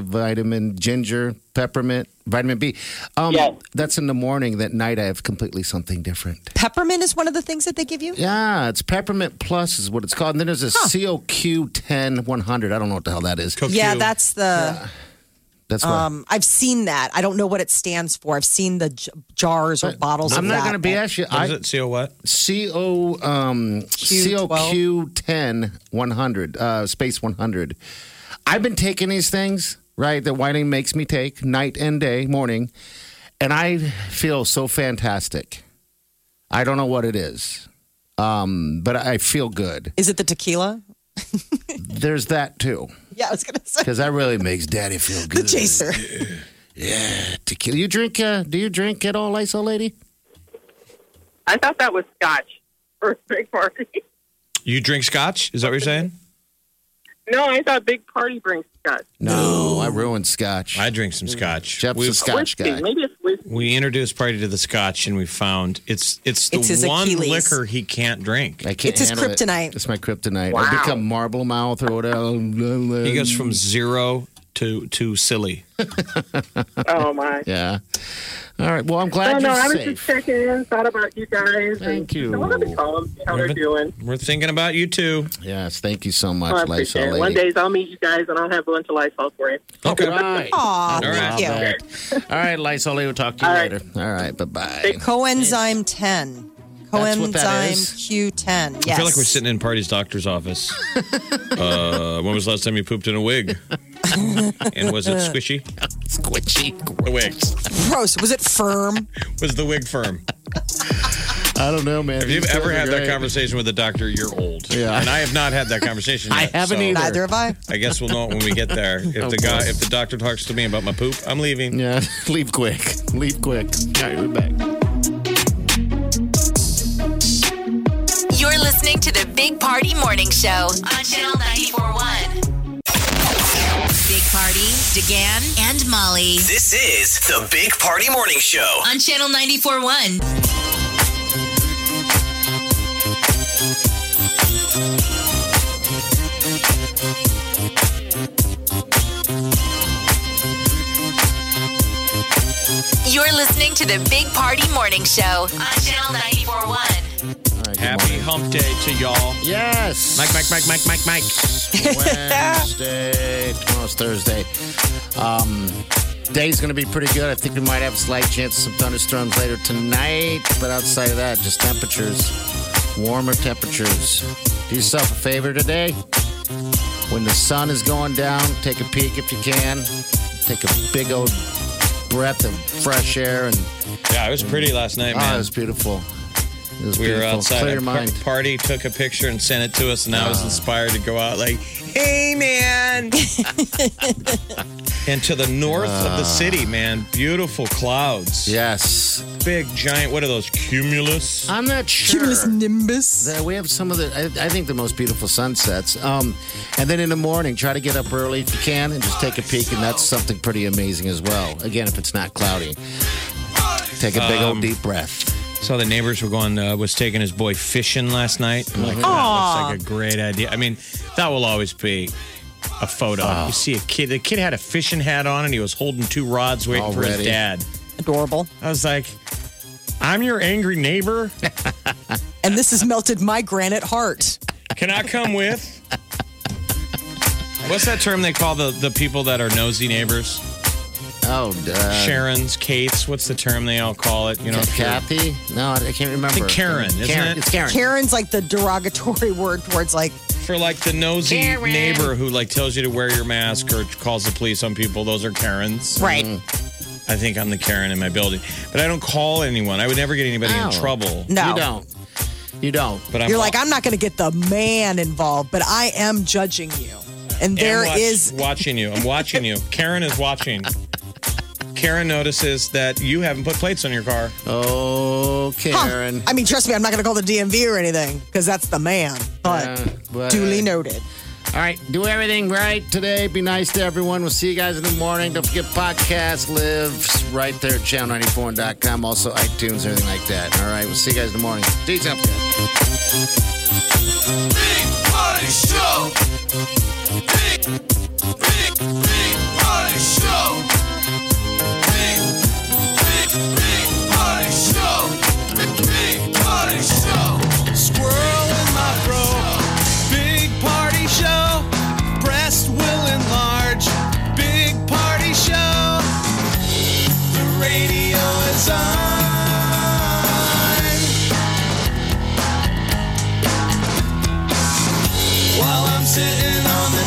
[SPEAKER 7] multivitamin, ginger, peppermint, vitamin B. Um,
[SPEAKER 11] Yes.
[SPEAKER 7] That's in the morning. That night I have completely something different.
[SPEAKER 5] peppermint is one of the things that they give you.
[SPEAKER 7] Yeah, it's peppermint plus is what it's called. And then there's a COQ 10 100. I don't know what the hell that is.
[SPEAKER 6] Cook
[SPEAKER 5] Yeah,
[SPEAKER 6] you.
[SPEAKER 5] that's the.
[SPEAKER 7] That's what
[SPEAKER 5] Um, I've seen that. I don't know what it stands for. I've seen the j- jars or bottles.
[SPEAKER 7] I'm
[SPEAKER 5] of
[SPEAKER 7] not
[SPEAKER 5] that.
[SPEAKER 7] going to BS you.
[SPEAKER 6] What is
[SPEAKER 7] I,
[SPEAKER 6] it? CO what?
[SPEAKER 7] CO, um,
[SPEAKER 5] Q12?
[SPEAKER 7] COQ 10 100, uh, space 100. I've been taking these things, right, that whining makes me take night and day, morning, and I feel so fantastic. I don't know what it is, um, but I feel good.
[SPEAKER 5] Is it the tequila?
[SPEAKER 7] There's that too,
[SPEAKER 5] Yeah, I was going to say
[SPEAKER 7] because that really makes daddy feel
[SPEAKER 5] the
[SPEAKER 7] good.
[SPEAKER 5] chaser.
[SPEAKER 7] Yeah, tequila. You drink? Uh, do you drink at all, Lysol lady?
[SPEAKER 11] I thought that was scotch for (laughs) a big party.
[SPEAKER 6] You drink scotch? Is that what you're saying?
[SPEAKER 7] Mm-hmm.
[SPEAKER 11] No, I thought big party brings scotch.
[SPEAKER 7] No, I ruined scotch.
[SPEAKER 6] I drink some scotch.
[SPEAKER 7] Jeff's
[SPEAKER 6] We've-
[SPEAKER 7] a scotch
[SPEAKER 11] whiskey,
[SPEAKER 7] guy.
[SPEAKER 11] maybe it's whiskey.
[SPEAKER 6] we introduced Party to the Scotch, and we found it's it's the
[SPEAKER 5] It's his
[SPEAKER 6] one
[SPEAKER 5] Achilles.
[SPEAKER 6] liquor he can't drink.
[SPEAKER 7] I can't.
[SPEAKER 5] It's his
[SPEAKER 7] handle it.
[SPEAKER 5] kryptonite.
[SPEAKER 7] It's my kryptonite.
[SPEAKER 11] Wow.
[SPEAKER 7] I become marble mouth or whatever.
[SPEAKER 6] He
[SPEAKER 7] mm.
[SPEAKER 6] goes from zero to to silly.
[SPEAKER 11] Oh my.
[SPEAKER 7] (laughs) Yeah. All right. Well, I'm
[SPEAKER 11] No,
[SPEAKER 7] glad
[SPEAKER 11] no,
[SPEAKER 7] you're
[SPEAKER 11] I was just
[SPEAKER 7] safe.
[SPEAKER 11] checking in, thought about you guys. and
[SPEAKER 7] Thank you.
[SPEAKER 11] I wanted to call them, see how they're doing.
[SPEAKER 6] We're thinking about you too.
[SPEAKER 7] yes. Thank you so much,
[SPEAKER 11] Oh, I
[SPEAKER 7] Lysol
[SPEAKER 11] appreciate it.
[SPEAKER 7] lady.
[SPEAKER 11] One days I'll meet you guys and I'll have a bunch of Lysol for you.
[SPEAKER 7] Okay. Right.
[SPEAKER 5] Aw,
[SPEAKER 7] All
[SPEAKER 5] thank you.
[SPEAKER 7] right. All right, Lysol lady. We'll talk to you
[SPEAKER 11] All right.
[SPEAKER 7] later. All right. Bye bye.
[SPEAKER 11] Thank-
[SPEAKER 5] Coenzyme 10.
[SPEAKER 7] That's what that
[SPEAKER 5] Coenzyme
[SPEAKER 7] is?
[SPEAKER 5] Q10. Yes.
[SPEAKER 6] I feel like we're sitting in Party's doctor's office. uh, when was the last time you pooped in
[SPEAKER 5] (laughs)
[SPEAKER 6] a wig? and was it squishy?
[SPEAKER 7] Squishy.
[SPEAKER 6] The wig.
[SPEAKER 5] Gross. Was it firm?
[SPEAKER 6] Was the wig firm?
[SPEAKER 7] I don't know, man.
[SPEAKER 6] If you've
[SPEAKER 7] These
[SPEAKER 6] ever
[SPEAKER 7] guys
[SPEAKER 6] had
[SPEAKER 7] are
[SPEAKER 6] that
[SPEAKER 7] great.
[SPEAKER 6] conversation with a doctor, you're old.
[SPEAKER 7] Yeah.
[SPEAKER 6] And I have not had that
[SPEAKER 7] (laughs)
[SPEAKER 6] conversation
[SPEAKER 7] I
[SPEAKER 6] yet,
[SPEAKER 7] haven't
[SPEAKER 6] so
[SPEAKER 7] either.
[SPEAKER 5] Neither have I.
[SPEAKER 6] I guess we'll know it when we get there. If the guy if the doctor talks to me about my poop, I'm leaving.
[SPEAKER 7] Yeah. (laughs) Leave quick. Leave quick. All right. We're back.
[SPEAKER 4] You're listening to the Big Party Morning Show on Channel 941. Big Party, DeGan, and Molly
[SPEAKER 3] This is the Big Party Morning Show.
[SPEAKER 4] on Channel 941. You're listening to the Big Party Morning Show on Channel 941.
[SPEAKER 7] All right, good
[SPEAKER 6] Happy
[SPEAKER 7] morning.
[SPEAKER 6] hump day to y'all.
[SPEAKER 7] Yes.
[SPEAKER 6] Mike, Mike, Mike, Mike, Mike, Mike.
[SPEAKER 7] (laughs) Wednesday. Tomorrow's Thursday. Um, Day's going to be pretty good. I think we might have a slight chance of some thunderstorms later tonight, but outside of that, just temperatures, warmer temperatures. Do yourself a favor today. When the sun is going down, take a peek if you can. Take a big old breath of fresh air and
[SPEAKER 6] Yeah, it was pretty last night,
[SPEAKER 7] Oh,
[SPEAKER 6] man.
[SPEAKER 7] it was beautiful. It was
[SPEAKER 6] we were
[SPEAKER 7] beautiful.
[SPEAKER 6] outside
[SPEAKER 7] Clear
[SPEAKER 6] a
[SPEAKER 7] your
[SPEAKER 6] par-
[SPEAKER 7] mind.
[SPEAKER 6] party, took a picture, and sent it to us, and I was
[SPEAKER 7] Oh.
[SPEAKER 6] inspired to go out like, hey, man.
[SPEAKER 7] (laughs)
[SPEAKER 6] and to the north of the
[SPEAKER 7] Ah.
[SPEAKER 6] city, man, beautiful clouds.
[SPEAKER 7] Yes.
[SPEAKER 6] Big, giant, what are those, cumulus?
[SPEAKER 7] I'm not sure.
[SPEAKER 5] Cumulus nimbus.
[SPEAKER 7] That we have some of the, I, I think, the most beautiful sunsets. Um, and then in the morning, try to get up early if you can and just take a peek, and that's something pretty amazing as well. Again, if it's not cloudy, take a big
[SPEAKER 6] Um,
[SPEAKER 7] old deep breath.
[SPEAKER 6] Saw the neighbors were going, uh, was taking his boy fishing last night. I'm like, that
[SPEAKER 7] Aw.
[SPEAKER 6] looks like a great idea. I mean, that will always be a photo. You see a kid, the kid had a fishing hat on and he was holding two rods waiting for his
[SPEAKER 7] Already.
[SPEAKER 6] dad.
[SPEAKER 5] Adorable.
[SPEAKER 6] I was like, I'm your angry neighbor.
[SPEAKER 5] And this has melted my granite heart.
[SPEAKER 6] Can I come with? What's that term they call the, the people that are nosy neighbors?
[SPEAKER 7] Oh, uh,
[SPEAKER 6] Sharon's, Kate's. What's the term they all call it? You know, if you're-
[SPEAKER 7] Kathy? No, I I can't remember.
[SPEAKER 6] I think Karen, isn't
[SPEAKER 7] Karen.
[SPEAKER 6] it?
[SPEAKER 7] It's Karen.
[SPEAKER 5] Karen's like the derogatory (laughs) word towards like
[SPEAKER 6] for like the nosy neighbor who like tells you to wear your mask or calls the police on people. Those are Karens.
[SPEAKER 5] Right.
[SPEAKER 6] I think I'm the Karen in my building, but I don't call anyone. I would never get anybody
[SPEAKER 7] No.
[SPEAKER 6] in trouble.
[SPEAKER 5] No.
[SPEAKER 7] You don't. You don't.
[SPEAKER 6] But I'm
[SPEAKER 5] You're like, I'm not going to get the man involved, but I am judging you. And "Oh, there
[SPEAKER 6] And watch-
[SPEAKER 5] is
[SPEAKER 6] watching you. I'm
[SPEAKER 5] (laughs)
[SPEAKER 6] watching you. Karen is watching. Karen notices that you haven't put plates on your car.
[SPEAKER 7] Oh,
[SPEAKER 5] Huh.
[SPEAKER 7] Karen.
[SPEAKER 5] I mean, trust me, I'm not going to call the DMV or anything because that's the man. But
[SPEAKER 7] Yeah, but-
[SPEAKER 5] duly noted.
[SPEAKER 7] All right, do everything right today. Be nice to everyone. We'll see you guys in the morning. Don't forget, podcast lives right there at channel94.com. Also, iTunes, everything like that. All right, we'll see you guys in the morning. Peace out.
[SPEAKER 3] Big Party Show. Big, big, big Party Show. Big, big, big Party Show. Big Party Show.
[SPEAKER 2] Squirrel in my fro. Big party show. Breast will enlarge. Big party show. The radio is on. While I'm sitting on the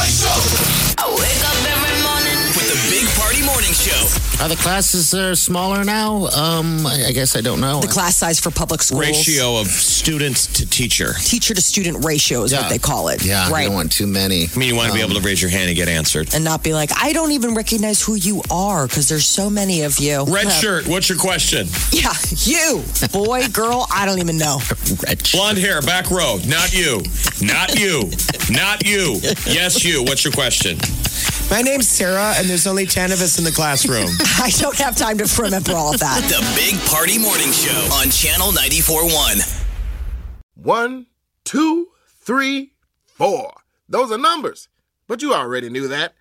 [SPEAKER 4] I wake up every morning.
[SPEAKER 3] With the Big Party Morning Show.
[SPEAKER 7] Are the classes are smaller now? Um, I I guess I don't know.
[SPEAKER 5] The class size for public schools.
[SPEAKER 6] Ratio of students to teacher.
[SPEAKER 5] Teacher to student ratio is what
[SPEAKER 7] Yeah.
[SPEAKER 5] they call it.
[SPEAKER 7] yeah, I
[SPEAKER 5] Right.
[SPEAKER 7] don't want too many.
[SPEAKER 6] I mean, you want to be able to raise your hand and get answered.
[SPEAKER 5] and not be like, I don't even recognize who you are because there's so many of you.
[SPEAKER 6] Red
[SPEAKER 5] Uh,
[SPEAKER 6] shirt. What's your question?
[SPEAKER 5] (laughs) Yeah, you. Boy, girl, I don't even know. (laughs)
[SPEAKER 7] Wretch.
[SPEAKER 6] Blonde hair, back row. Not you. Not you. Not you. Yes, you. What's your question?
[SPEAKER 12] My name's Sarah, and there's only 10 of us in the classroom.
[SPEAKER 5] I don't have time to remember all of that.
[SPEAKER 3] The Big Party Morning Show on Channel 94.1.
[SPEAKER 13] One, two, three, four. Those are numbers. But you already knew that.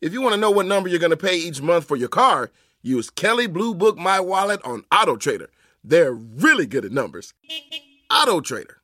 [SPEAKER 13] If you want to know what number you're going to pay each month for your car, use Kelly Blue Book My Wallet on Auto Trader. They're really good at numbers. Auto Trader.